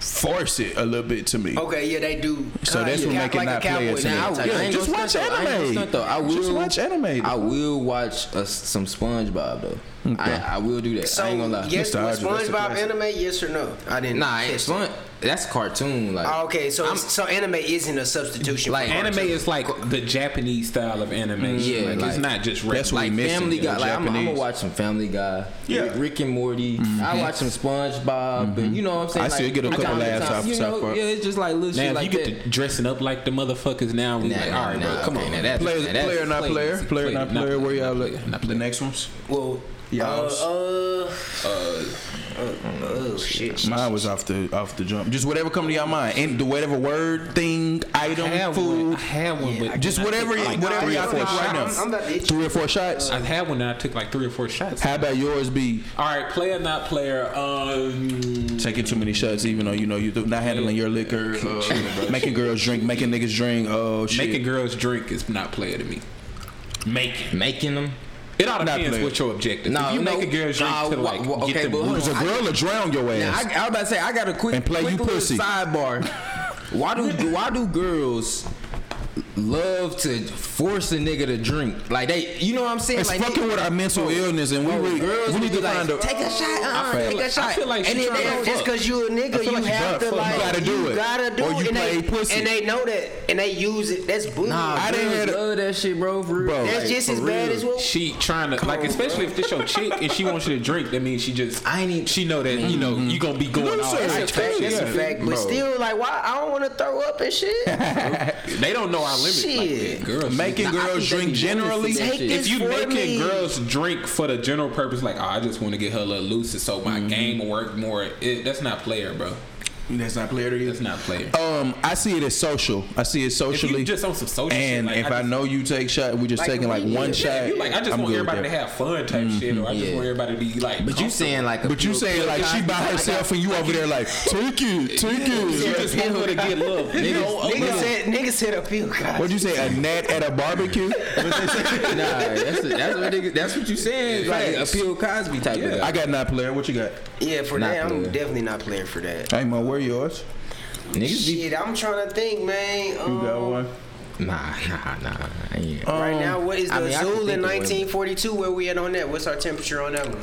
[SPEAKER 3] force it a little bit to me.
[SPEAKER 5] Okay, yeah, they do.
[SPEAKER 3] So that's
[SPEAKER 5] Kinda
[SPEAKER 3] what make it
[SPEAKER 5] like a
[SPEAKER 3] not play
[SPEAKER 5] cowboy
[SPEAKER 3] it to me.
[SPEAKER 5] now. I
[SPEAKER 4] I
[SPEAKER 5] would-
[SPEAKER 3] Yeah,
[SPEAKER 4] ain't
[SPEAKER 3] just
[SPEAKER 4] gonna
[SPEAKER 3] watch
[SPEAKER 4] stunt, though. I ain't gonna
[SPEAKER 3] anime.
[SPEAKER 4] stunt, though. I will,
[SPEAKER 3] Just watch anime.
[SPEAKER 4] I will watch uh, some SpongeBob though. I, I will do that.
[SPEAKER 5] So
[SPEAKER 4] I ain't gonna lie.
[SPEAKER 5] yes,
[SPEAKER 3] Mr. Hodges, that's
[SPEAKER 5] was
[SPEAKER 3] a
[SPEAKER 5] SpongeBob
[SPEAKER 3] classic.
[SPEAKER 5] anime? Yes or no? I didn't.
[SPEAKER 4] Nah, it's
[SPEAKER 5] catch that.
[SPEAKER 4] fun. That's cartoon. Like
[SPEAKER 5] Oh, okay, so it's- so anime isn't a substitution.
[SPEAKER 4] Like,
[SPEAKER 5] for
[SPEAKER 2] Anime
[SPEAKER 5] cartoon.
[SPEAKER 2] is like the Japanese style of animation.
[SPEAKER 4] Mm, Yeah,
[SPEAKER 2] like, it's
[SPEAKER 4] like-
[SPEAKER 2] not just
[SPEAKER 3] That's
[SPEAKER 2] regular.
[SPEAKER 3] what
[SPEAKER 4] like
[SPEAKER 3] we missing
[SPEAKER 4] Family
[SPEAKER 3] in the
[SPEAKER 4] Guy. Like I'm, I'm gonna
[SPEAKER 3] Japanese.
[SPEAKER 4] watch some Family Guy.
[SPEAKER 3] Yeah. Mm-hmm.
[SPEAKER 4] Rick and Morty. I watch some SpongeBob, but you know what I'm saying.
[SPEAKER 3] I
[SPEAKER 4] like,
[SPEAKER 3] still get a
[SPEAKER 4] from
[SPEAKER 3] couple
[SPEAKER 4] time to
[SPEAKER 3] laughs
[SPEAKER 4] time,
[SPEAKER 3] off
[SPEAKER 4] you
[SPEAKER 3] South
[SPEAKER 4] know,
[SPEAKER 3] Park.
[SPEAKER 4] Yeah, it's just like little
[SPEAKER 2] now
[SPEAKER 4] shit
[SPEAKER 2] if
[SPEAKER 4] like
[SPEAKER 2] you get
[SPEAKER 4] that.
[SPEAKER 2] to dressing up like the motherfuckers now, we
[SPEAKER 4] Nah,
[SPEAKER 2] like,
[SPEAKER 4] nah,
[SPEAKER 2] all right,
[SPEAKER 4] nah,
[SPEAKER 2] bro, come
[SPEAKER 4] okay,
[SPEAKER 2] on.
[SPEAKER 4] now that's-
[SPEAKER 3] Player,
[SPEAKER 4] now that's
[SPEAKER 3] player not
[SPEAKER 4] crazy.
[SPEAKER 3] player, player not player. Where y'all at? The next ones.
[SPEAKER 5] well,
[SPEAKER 3] Yeah, I
[SPEAKER 5] Uh,
[SPEAKER 3] was-
[SPEAKER 5] uh, uh, oh shit.
[SPEAKER 3] Mine was off the off the jump. Just whatever come to your mind, and the whatever word, thing,
[SPEAKER 2] I
[SPEAKER 3] item,
[SPEAKER 2] had
[SPEAKER 3] food,
[SPEAKER 2] one. I had one. but
[SPEAKER 3] just
[SPEAKER 2] I took,
[SPEAKER 3] whatever,
[SPEAKER 2] like,
[SPEAKER 3] whatever
[SPEAKER 2] three or
[SPEAKER 3] y'all
[SPEAKER 2] four
[SPEAKER 3] think right
[SPEAKER 2] shots.
[SPEAKER 3] now.
[SPEAKER 5] I'm- I'm about to hit you.
[SPEAKER 3] Three or four shots.
[SPEAKER 2] I had one. that I took like three or four shots.
[SPEAKER 3] How about yours be?
[SPEAKER 2] All right, player, not player. Um,
[SPEAKER 3] Taking too many shots, even though you know you're not handling your liquor, uh, making girls drink, making niggas drink. Oh shit!
[SPEAKER 2] making girls drink is not player to me. Making
[SPEAKER 4] making them.
[SPEAKER 2] it all
[SPEAKER 3] Not
[SPEAKER 2] depends
[SPEAKER 3] player.
[SPEAKER 2] what your objective.
[SPEAKER 4] No,
[SPEAKER 2] if you
[SPEAKER 4] no,
[SPEAKER 2] make a girl drink
[SPEAKER 4] nah,
[SPEAKER 2] to like
[SPEAKER 4] wha- wha- okay,
[SPEAKER 2] get
[SPEAKER 4] but
[SPEAKER 2] them,
[SPEAKER 4] hold
[SPEAKER 3] Because a
[SPEAKER 4] on.
[SPEAKER 3] girl will drown your
[SPEAKER 4] Now, I,
[SPEAKER 3] ass.
[SPEAKER 4] I was about to say I got a quick
[SPEAKER 3] And play
[SPEAKER 4] quick
[SPEAKER 3] you
[SPEAKER 4] little
[SPEAKER 3] pussy.
[SPEAKER 4] sidebar. Why do why do girls love to force a nigga to drink? Like they, you know what I'm saying?
[SPEAKER 3] It's
[SPEAKER 4] like
[SPEAKER 3] fucking
[SPEAKER 4] they,
[SPEAKER 3] with our mental illness, and we really,
[SPEAKER 4] girls
[SPEAKER 3] we
[SPEAKER 4] would
[SPEAKER 3] need
[SPEAKER 4] be
[SPEAKER 3] to
[SPEAKER 4] like,
[SPEAKER 3] find a.
[SPEAKER 4] take a shot. Uh,
[SPEAKER 3] feel
[SPEAKER 4] take
[SPEAKER 2] like-
[SPEAKER 4] a shot.
[SPEAKER 2] I feel like
[SPEAKER 4] and
[SPEAKER 2] she
[SPEAKER 4] then
[SPEAKER 2] trying
[SPEAKER 4] they
[SPEAKER 2] to
[SPEAKER 5] Just
[SPEAKER 2] fuck.
[SPEAKER 5] cause you a nigga,
[SPEAKER 3] feel
[SPEAKER 5] you
[SPEAKER 3] like you butt
[SPEAKER 5] have to
[SPEAKER 3] fuck.
[SPEAKER 5] like
[SPEAKER 3] You gotta do it.
[SPEAKER 5] gotta do
[SPEAKER 3] Or you
[SPEAKER 5] it. and
[SPEAKER 3] play
[SPEAKER 5] they,
[SPEAKER 3] pussy.
[SPEAKER 5] and they know that, and they use it. That's bullying.
[SPEAKER 4] Nah,
[SPEAKER 3] I
[SPEAKER 4] I
[SPEAKER 3] didn't
[SPEAKER 4] didn't
[SPEAKER 3] have to-
[SPEAKER 4] love that shit, bro. For real.
[SPEAKER 3] Bro.
[SPEAKER 5] That's
[SPEAKER 3] Like,
[SPEAKER 5] just as bad as what.
[SPEAKER 2] she trying to like,
[SPEAKER 5] on,
[SPEAKER 2] especially if this your chick and she wants you to drink, that means she just
[SPEAKER 4] I ain't even-
[SPEAKER 2] she know that you know you gonna be going all
[SPEAKER 3] Loser.
[SPEAKER 2] out.
[SPEAKER 5] That's a fact. That's a fact. But
[SPEAKER 3] Bro.
[SPEAKER 5] still, like, why? I don't want to throw up and shit.
[SPEAKER 2] They don't know our limits. Like
[SPEAKER 5] Shit.
[SPEAKER 2] that. Girls
[SPEAKER 3] Making
[SPEAKER 4] Nah, I
[SPEAKER 3] girls
[SPEAKER 4] think
[SPEAKER 3] drink
[SPEAKER 4] they be wanting to
[SPEAKER 3] generally.
[SPEAKER 4] see that
[SPEAKER 5] Take
[SPEAKER 4] shit.
[SPEAKER 5] this-
[SPEAKER 2] If you
[SPEAKER 5] for
[SPEAKER 2] making
[SPEAKER 5] me.
[SPEAKER 2] girls drink for the general purpose, like oh, I just want to get her a little looser so my game will work more, it, that's not player, bro.
[SPEAKER 3] That's not player to you.
[SPEAKER 2] That's not player.
[SPEAKER 3] Um, I see it as social. I see
[SPEAKER 2] if
[SPEAKER 3] it
[SPEAKER 2] you
[SPEAKER 3] socially.
[SPEAKER 2] just on some social
[SPEAKER 3] and
[SPEAKER 2] shit, like,
[SPEAKER 3] if I,
[SPEAKER 2] just-
[SPEAKER 3] know you take shot, we just
[SPEAKER 5] Like,
[SPEAKER 3] taking like
[SPEAKER 5] we-
[SPEAKER 3] one
[SPEAKER 5] yeah,
[SPEAKER 3] shot.
[SPEAKER 2] yeah, if you like, I just
[SPEAKER 3] I'm
[SPEAKER 2] want
[SPEAKER 3] good with
[SPEAKER 2] everybody to
[SPEAKER 3] that.
[SPEAKER 2] have fun type shit, or I just
[SPEAKER 4] yeah.
[SPEAKER 2] want everybody to be like.
[SPEAKER 4] But you
[SPEAKER 2] comfortable.
[SPEAKER 4] saying like a
[SPEAKER 3] But you
[SPEAKER 4] pure-
[SPEAKER 3] saying like she by herself and you over there like take it, take
[SPEAKER 2] you
[SPEAKER 3] it.
[SPEAKER 2] just want her to get love. You know, a
[SPEAKER 5] Nigga
[SPEAKER 2] little-
[SPEAKER 5] said, nigga said a few guys.
[SPEAKER 3] What'd you say? A net at
[SPEAKER 2] (laughs)
[SPEAKER 3] a barbecue?
[SPEAKER 4] Nah, that's, that's what nigga, that's what you saying. Like a
[SPEAKER 3] Facts.
[SPEAKER 4] Phil Cosby type of guy.
[SPEAKER 3] I got not player. What you got?
[SPEAKER 5] Yeah, for
[SPEAKER 4] Not
[SPEAKER 5] that, I'm
[SPEAKER 4] playing.
[SPEAKER 5] definitely not playing for that.
[SPEAKER 3] Hey man, where yours?
[SPEAKER 4] Niggas be
[SPEAKER 5] Shit, I'm trying to think, man. Um,
[SPEAKER 3] You got one.
[SPEAKER 4] nah, nah, nah. I ain't-
[SPEAKER 5] Right
[SPEAKER 3] Um,
[SPEAKER 5] now, what is the
[SPEAKER 4] I mean, I can think
[SPEAKER 5] Zool in
[SPEAKER 4] of one.
[SPEAKER 5] 1942? Where we at on that? What's our temperature on that one?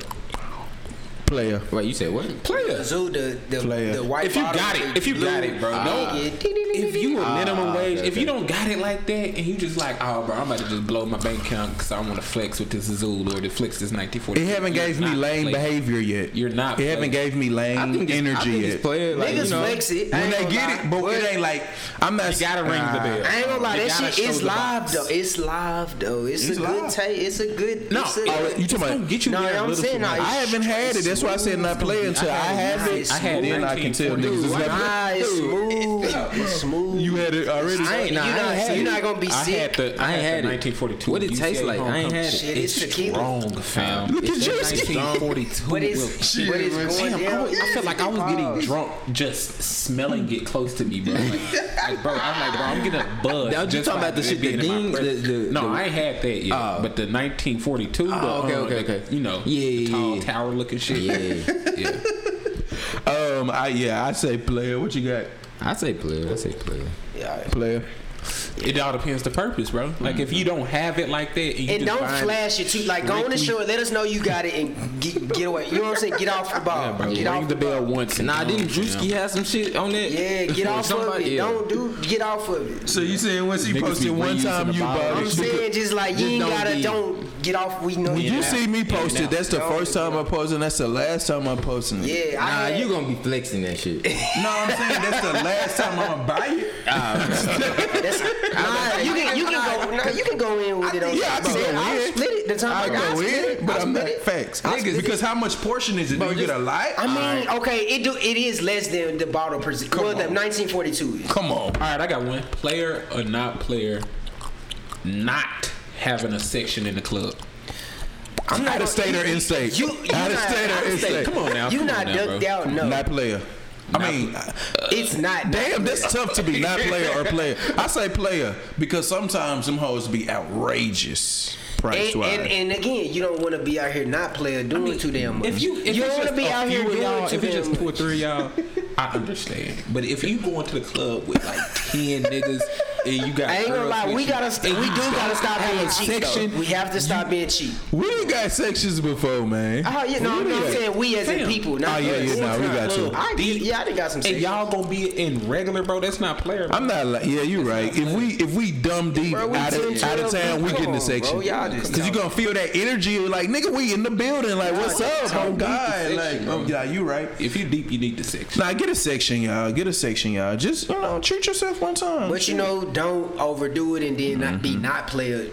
[SPEAKER 3] Player.
[SPEAKER 4] Wait, you said what?
[SPEAKER 5] The
[SPEAKER 2] player.
[SPEAKER 5] Zool, the the,
[SPEAKER 3] Player.
[SPEAKER 5] the white.
[SPEAKER 2] If you
[SPEAKER 5] bottle
[SPEAKER 2] got
[SPEAKER 5] with
[SPEAKER 2] it,
[SPEAKER 5] the
[SPEAKER 2] if you
[SPEAKER 5] blue-
[SPEAKER 2] got it, bro.
[SPEAKER 5] Ah.
[SPEAKER 2] Don't.
[SPEAKER 5] Yeah, dee, dee, dee,
[SPEAKER 2] If
[SPEAKER 5] dee,
[SPEAKER 2] you
[SPEAKER 5] dee.
[SPEAKER 2] a minimum
[SPEAKER 4] Ah,
[SPEAKER 2] wage,
[SPEAKER 4] okay,
[SPEAKER 2] if you don't got it like that, and you just like, oh, bro, I'm about to just blow my bank account because I want to flex with this Azul or to flex this 1940.
[SPEAKER 3] It haven't gave me lame behavior yet.
[SPEAKER 2] You're not
[SPEAKER 3] It haven't
[SPEAKER 2] player.
[SPEAKER 3] gave me
[SPEAKER 4] I
[SPEAKER 3] lame
[SPEAKER 4] think it's- I
[SPEAKER 3] energy
[SPEAKER 4] think it's
[SPEAKER 3] yet.
[SPEAKER 4] player, like,
[SPEAKER 5] Niggas
[SPEAKER 4] you know,
[SPEAKER 5] flex it. I
[SPEAKER 3] When
[SPEAKER 5] ain't
[SPEAKER 3] they
[SPEAKER 5] gonna
[SPEAKER 3] get
[SPEAKER 5] lie.
[SPEAKER 3] it, but it ain't like I'm not.
[SPEAKER 2] You gotta ring the bell.
[SPEAKER 5] I ain't gonna lie,
[SPEAKER 2] You
[SPEAKER 5] that
[SPEAKER 2] gotta
[SPEAKER 5] shit
[SPEAKER 2] show
[SPEAKER 5] is
[SPEAKER 2] the
[SPEAKER 5] live
[SPEAKER 2] vibes.
[SPEAKER 5] though. It's live though. It's,
[SPEAKER 3] It's
[SPEAKER 5] a good
[SPEAKER 3] live.
[SPEAKER 5] tape. It's a good.
[SPEAKER 2] No, Oh,
[SPEAKER 5] it's a,
[SPEAKER 2] it,
[SPEAKER 3] you talking about-
[SPEAKER 2] gonna get you
[SPEAKER 5] No,
[SPEAKER 2] there a
[SPEAKER 5] I'm
[SPEAKER 2] little
[SPEAKER 5] saying,
[SPEAKER 2] too
[SPEAKER 5] no,
[SPEAKER 2] much.
[SPEAKER 5] it's-
[SPEAKER 3] I haven't had it. That's why I said not play until I have it.
[SPEAKER 2] I had
[SPEAKER 3] then I can tell niggas it's
[SPEAKER 2] 1940.
[SPEAKER 3] not.
[SPEAKER 5] Nah, it's smooth. It's smooth.
[SPEAKER 3] You had it already.
[SPEAKER 5] I ain't,
[SPEAKER 4] Nah, I
[SPEAKER 5] you're, not,
[SPEAKER 4] ain't had
[SPEAKER 5] you're
[SPEAKER 4] it.
[SPEAKER 5] not gonna be
[SPEAKER 2] I
[SPEAKER 5] sick.
[SPEAKER 2] had the I,
[SPEAKER 4] I ain't
[SPEAKER 2] had,
[SPEAKER 4] had
[SPEAKER 2] the
[SPEAKER 4] it.
[SPEAKER 2] 1942.
[SPEAKER 4] What it
[SPEAKER 2] UCA
[SPEAKER 4] taste like? I ain't
[SPEAKER 2] homecoming.
[SPEAKER 4] had it.
[SPEAKER 5] Shit,
[SPEAKER 2] It's
[SPEAKER 5] it's tequila.
[SPEAKER 2] strong, fam.
[SPEAKER 3] Look at
[SPEAKER 2] It's that
[SPEAKER 3] Jersey.
[SPEAKER 2] 1942.
[SPEAKER 5] But it's,
[SPEAKER 2] Look,
[SPEAKER 5] but it's going
[SPEAKER 2] Damn, I,
[SPEAKER 5] down.
[SPEAKER 2] was, I felt like I was getting drunk just smelling it close to me, bro. Like, like, bro, I'm like, bro, I'm getting a buzz.
[SPEAKER 4] Now, you
[SPEAKER 2] just
[SPEAKER 4] talking
[SPEAKER 2] by
[SPEAKER 4] about the
[SPEAKER 2] it
[SPEAKER 4] shit,
[SPEAKER 2] being
[SPEAKER 4] the
[SPEAKER 2] in my
[SPEAKER 4] ding,
[SPEAKER 2] breath.
[SPEAKER 4] the- the-
[SPEAKER 2] no,
[SPEAKER 4] the-
[SPEAKER 2] I ain't had that yet.
[SPEAKER 4] Oh.
[SPEAKER 2] but the 1942, the,
[SPEAKER 4] Oh, okay,
[SPEAKER 2] um,
[SPEAKER 4] okay,
[SPEAKER 2] the-
[SPEAKER 4] okay.
[SPEAKER 2] you know,
[SPEAKER 4] Yeah,
[SPEAKER 2] the
[SPEAKER 4] yeah,
[SPEAKER 2] tall
[SPEAKER 4] yeah.
[SPEAKER 2] tower looking shit.
[SPEAKER 4] Yeah.
[SPEAKER 2] (laughs) yeah.
[SPEAKER 3] Um, I yeah, I say player. What you got,
[SPEAKER 4] I say player. I say player.
[SPEAKER 5] Yeah.
[SPEAKER 3] player?
[SPEAKER 2] It all depends the purpose, bro. Like if you don't have it like that, and, you
[SPEAKER 5] And
[SPEAKER 2] just
[SPEAKER 5] don't
[SPEAKER 2] find-
[SPEAKER 5] flash it too. Like, go on the
[SPEAKER 2] Ricky-
[SPEAKER 5] show. Let us know you got it and get, get away. You know what I'm saying? Get off the ball.
[SPEAKER 2] Yeah, bro,
[SPEAKER 5] get
[SPEAKER 2] ring
[SPEAKER 5] off
[SPEAKER 2] the bell once. and
[SPEAKER 4] Nah,
[SPEAKER 2] come
[SPEAKER 4] didn't
[SPEAKER 2] on, fam.
[SPEAKER 4] Drewski have some shit on it?
[SPEAKER 5] Yeah,
[SPEAKER 4] (laughs)
[SPEAKER 5] get off of it.
[SPEAKER 4] Somebody- yeah.
[SPEAKER 5] Don't do. Get off of it.
[SPEAKER 3] So you saying once he
[SPEAKER 2] Niggas
[SPEAKER 3] posted
[SPEAKER 2] be
[SPEAKER 3] one
[SPEAKER 2] reusing
[SPEAKER 3] time,
[SPEAKER 2] the
[SPEAKER 3] you
[SPEAKER 2] bottle.
[SPEAKER 3] bought
[SPEAKER 5] I'm
[SPEAKER 3] it.
[SPEAKER 5] saying just like you
[SPEAKER 4] Just
[SPEAKER 5] ain't
[SPEAKER 4] don't
[SPEAKER 5] gotta
[SPEAKER 4] be-
[SPEAKER 5] don't get off. We know
[SPEAKER 3] When
[SPEAKER 5] you.
[SPEAKER 3] you see me
[SPEAKER 2] now.
[SPEAKER 3] posted, that's the first time I'm posting. That's the last time I'm posting. it.
[SPEAKER 5] Yeah,
[SPEAKER 4] Nah,
[SPEAKER 5] I had,
[SPEAKER 4] you gonna be flexing that shit.
[SPEAKER 3] No, I'm saying that's the last time I'm gonna buy it.
[SPEAKER 5] That's, nah, you can you can go. Nah, you can go in with it. On
[SPEAKER 3] Yeah, I can
[SPEAKER 5] Said,
[SPEAKER 3] go
[SPEAKER 5] I'll
[SPEAKER 3] in.
[SPEAKER 5] split it. The time
[SPEAKER 3] I
[SPEAKER 5] I
[SPEAKER 3] go in, but I'm not facts. Niggas, because how much portion is it? Do you get a lot?
[SPEAKER 5] I mean, okay, it do it is less than the bottle per well, the 1942 is.
[SPEAKER 3] Come on.
[SPEAKER 2] All right, I got one. Player or not player, not having a section in the club.
[SPEAKER 3] I'm not
[SPEAKER 5] gonna-
[SPEAKER 3] a stater in state.
[SPEAKER 5] You- you
[SPEAKER 3] out of
[SPEAKER 5] not-
[SPEAKER 3] stater
[SPEAKER 5] I'm
[SPEAKER 3] in
[SPEAKER 5] saying,
[SPEAKER 3] state.
[SPEAKER 2] Come on now,
[SPEAKER 5] you
[SPEAKER 2] come on
[SPEAKER 5] not
[SPEAKER 2] now,
[SPEAKER 5] ducked
[SPEAKER 2] bro.
[SPEAKER 5] out. No,
[SPEAKER 3] Not player. I mean,
[SPEAKER 5] it's not.
[SPEAKER 3] damn, that's tough to be not player or player. I say player because sometimes them hoes be outrageous price
[SPEAKER 5] And,
[SPEAKER 3] wise.
[SPEAKER 5] and, and again, you don't want to be out here not playing, doing too damn much.
[SPEAKER 2] If you if
[SPEAKER 5] you
[SPEAKER 2] it's
[SPEAKER 5] don't want
[SPEAKER 2] just
[SPEAKER 5] to be
[SPEAKER 2] a
[SPEAKER 5] out
[SPEAKER 2] few
[SPEAKER 5] here
[SPEAKER 2] of
[SPEAKER 5] doing
[SPEAKER 2] y'all,
[SPEAKER 5] too
[SPEAKER 2] if it's
[SPEAKER 5] damn
[SPEAKER 2] just two or
[SPEAKER 5] much. (laughs)
[SPEAKER 2] three of y'all, I understand. But if you going to the club with like ten niggas and you got
[SPEAKER 5] I ain't gonna
[SPEAKER 2] girls
[SPEAKER 5] lie,
[SPEAKER 2] with
[SPEAKER 5] we
[SPEAKER 2] you,
[SPEAKER 5] gotta, st-
[SPEAKER 2] and
[SPEAKER 5] we
[SPEAKER 2] you
[SPEAKER 5] do gotta stop
[SPEAKER 2] have
[SPEAKER 5] being
[SPEAKER 2] a
[SPEAKER 5] cheap.
[SPEAKER 2] section,
[SPEAKER 5] though. We have to stop being cheap.
[SPEAKER 3] We done got sections before, man.
[SPEAKER 5] Oh yeah, no,
[SPEAKER 3] We
[SPEAKER 5] I'm
[SPEAKER 3] done
[SPEAKER 5] not
[SPEAKER 3] got-
[SPEAKER 5] saying we as in
[SPEAKER 2] Fam.
[SPEAKER 5] people. Not
[SPEAKER 3] Oh, yeah,
[SPEAKER 5] us.
[SPEAKER 3] yeah, nah, we got you.
[SPEAKER 5] I,
[SPEAKER 2] Deep.
[SPEAKER 5] yeah, I done got some.
[SPEAKER 2] And
[SPEAKER 5] sections.
[SPEAKER 2] y'all gonna be in regular, bro. That's not player. Bro.
[SPEAKER 3] I'm not like yeah, you're right. If we if we dumb deep
[SPEAKER 5] Bro, we
[SPEAKER 3] out, of,
[SPEAKER 5] 10,
[SPEAKER 3] out of
[SPEAKER 5] 12,
[SPEAKER 3] town, we
[SPEAKER 5] come
[SPEAKER 3] get in the
[SPEAKER 5] on,
[SPEAKER 3] section.
[SPEAKER 5] bro, y'all just
[SPEAKER 3] Cause you gonna feel that energy like nigga, we in the building. Like what's up? Oh
[SPEAKER 2] deep
[SPEAKER 3] God,
[SPEAKER 2] section,
[SPEAKER 3] like
[SPEAKER 2] bro.
[SPEAKER 3] oh yeah, you right.
[SPEAKER 2] If you deep, you need the section.
[SPEAKER 3] Nah, get a section, y'all. Get a section, y'all. Just you know, treat yourself one time.
[SPEAKER 5] But you know, don't overdo it and then not be not player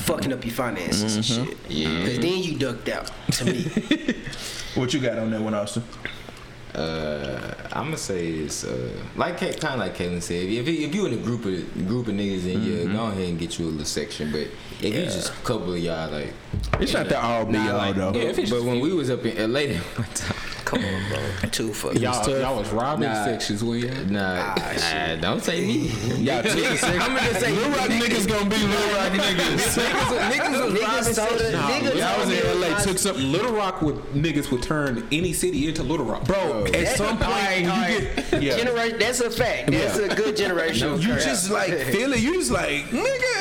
[SPEAKER 5] fucking up your finances and shit. Mm-hmm. Yeah. Cause then you ducked out to me.
[SPEAKER 3] what you got on that one, Austin?
[SPEAKER 4] Uh, I'm gonna say it's uh, like kind of like Caitlin said. If you, if you in a group of group of niggas, then yeah, go ahead and get you a little section. But if you just a couple of y'all, like,
[SPEAKER 3] It's not the all be
[SPEAKER 4] nah,
[SPEAKER 3] all
[SPEAKER 4] like-
[SPEAKER 3] though.
[SPEAKER 2] Yeah, if it's
[SPEAKER 4] but
[SPEAKER 2] just
[SPEAKER 4] when we was up in LA, (laughs) that one time,
[SPEAKER 5] (laughs) Come on, bro. Too fucking.
[SPEAKER 2] y'all, y'all was robbing
[SPEAKER 4] Nah.
[SPEAKER 2] sections when you had.
[SPEAKER 4] nah, nah, don't say (laughs) me.
[SPEAKER 3] Y'all took a section.
[SPEAKER 4] Ah, I'm gonna just say
[SPEAKER 3] Little Rock niggas gonna be Little Rock (laughs) niggas.
[SPEAKER 4] niggas was robbing
[SPEAKER 5] Niggas sold
[SPEAKER 4] sections.
[SPEAKER 5] it. Niggas
[SPEAKER 3] Y'all was
[SPEAKER 5] told me
[SPEAKER 3] in LA, took some.
[SPEAKER 2] Little Rock would niggas would turn any city into Little Rock,
[SPEAKER 3] Bro, at some point, you get. Yeah.
[SPEAKER 5] Generation. That's a fact. That's a (laughs) good generation.
[SPEAKER 3] You just like feel it. You just like nigga.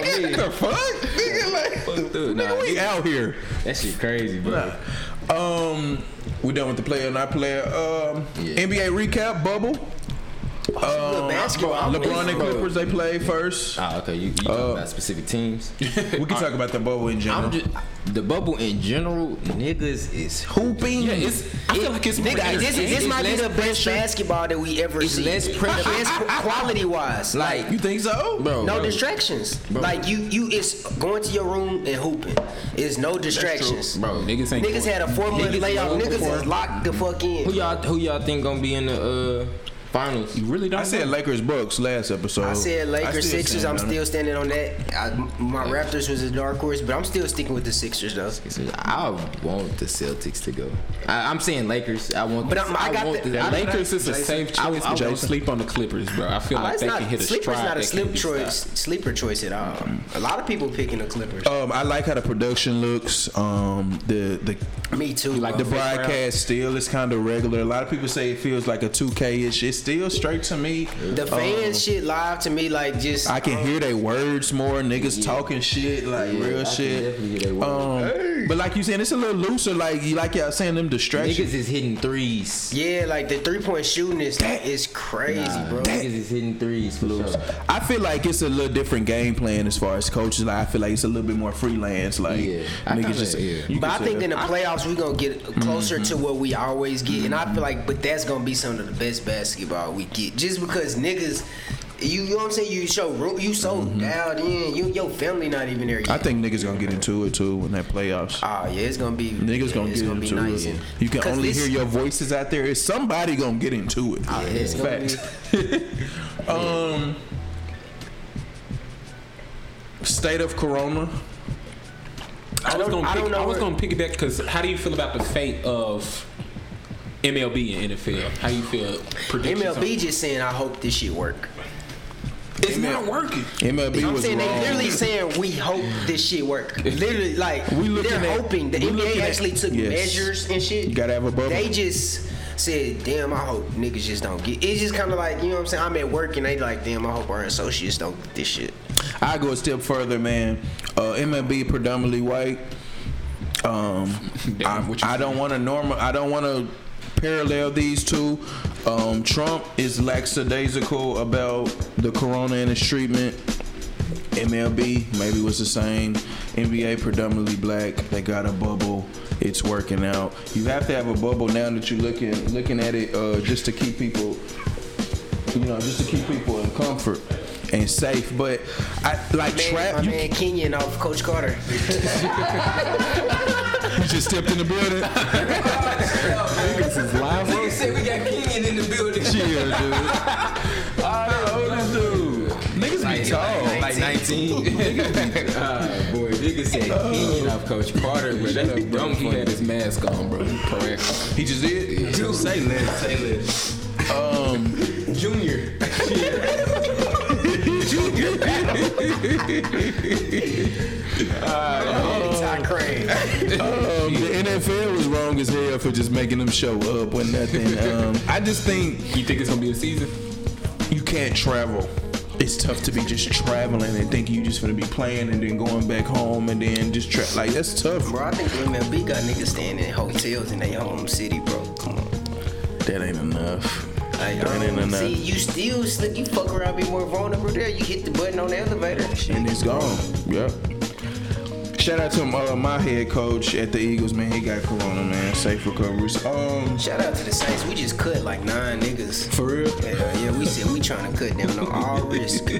[SPEAKER 3] nigga, the fuck, nigga, like
[SPEAKER 4] Fucked up. Nah,
[SPEAKER 3] nigga, we
[SPEAKER 4] nigga.
[SPEAKER 3] out here.
[SPEAKER 4] That shit crazy, bro.
[SPEAKER 3] (laughs) Um, we done with the player, not player. Um,
[SPEAKER 4] Yeah.
[SPEAKER 3] NBA recap bubble. Um,
[SPEAKER 5] basketball.
[SPEAKER 3] LeBron and Clippers they play first.
[SPEAKER 4] Ah, okay, you, you talking
[SPEAKER 3] Uh,
[SPEAKER 4] about specific teams.
[SPEAKER 3] We can talk about the bubble in general.
[SPEAKER 4] (laughs) I'm just the bubble in general. Niggas is
[SPEAKER 3] Hooping.
[SPEAKER 2] Yeah, it's. I feel like it's. more
[SPEAKER 5] Nigga, this, is, this
[SPEAKER 4] It's
[SPEAKER 5] might be
[SPEAKER 4] less
[SPEAKER 5] the best basketball that we ever
[SPEAKER 4] It's
[SPEAKER 5] see.
[SPEAKER 4] less
[SPEAKER 5] The
[SPEAKER 4] pressure.
[SPEAKER 5] best quality wise.
[SPEAKER 4] like
[SPEAKER 3] you think so,
[SPEAKER 4] bro.
[SPEAKER 5] No
[SPEAKER 4] bro.
[SPEAKER 5] distractions. Like you, you it's going to your room and hooping. It's no distractions.
[SPEAKER 4] bro. Niggas,
[SPEAKER 2] niggas ain't.
[SPEAKER 5] Niggas had a four month
[SPEAKER 4] Niggas
[SPEAKER 5] layoff.
[SPEAKER 4] know
[SPEAKER 5] Niggas
[SPEAKER 4] before.
[SPEAKER 5] is locked the fuck in.
[SPEAKER 4] who y'all who y'all think gonna be in the uh, finals?
[SPEAKER 2] you really don't.
[SPEAKER 3] I said
[SPEAKER 2] know.
[SPEAKER 3] Lakers Bucks last episode.
[SPEAKER 5] I said
[SPEAKER 3] I
[SPEAKER 5] Lakers,
[SPEAKER 3] still
[SPEAKER 5] Sixers.
[SPEAKER 3] stand
[SPEAKER 5] I'm
[SPEAKER 3] on it.
[SPEAKER 5] still standing on that. I, my Raptors was a dark horse, but I'm still sticking with the Sixers though.
[SPEAKER 4] I want the Celtics to go. I, I'm saying Lakers. I want.
[SPEAKER 5] But
[SPEAKER 4] the,
[SPEAKER 5] I'm- I got
[SPEAKER 4] want
[SPEAKER 5] the-
[SPEAKER 2] The
[SPEAKER 5] I-
[SPEAKER 2] Lakers is a safe
[SPEAKER 4] I-
[SPEAKER 2] choice,
[SPEAKER 4] I-
[SPEAKER 2] but don't
[SPEAKER 4] Jason.
[SPEAKER 2] sleep on the Clippers, bro. I feel like
[SPEAKER 5] It's
[SPEAKER 2] they
[SPEAKER 5] not
[SPEAKER 2] can hit a
[SPEAKER 5] sleeper's
[SPEAKER 2] stride.
[SPEAKER 5] not a
[SPEAKER 2] that can't
[SPEAKER 5] slip
[SPEAKER 2] be
[SPEAKER 5] choice.
[SPEAKER 2] stopped.
[SPEAKER 5] Sleeper choice at all. A lot of people picking the Clippers.
[SPEAKER 3] Um, I like how the production looks. Um, the the
[SPEAKER 5] Me too.
[SPEAKER 2] like
[SPEAKER 5] bro.
[SPEAKER 3] The broadcast still is kind of regular. A lot of people say it feels like a 2K ish. It's still straight to me. Um,
[SPEAKER 5] the fans shit live to me like just
[SPEAKER 3] I can hear their words more. Niggas talking shit like
[SPEAKER 4] Yeah, I
[SPEAKER 3] real
[SPEAKER 4] can
[SPEAKER 3] shit.
[SPEAKER 4] definitely get that one.
[SPEAKER 3] Um, but like you saying, it's a little looser. Like you like y'all saying them distractions.
[SPEAKER 4] Niggas is hitting threes.
[SPEAKER 5] yeah, like the three point shooting is is crazy, bro.
[SPEAKER 4] Niggas is hitting threes for sure.
[SPEAKER 3] I feel like it's a little different game plan as far as coaches. Like I feel like it's a little bit more freelance. Like
[SPEAKER 4] Yeah. I
[SPEAKER 3] niggas
[SPEAKER 4] kinda-
[SPEAKER 3] just.
[SPEAKER 4] yeah.
[SPEAKER 3] you
[SPEAKER 5] But I
[SPEAKER 3] can Mm-hmm.
[SPEAKER 5] think
[SPEAKER 3] tell.
[SPEAKER 5] in the playoffs we're gonna get closer to what we always get, and
[SPEAKER 3] Mm-hmm.
[SPEAKER 5] I feel like, but that's gonna be some of the best basketball we get, just because niggas, you, you know what I'm saying? You show ro- you so dialed in, you your family not even there
[SPEAKER 3] Mm-hmm. I
[SPEAKER 5] yet.
[SPEAKER 3] think niggas gonna get into it too in that playoffs.
[SPEAKER 5] Ah, yeah, it's gonna be
[SPEAKER 3] Niggas
[SPEAKER 5] yeah,
[SPEAKER 3] gonna
[SPEAKER 5] it's
[SPEAKER 3] get into it.
[SPEAKER 5] and-
[SPEAKER 3] You can
[SPEAKER 5] 'cause
[SPEAKER 3] only
[SPEAKER 5] this-
[SPEAKER 3] hear your voices out there. Is somebody gonna get into it?
[SPEAKER 5] yeah, it's gonna be-
[SPEAKER 3] Facts. (laughs) um, state of Corona.
[SPEAKER 2] I was
[SPEAKER 5] don't-
[SPEAKER 2] gonna
[SPEAKER 5] I
[SPEAKER 2] pick,
[SPEAKER 5] don't know
[SPEAKER 2] I was
[SPEAKER 5] where-
[SPEAKER 2] gonna pick it back because how do you feel about the fate of MLB and NFL? How you feel? predictions on-
[SPEAKER 5] MLB just saying, I hope this shit work.
[SPEAKER 2] it's not working.
[SPEAKER 3] MLB
[SPEAKER 5] I'm
[SPEAKER 3] was
[SPEAKER 5] saying they
[SPEAKER 3] wrong.
[SPEAKER 5] literally saying we hope this shit work. Literally, like
[SPEAKER 3] We looking
[SPEAKER 5] they're
[SPEAKER 3] at-
[SPEAKER 5] hoping the
[SPEAKER 3] we
[SPEAKER 5] NBA
[SPEAKER 3] looking at-
[SPEAKER 5] actually took
[SPEAKER 3] yes.
[SPEAKER 5] measures and shit.
[SPEAKER 3] You gotta have a bubble.
[SPEAKER 5] They just said, "Damn, I hope niggas just don't get." It's just kind of like you know what I'm saying. I'm at work and they like, "Damn, I hope our associates don't get this shit."
[SPEAKER 3] I go a step further, man. Uh, MLB predominantly white.
[SPEAKER 2] (laughs)
[SPEAKER 3] Um,
[SPEAKER 2] Damn,
[SPEAKER 3] I,
[SPEAKER 2] what you
[SPEAKER 3] I don't want to normal. I don't want to parallel these two. Um, Trump is lackadaisical about the corona and its treatment. MLB maybe was the same. NBA predominantly black. They got a bubble. It's working out. You have to have a bubble now that you're looking looking at it uh, just to keep people you know, just to keep people in comfort and safe. But I like
[SPEAKER 5] Man,
[SPEAKER 3] trap.
[SPEAKER 5] my
[SPEAKER 3] You,
[SPEAKER 5] man Kenyon off
[SPEAKER 3] (laughs)
[SPEAKER 5] Coach Carter.
[SPEAKER 3] you just stepped in the building.
[SPEAKER 4] Niggas said we got Kenyon in the building.
[SPEAKER 3] Chill, dude. oldest dude. Niggas be tall.
[SPEAKER 4] Like 19. (laughs) Ah, boy, niggas said Kenyon off Coach Carter, bro.
[SPEAKER 3] (laughs)
[SPEAKER 4] That's
[SPEAKER 2] That
[SPEAKER 4] dumb
[SPEAKER 2] dumb he
[SPEAKER 4] funny.
[SPEAKER 2] had his mask on, bro. Correct.
[SPEAKER 3] He just did. Say less. Say less. Um,
[SPEAKER 4] Junior.
[SPEAKER 3] junior. Uh. Um, the NFL was wrong as hell for just making them show up with nothing. Um, I just think
[SPEAKER 2] You think it's gonna be a season?
[SPEAKER 3] you can't travel. It's tough to be just traveling and think you just gonna be playing and then going back home and then just tra- like that's tough.
[SPEAKER 5] Bro, I think MLB got niggas staying in hotels in their home city, bro. Come on.
[SPEAKER 3] That ain't enough.
[SPEAKER 5] Like,
[SPEAKER 3] That ain't
[SPEAKER 5] um,
[SPEAKER 3] enough.
[SPEAKER 5] see, you still slick. You fuck around, be more vulnerable there. You hit the button on the elevator. Shit.
[SPEAKER 3] and it's gone. Yep. Shout out to uh, my head coach at the Eagles, man. He got corona, man. Safe recovery. Um,
[SPEAKER 5] Shout out to the Saints. We just cut like nine niggas.
[SPEAKER 3] for real,
[SPEAKER 5] Yeah, yeah. We said we trying to cut down on all risk. I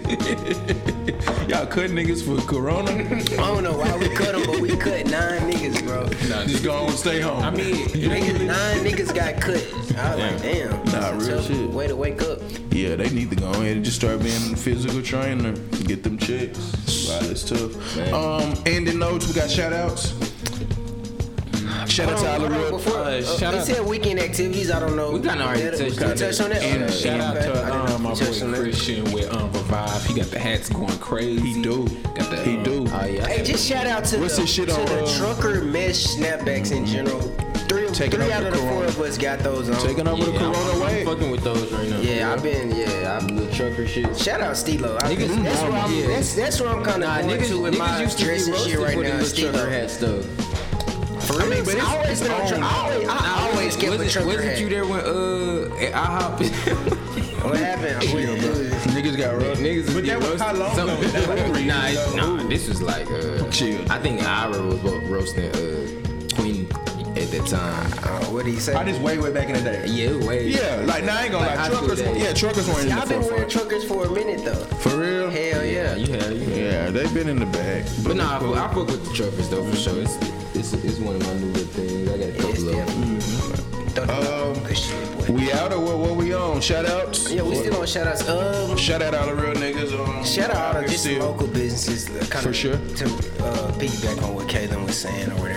[SPEAKER 3] y'all cut niggas for
[SPEAKER 5] (laughs)
[SPEAKER 3] corona.
[SPEAKER 5] don't know why we cut them, but we cut nine niggas, bro.
[SPEAKER 3] Just go and stay home.
[SPEAKER 2] I mean,
[SPEAKER 5] Niggas, nine niggas got cut. I was like, damn.
[SPEAKER 3] Nah,
[SPEAKER 5] that's a
[SPEAKER 3] real
[SPEAKER 5] tough
[SPEAKER 3] shit.
[SPEAKER 5] Way to wake up.
[SPEAKER 3] yeah, they need to go ahead and just start being a physical trainer. Get them checks. Wow, that's tough. Um, and the notes, we got shout outs. Shout out to
[SPEAKER 5] Hold
[SPEAKER 3] Tyler
[SPEAKER 5] on, hold on,
[SPEAKER 3] Wood.
[SPEAKER 5] Before,
[SPEAKER 2] Uh,
[SPEAKER 5] uh,
[SPEAKER 2] shout
[SPEAKER 5] they
[SPEAKER 2] out-
[SPEAKER 5] said weekend activities. I don't know.
[SPEAKER 4] We kinda already
[SPEAKER 5] Did-
[SPEAKER 4] touched
[SPEAKER 5] we
[SPEAKER 4] on
[SPEAKER 5] touched
[SPEAKER 4] it.
[SPEAKER 5] on that.
[SPEAKER 2] And
[SPEAKER 3] Uh,
[SPEAKER 5] Okay,
[SPEAKER 2] shout out
[SPEAKER 5] okay. I
[SPEAKER 2] to
[SPEAKER 5] didn't know if
[SPEAKER 2] um,
[SPEAKER 5] we
[SPEAKER 2] my
[SPEAKER 5] touched on
[SPEAKER 2] boy
[SPEAKER 5] that.
[SPEAKER 2] Christian with um, Revive. He got the hats going crazy.
[SPEAKER 3] He do.
[SPEAKER 2] Got the,
[SPEAKER 3] He
[SPEAKER 2] um,
[SPEAKER 3] do.
[SPEAKER 4] Oh yeah.
[SPEAKER 5] Hey, just shout out to
[SPEAKER 3] What's
[SPEAKER 5] the,
[SPEAKER 3] this shit
[SPEAKER 5] to
[SPEAKER 3] on,
[SPEAKER 5] the
[SPEAKER 3] uh,
[SPEAKER 5] trucker mesh snapbacks in general. Three,
[SPEAKER 3] Taking
[SPEAKER 5] three
[SPEAKER 3] over
[SPEAKER 5] out
[SPEAKER 3] the
[SPEAKER 5] of the four
[SPEAKER 3] corona.
[SPEAKER 5] of us got those on.
[SPEAKER 3] Taking over the
[SPEAKER 4] Yeah, I'm-
[SPEAKER 3] corona
[SPEAKER 4] I'm
[SPEAKER 3] wave.
[SPEAKER 4] fucking with those right now.
[SPEAKER 5] yeah, I've been. Yeah,
[SPEAKER 4] I'm
[SPEAKER 5] I've,
[SPEAKER 4] the trucker shit.
[SPEAKER 5] shout out Stilo. I-
[SPEAKER 4] Niggas
[SPEAKER 5] That's, where I'm.
[SPEAKER 4] normal.
[SPEAKER 5] That's, that's where I'm kind of
[SPEAKER 4] Nah,
[SPEAKER 5] going
[SPEAKER 4] niggas,
[SPEAKER 5] to with
[SPEAKER 4] niggas
[SPEAKER 5] my
[SPEAKER 4] used to
[SPEAKER 5] dress
[SPEAKER 4] be
[SPEAKER 5] and shit
[SPEAKER 4] roasted
[SPEAKER 5] right
[SPEAKER 4] for
[SPEAKER 5] now.
[SPEAKER 4] the
[SPEAKER 5] is
[SPEAKER 4] little trucker
[SPEAKER 5] Stilo.
[SPEAKER 4] hats though.
[SPEAKER 5] For real,
[SPEAKER 3] mean, but it's-
[SPEAKER 5] I always
[SPEAKER 3] it's
[SPEAKER 5] been a trucker.
[SPEAKER 3] on.
[SPEAKER 5] I always, I
[SPEAKER 4] Ah,
[SPEAKER 5] always kept a
[SPEAKER 4] wasn't,
[SPEAKER 5] trucker
[SPEAKER 4] wasn't
[SPEAKER 5] hat.
[SPEAKER 4] you there when uh at IHOP?
[SPEAKER 5] What
[SPEAKER 3] (laughs)
[SPEAKER 5] happened?
[SPEAKER 3] Niggas got rough.
[SPEAKER 4] Niggas is
[SPEAKER 3] But
[SPEAKER 4] getting
[SPEAKER 3] that was how
[SPEAKER 4] roasted.
[SPEAKER 3] long
[SPEAKER 4] Some-
[SPEAKER 3] ago? That was three
[SPEAKER 4] nah,
[SPEAKER 3] years
[SPEAKER 4] it-
[SPEAKER 3] ago.
[SPEAKER 4] nah, this was like uh,
[SPEAKER 3] Chill.
[SPEAKER 4] I think Ira was ro- roasting uh Queen at that time.
[SPEAKER 5] Uh, what did he say?
[SPEAKER 3] I just way, way back in the day.
[SPEAKER 4] Yeah, wait.
[SPEAKER 3] Yeah, like now I ain't gonna
[SPEAKER 4] Like
[SPEAKER 3] lie.
[SPEAKER 4] high school
[SPEAKER 3] Truckers,
[SPEAKER 4] days.
[SPEAKER 3] yeah, truckers weren't in the
[SPEAKER 5] I've been wearing
[SPEAKER 3] forefront.
[SPEAKER 5] truckers for a minute though.
[SPEAKER 3] For real?
[SPEAKER 5] Hell
[SPEAKER 4] Yeah,
[SPEAKER 5] yeah.
[SPEAKER 4] you had you. Had.
[SPEAKER 3] Yeah, they've been in the back.
[SPEAKER 4] But nah, I, fuck- I fuck with the truckers though for sure. It's, it's it's one of my newer things. I got a
[SPEAKER 5] It's
[SPEAKER 4] couple of them.
[SPEAKER 5] definitely-
[SPEAKER 4] Mm-hmm.
[SPEAKER 5] Don't do
[SPEAKER 3] Um,
[SPEAKER 5] that good shit, boy.
[SPEAKER 3] we out or what? What we on? Shout outs.
[SPEAKER 5] Yeah, we still on shout outs. Um,
[SPEAKER 3] Shout out all the real niggas. Um,
[SPEAKER 5] shout out all the just
[SPEAKER 3] still.
[SPEAKER 5] local businesses. uh, Kind
[SPEAKER 3] For
[SPEAKER 5] of
[SPEAKER 3] sure.
[SPEAKER 5] To uh, piggyback on what Kaylin was saying or whatever.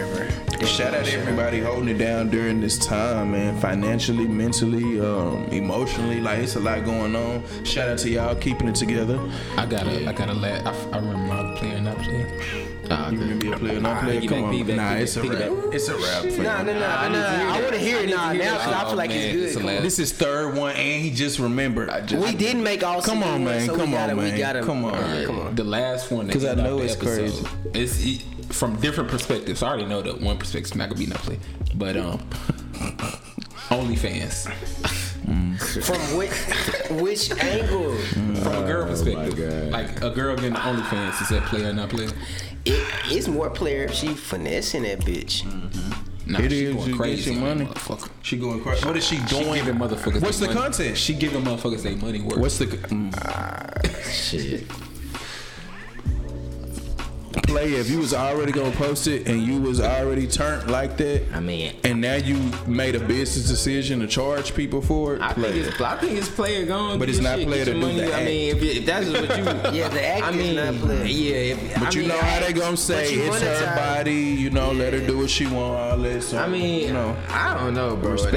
[SPEAKER 3] Shout out to everybody holding it down during this time, man. Financially, mentally, um, emotionally, like it's a lot going on. Shout out to y'all keeping it together.
[SPEAKER 2] I got a, I got a lad. I, f- I remember my player and not player.
[SPEAKER 4] Nah,
[SPEAKER 3] You
[SPEAKER 4] okay.
[SPEAKER 3] remember your player, not player?
[SPEAKER 4] piggyback,
[SPEAKER 3] Come on,
[SPEAKER 4] piggyback,
[SPEAKER 3] nah, it's a
[SPEAKER 4] piggyback,
[SPEAKER 3] wrap. It's a wrap. fam.
[SPEAKER 5] Nah, nah, nah, nah. I, want to hear it nah, now because I feel like
[SPEAKER 2] man,
[SPEAKER 5] it's
[SPEAKER 2] it's a
[SPEAKER 5] good.
[SPEAKER 2] laugh.
[SPEAKER 3] This is third one, and he just remembered. I just,
[SPEAKER 5] we didn't make all.
[SPEAKER 3] Come
[SPEAKER 5] season
[SPEAKER 3] on,
[SPEAKER 5] one,
[SPEAKER 3] man.
[SPEAKER 5] so
[SPEAKER 3] Come
[SPEAKER 5] we gotta,
[SPEAKER 3] on,
[SPEAKER 5] We
[SPEAKER 3] man.
[SPEAKER 5] gotta,
[SPEAKER 3] Come on.
[SPEAKER 5] Alright, come on.
[SPEAKER 2] The last one. that
[SPEAKER 3] 'Cause I
[SPEAKER 2] ended
[SPEAKER 3] know
[SPEAKER 2] off the
[SPEAKER 3] it's
[SPEAKER 2] episode, It's it, from different perspectives. I already know that one perspective's not gonna be no play, but um, (laughs) OnlyFans
[SPEAKER 5] From which which angle?
[SPEAKER 2] from a
[SPEAKER 3] Oh
[SPEAKER 2] girl perspective,
[SPEAKER 4] God.
[SPEAKER 2] like a girl getting OnlyFans is that player and not player?
[SPEAKER 5] It, it's more player. if She finessing that bitch.
[SPEAKER 2] Nah,
[SPEAKER 3] It
[SPEAKER 2] she
[SPEAKER 3] is,
[SPEAKER 2] going
[SPEAKER 3] you get
[SPEAKER 2] crazy
[SPEAKER 3] your
[SPEAKER 2] on that
[SPEAKER 3] money.
[SPEAKER 2] motherfucker.
[SPEAKER 3] she going crazy. What is she
[SPEAKER 2] She
[SPEAKER 3] doing?
[SPEAKER 2] giving motherfuckers.
[SPEAKER 3] What's
[SPEAKER 2] they
[SPEAKER 3] the
[SPEAKER 2] money.
[SPEAKER 3] content?
[SPEAKER 2] She giving motherfuckers their money worth.
[SPEAKER 3] What's the mm,
[SPEAKER 4] Shit.
[SPEAKER 3] play? If you was already gonna post it and you was already turned like that,
[SPEAKER 4] I mean,
[SPEAKER 3] and now you made a business decision to charge people for it,
[SPEAKER 4] I
[SPEAKER 3] play.
[SPEAKER 4] think it's I think it's player gone.
[SPEAKER 3] But
[SPEAKER 4] do
[SPEAKER 3] it's
[SPEAKER 4] your
[SPEAKER 3] not
[SPEAKER 4] shit,
[SPEAKER 3] player
[SPEAKER 4] get your
[SPEAKER 3] to do the
[SPEAKER 4] I mean, if, if that's what
[SPEAKER 3] (laughs)
[SPEAKER 4] you.
[SPEAKER 5] Yeah, the act
[SPEAKER 4] I
[SPEAKER 5] is
[SPEAKER 4] mean,
[SPEAKER 5] not player.
[SPEAKER 4] Yeah, if,
[SPEAKER 3] but
[SPEAKER 4] I
[SPEAKER 3] you
[SPEAKER 4] mean,
[SPEAKER 3] know how they gonna say
[SPEAKER 5] you
[SPEAKER 3] it's her
[SPEAKER 5] monetize-
[SPEAKER 3] body. You know, let her do what she want. All that. So,
[SPEAKER 4] I mean,
[SPEAKER 3] you know,
[SPEAKER 4] I don't know, bro.
[SPEAKER 3] Respect.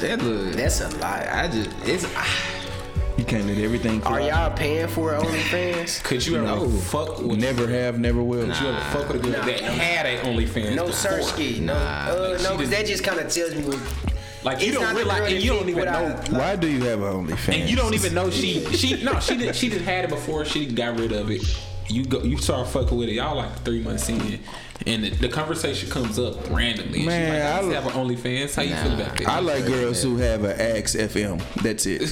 [SPEAKER 4] That, that look,
[SPEAKER 5] That's a lot.
[SPEAKER 4] I just it's ah, (laughs)
[SPEAKER 3] you can't let everything.
[SPEAKER 5] Are
[SPEAKER 3] fly.
[SPEAKER 5] y'all paying for OnlyFans?
[SPEAKER 2] Could you ever
[SPEAKER 3] No.
[SPEAKER 2] fuck with?
[SPEAKER 3] Never have, never will.
[SPEAKER 2] Could you ever fuck with a girl that had a OnlyFans?
[SPEAKER 5] No
[SPEAKER 2] before?
[SPEAKER 5] search key. No, uh,
[SPEAKER 2] like, she
[SPEAKER 5] no, because
[SPEAKER 2] just-
[SPEAKER 5] that just kind of tells me. What,
[SPEAKER 2] Like you
[SPEAKER 5] It's
[SPEAKER 2] don't
[SPEAKER 5] not the
[SPEAKER 2] realize,
[SPEAKER 5] girl
[SPEAKER 2] and
[SPEAKER 5] that
[SPEAKER 2] you don't
[SPEAKER 5] fit
[SPEAKER 2] even
[SPEAKER 5] what I-
[SPEAKER 2] know.
[SPEAKER 3] Why do you have an OnlyFans?
[SPEAKER 2] And you don't even know she she no she did she just had it before she got rid of it. You go you start fucking with it. Y'all like three months in, and the, the conversation comes up randomly.
[SPEAKER 3] Man,
[SPEAKER 2] Man,
[SPEAKER 3] I
[SPEAKER 2] like, I have an OnlyFans. How you feel about that?
[SPEAKER 3] I like girls who have an axe FM. That's it.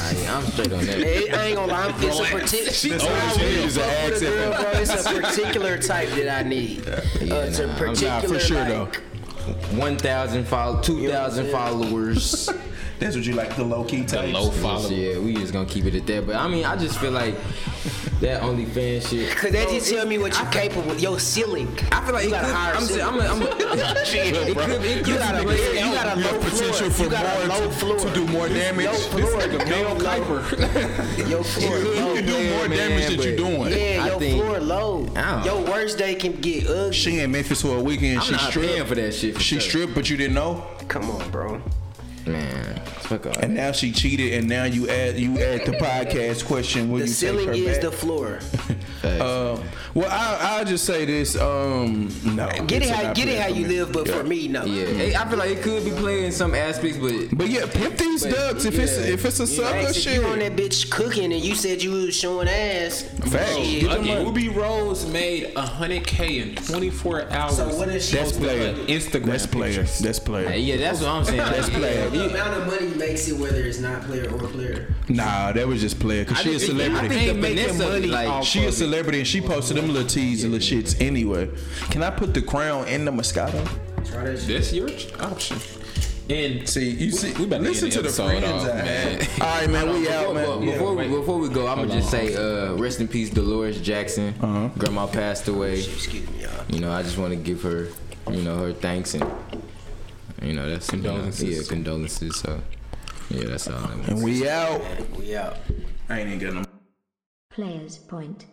[SPEAKER 4] I, I'm straight on that.
[SPEAKER 5] Hey, I ain't gonna lie. It's a particular.
[SPEAKER 3] That's all she is, an axe FM.
[SPEAKER 5] It's a particular type that I need. Uh, it's a
[SPEAKER 4] nah, I'm- nah,
[SPEAKER 5] particular.
[SPEAKER 3] for sure,
[SPEAKER 5] like,
[SPEAKER 3] though.
[SPEAKER 4] One thousand follow, two thousand (laughs)
[SPEAKER 5] Yeah.
[SPEAKER 4] followers.
[SPEAKER 3] That's what you like, the low key
[SPEAKER 2] the
[SPEAKER 3] type.
[SPEAKER 2] low follow.
[SPEAKER 4] yeah, we just gonna keep it at that. But I mean, I just feel like that OnlyFans shit.
[SPEAKER 5] Cause that just tell me what you're capable. Your ceiling.
[SPEAKER 4] I feel like
[SPEAKER 5] You got a higher
[SPEAKER 4] I'm,
[SPEAKER 5] ceiling.
[SPEAKER 4] I'm, a, I'm a, (laughs) it
[SPEAKER 3] bro.
[SPEAKER 4] could, it could
[SPEAKER 5] You got a
[SPEAKER 4] be-
[SPEAKER 5] low-
[SPEAKER 4] it
[SPEAKER 5] you got a
[SPEAKER 3] You
[SPEAKER 5] low
[SPEAKER 3] have potential
[SPEAKER 5] floor.
[SPEAKER 3] for
[SPEAKER 5] You got a
[SPEAKER 3] more
[SPEAKER 5] low floor.
[SPEAKER 3] to do more damage.
[SPEAKER 5] Low
[SPEAKER 3] This
[SPEAKER 5] floor.
[SPEAKER 3] nigga Mel
[SPEAKER 5] Your low-
[SPEAKER 3] (laughs) Kiper.
[SPEAKER 5] Your floor.
[SPEAKER 3] (laughs) You can
[SPEAKER 5] low.
[SPEAKER 3] do more
[SPEAKER 4] man,
[SPEAKER 3] damage than you
[SPEAKER 4] but-
[SPEAKER 3] doing.
[SPEAKER 5] Yeah,
[SPEAKER 4] I
[SPEAKER 5] your
[SPEAKER 4] think-
[SPEAKER 5] floor low.
[SPEAKER 4] I don't-
[SPEAKER 5] Your worst day can get ugly.
[SPEAKER 3] She in Memphis for a weekend.
[SPEAKER 4] I'm
[SPEAKER 3] she
[SPEAKER 4] not paying
[SPEAKER 3] stripped.
[SPEAKER 4] for that shit. for
[SPEAKER 3] She
[SPEAKER 4] sure.
[SPEAKER 3] stripped, but you didn't know.
[SPEAKER 5] Come on, bro.
[SPEAKER 4] Man, fuck all
[SPEAKER 3] And now she cheated, and now you add you add the podcast question. Will
[SPEAKER 5] The
[SPEAKER 3] you take
[SPEAKER 5] ceiling
[SPEAKER 3] her
[SPEAKER 5] is
[SPEAKER 3] back?
[SPEAKER 5] the floor.
[SPEAKER 4] that.
[SPEAKER 3] Uh, well, I, I'll just say this. Um, no,
[SPEAKER 5] Get it
[SPEAKER 3] It's
[SPEAKER 5] how
[SPEAKER 3] not
[SPEAKER 5] get it
[SPEAKER 3] fair
[SPEAKER 5] how
[SPEAKER 3] for
[SPEAKER 5] you
[SPEAKER 3] me.
[SPEAKER 5] live, but
[SPEAKER 3] Yeah.
[SPEAKER 5] for me, no.
[SPEAKER 4] yeah, Hey, I feel like it could be playing in some aspects, but
[SPEAKER 3] But yeah, pimp these
[SPEAKER 4] But,
[SPEAKER 3] ducks. If it's
[SPEAKER 4] yeah.
[SPEAKER 3] if it's a
[SPEAKER 5] Max,
[SPEAKER 3] sucker
[SPEAKER 5] if you on
[SPEAKER 3] shit,
[SPEAKER 5] that bitch cooking and you said you was showing ass,
[SPEAKER 3] Facts.
[SPEAKER 5] shit.
[SPEAKER 3] Get the money.
[SPEAKER 2] Ruby Rose made 100K in 24 hours.
[SPEAKER 5] So what is she-
[SPEAKER 3] that's
[SPEAKER 2] Posted
[SPEAKER 3] player.
[SPEAKER 2] her Instagram
[SPEAKER 3] That's player.
[SPEAKER 2] pictures.
[SPEAKER 3] That's
[SPEAKER 4] Hey,
[SPEAKER 3] player.
[SPEAKER 4] yeah, (laughs) that's what I'm saying.
[SPEAKER 3] That's
[SPEAKER 4] Like,
[SPEAKER 3] player.
[SPEAKER 5] The amount of money makes it whether it's not player or player.
[SPEAKER 3] Nah, that was just player. Cause
[SPEAKER 4] I
[SPEAKER 3] she a
[SPEAKER 4] think- I
[SPEAKER 3] celebrity.
[SPEAKER 4] think the Vanessa, like,
[SPEAKER 3] she a celebrity and she posted them little teas and little shits anyway. Can I put the crown in the Moscato?
[SPEAKER 5] Try that shit.
[SPEAKER 2] That's your option. And
[SPEAKER 3] See, you see,
[SPEAKER 2] we about to
[SPEAKER 3] listen
[SPEAKER 2] end
[SPEAKER 3] to the
[SPEAKER 2] episode
[SPEAKER 3] friends
[SPEAKER 2] off,
[SPEAKER 3] I
[SPEAKER 2] man.
[SPEAKER 3] had. All right, man, we out,
[SPEAKER 4] Before,
[SPEAKER 3] man.
[SPEAKER 4] before, before we,
[SPEAKER 2] wait.
[SPEAKER 4] before we go, I'm gonna just say, uh, rest in peace, Dolores Jackson.
[SPEAKER 3] Uh-huh.
[SPEAKER 4] Grandma passed away.
[SPEAKER 5] Excuse me, y'all.
[SPEAKER 4] You know, I just want to give her, you know, her thanks and, you know, that's you know,
[SPEAKER 2] Condolences.
[SPEAKER 4] yeah, condolences. So, yeah, that's all. I want.
[SPEAKER 3] And we out.
[SPEAKER 5] We out.
[SPEAKER 3] I ain't even got no
[SPEAKER 1] Players Point.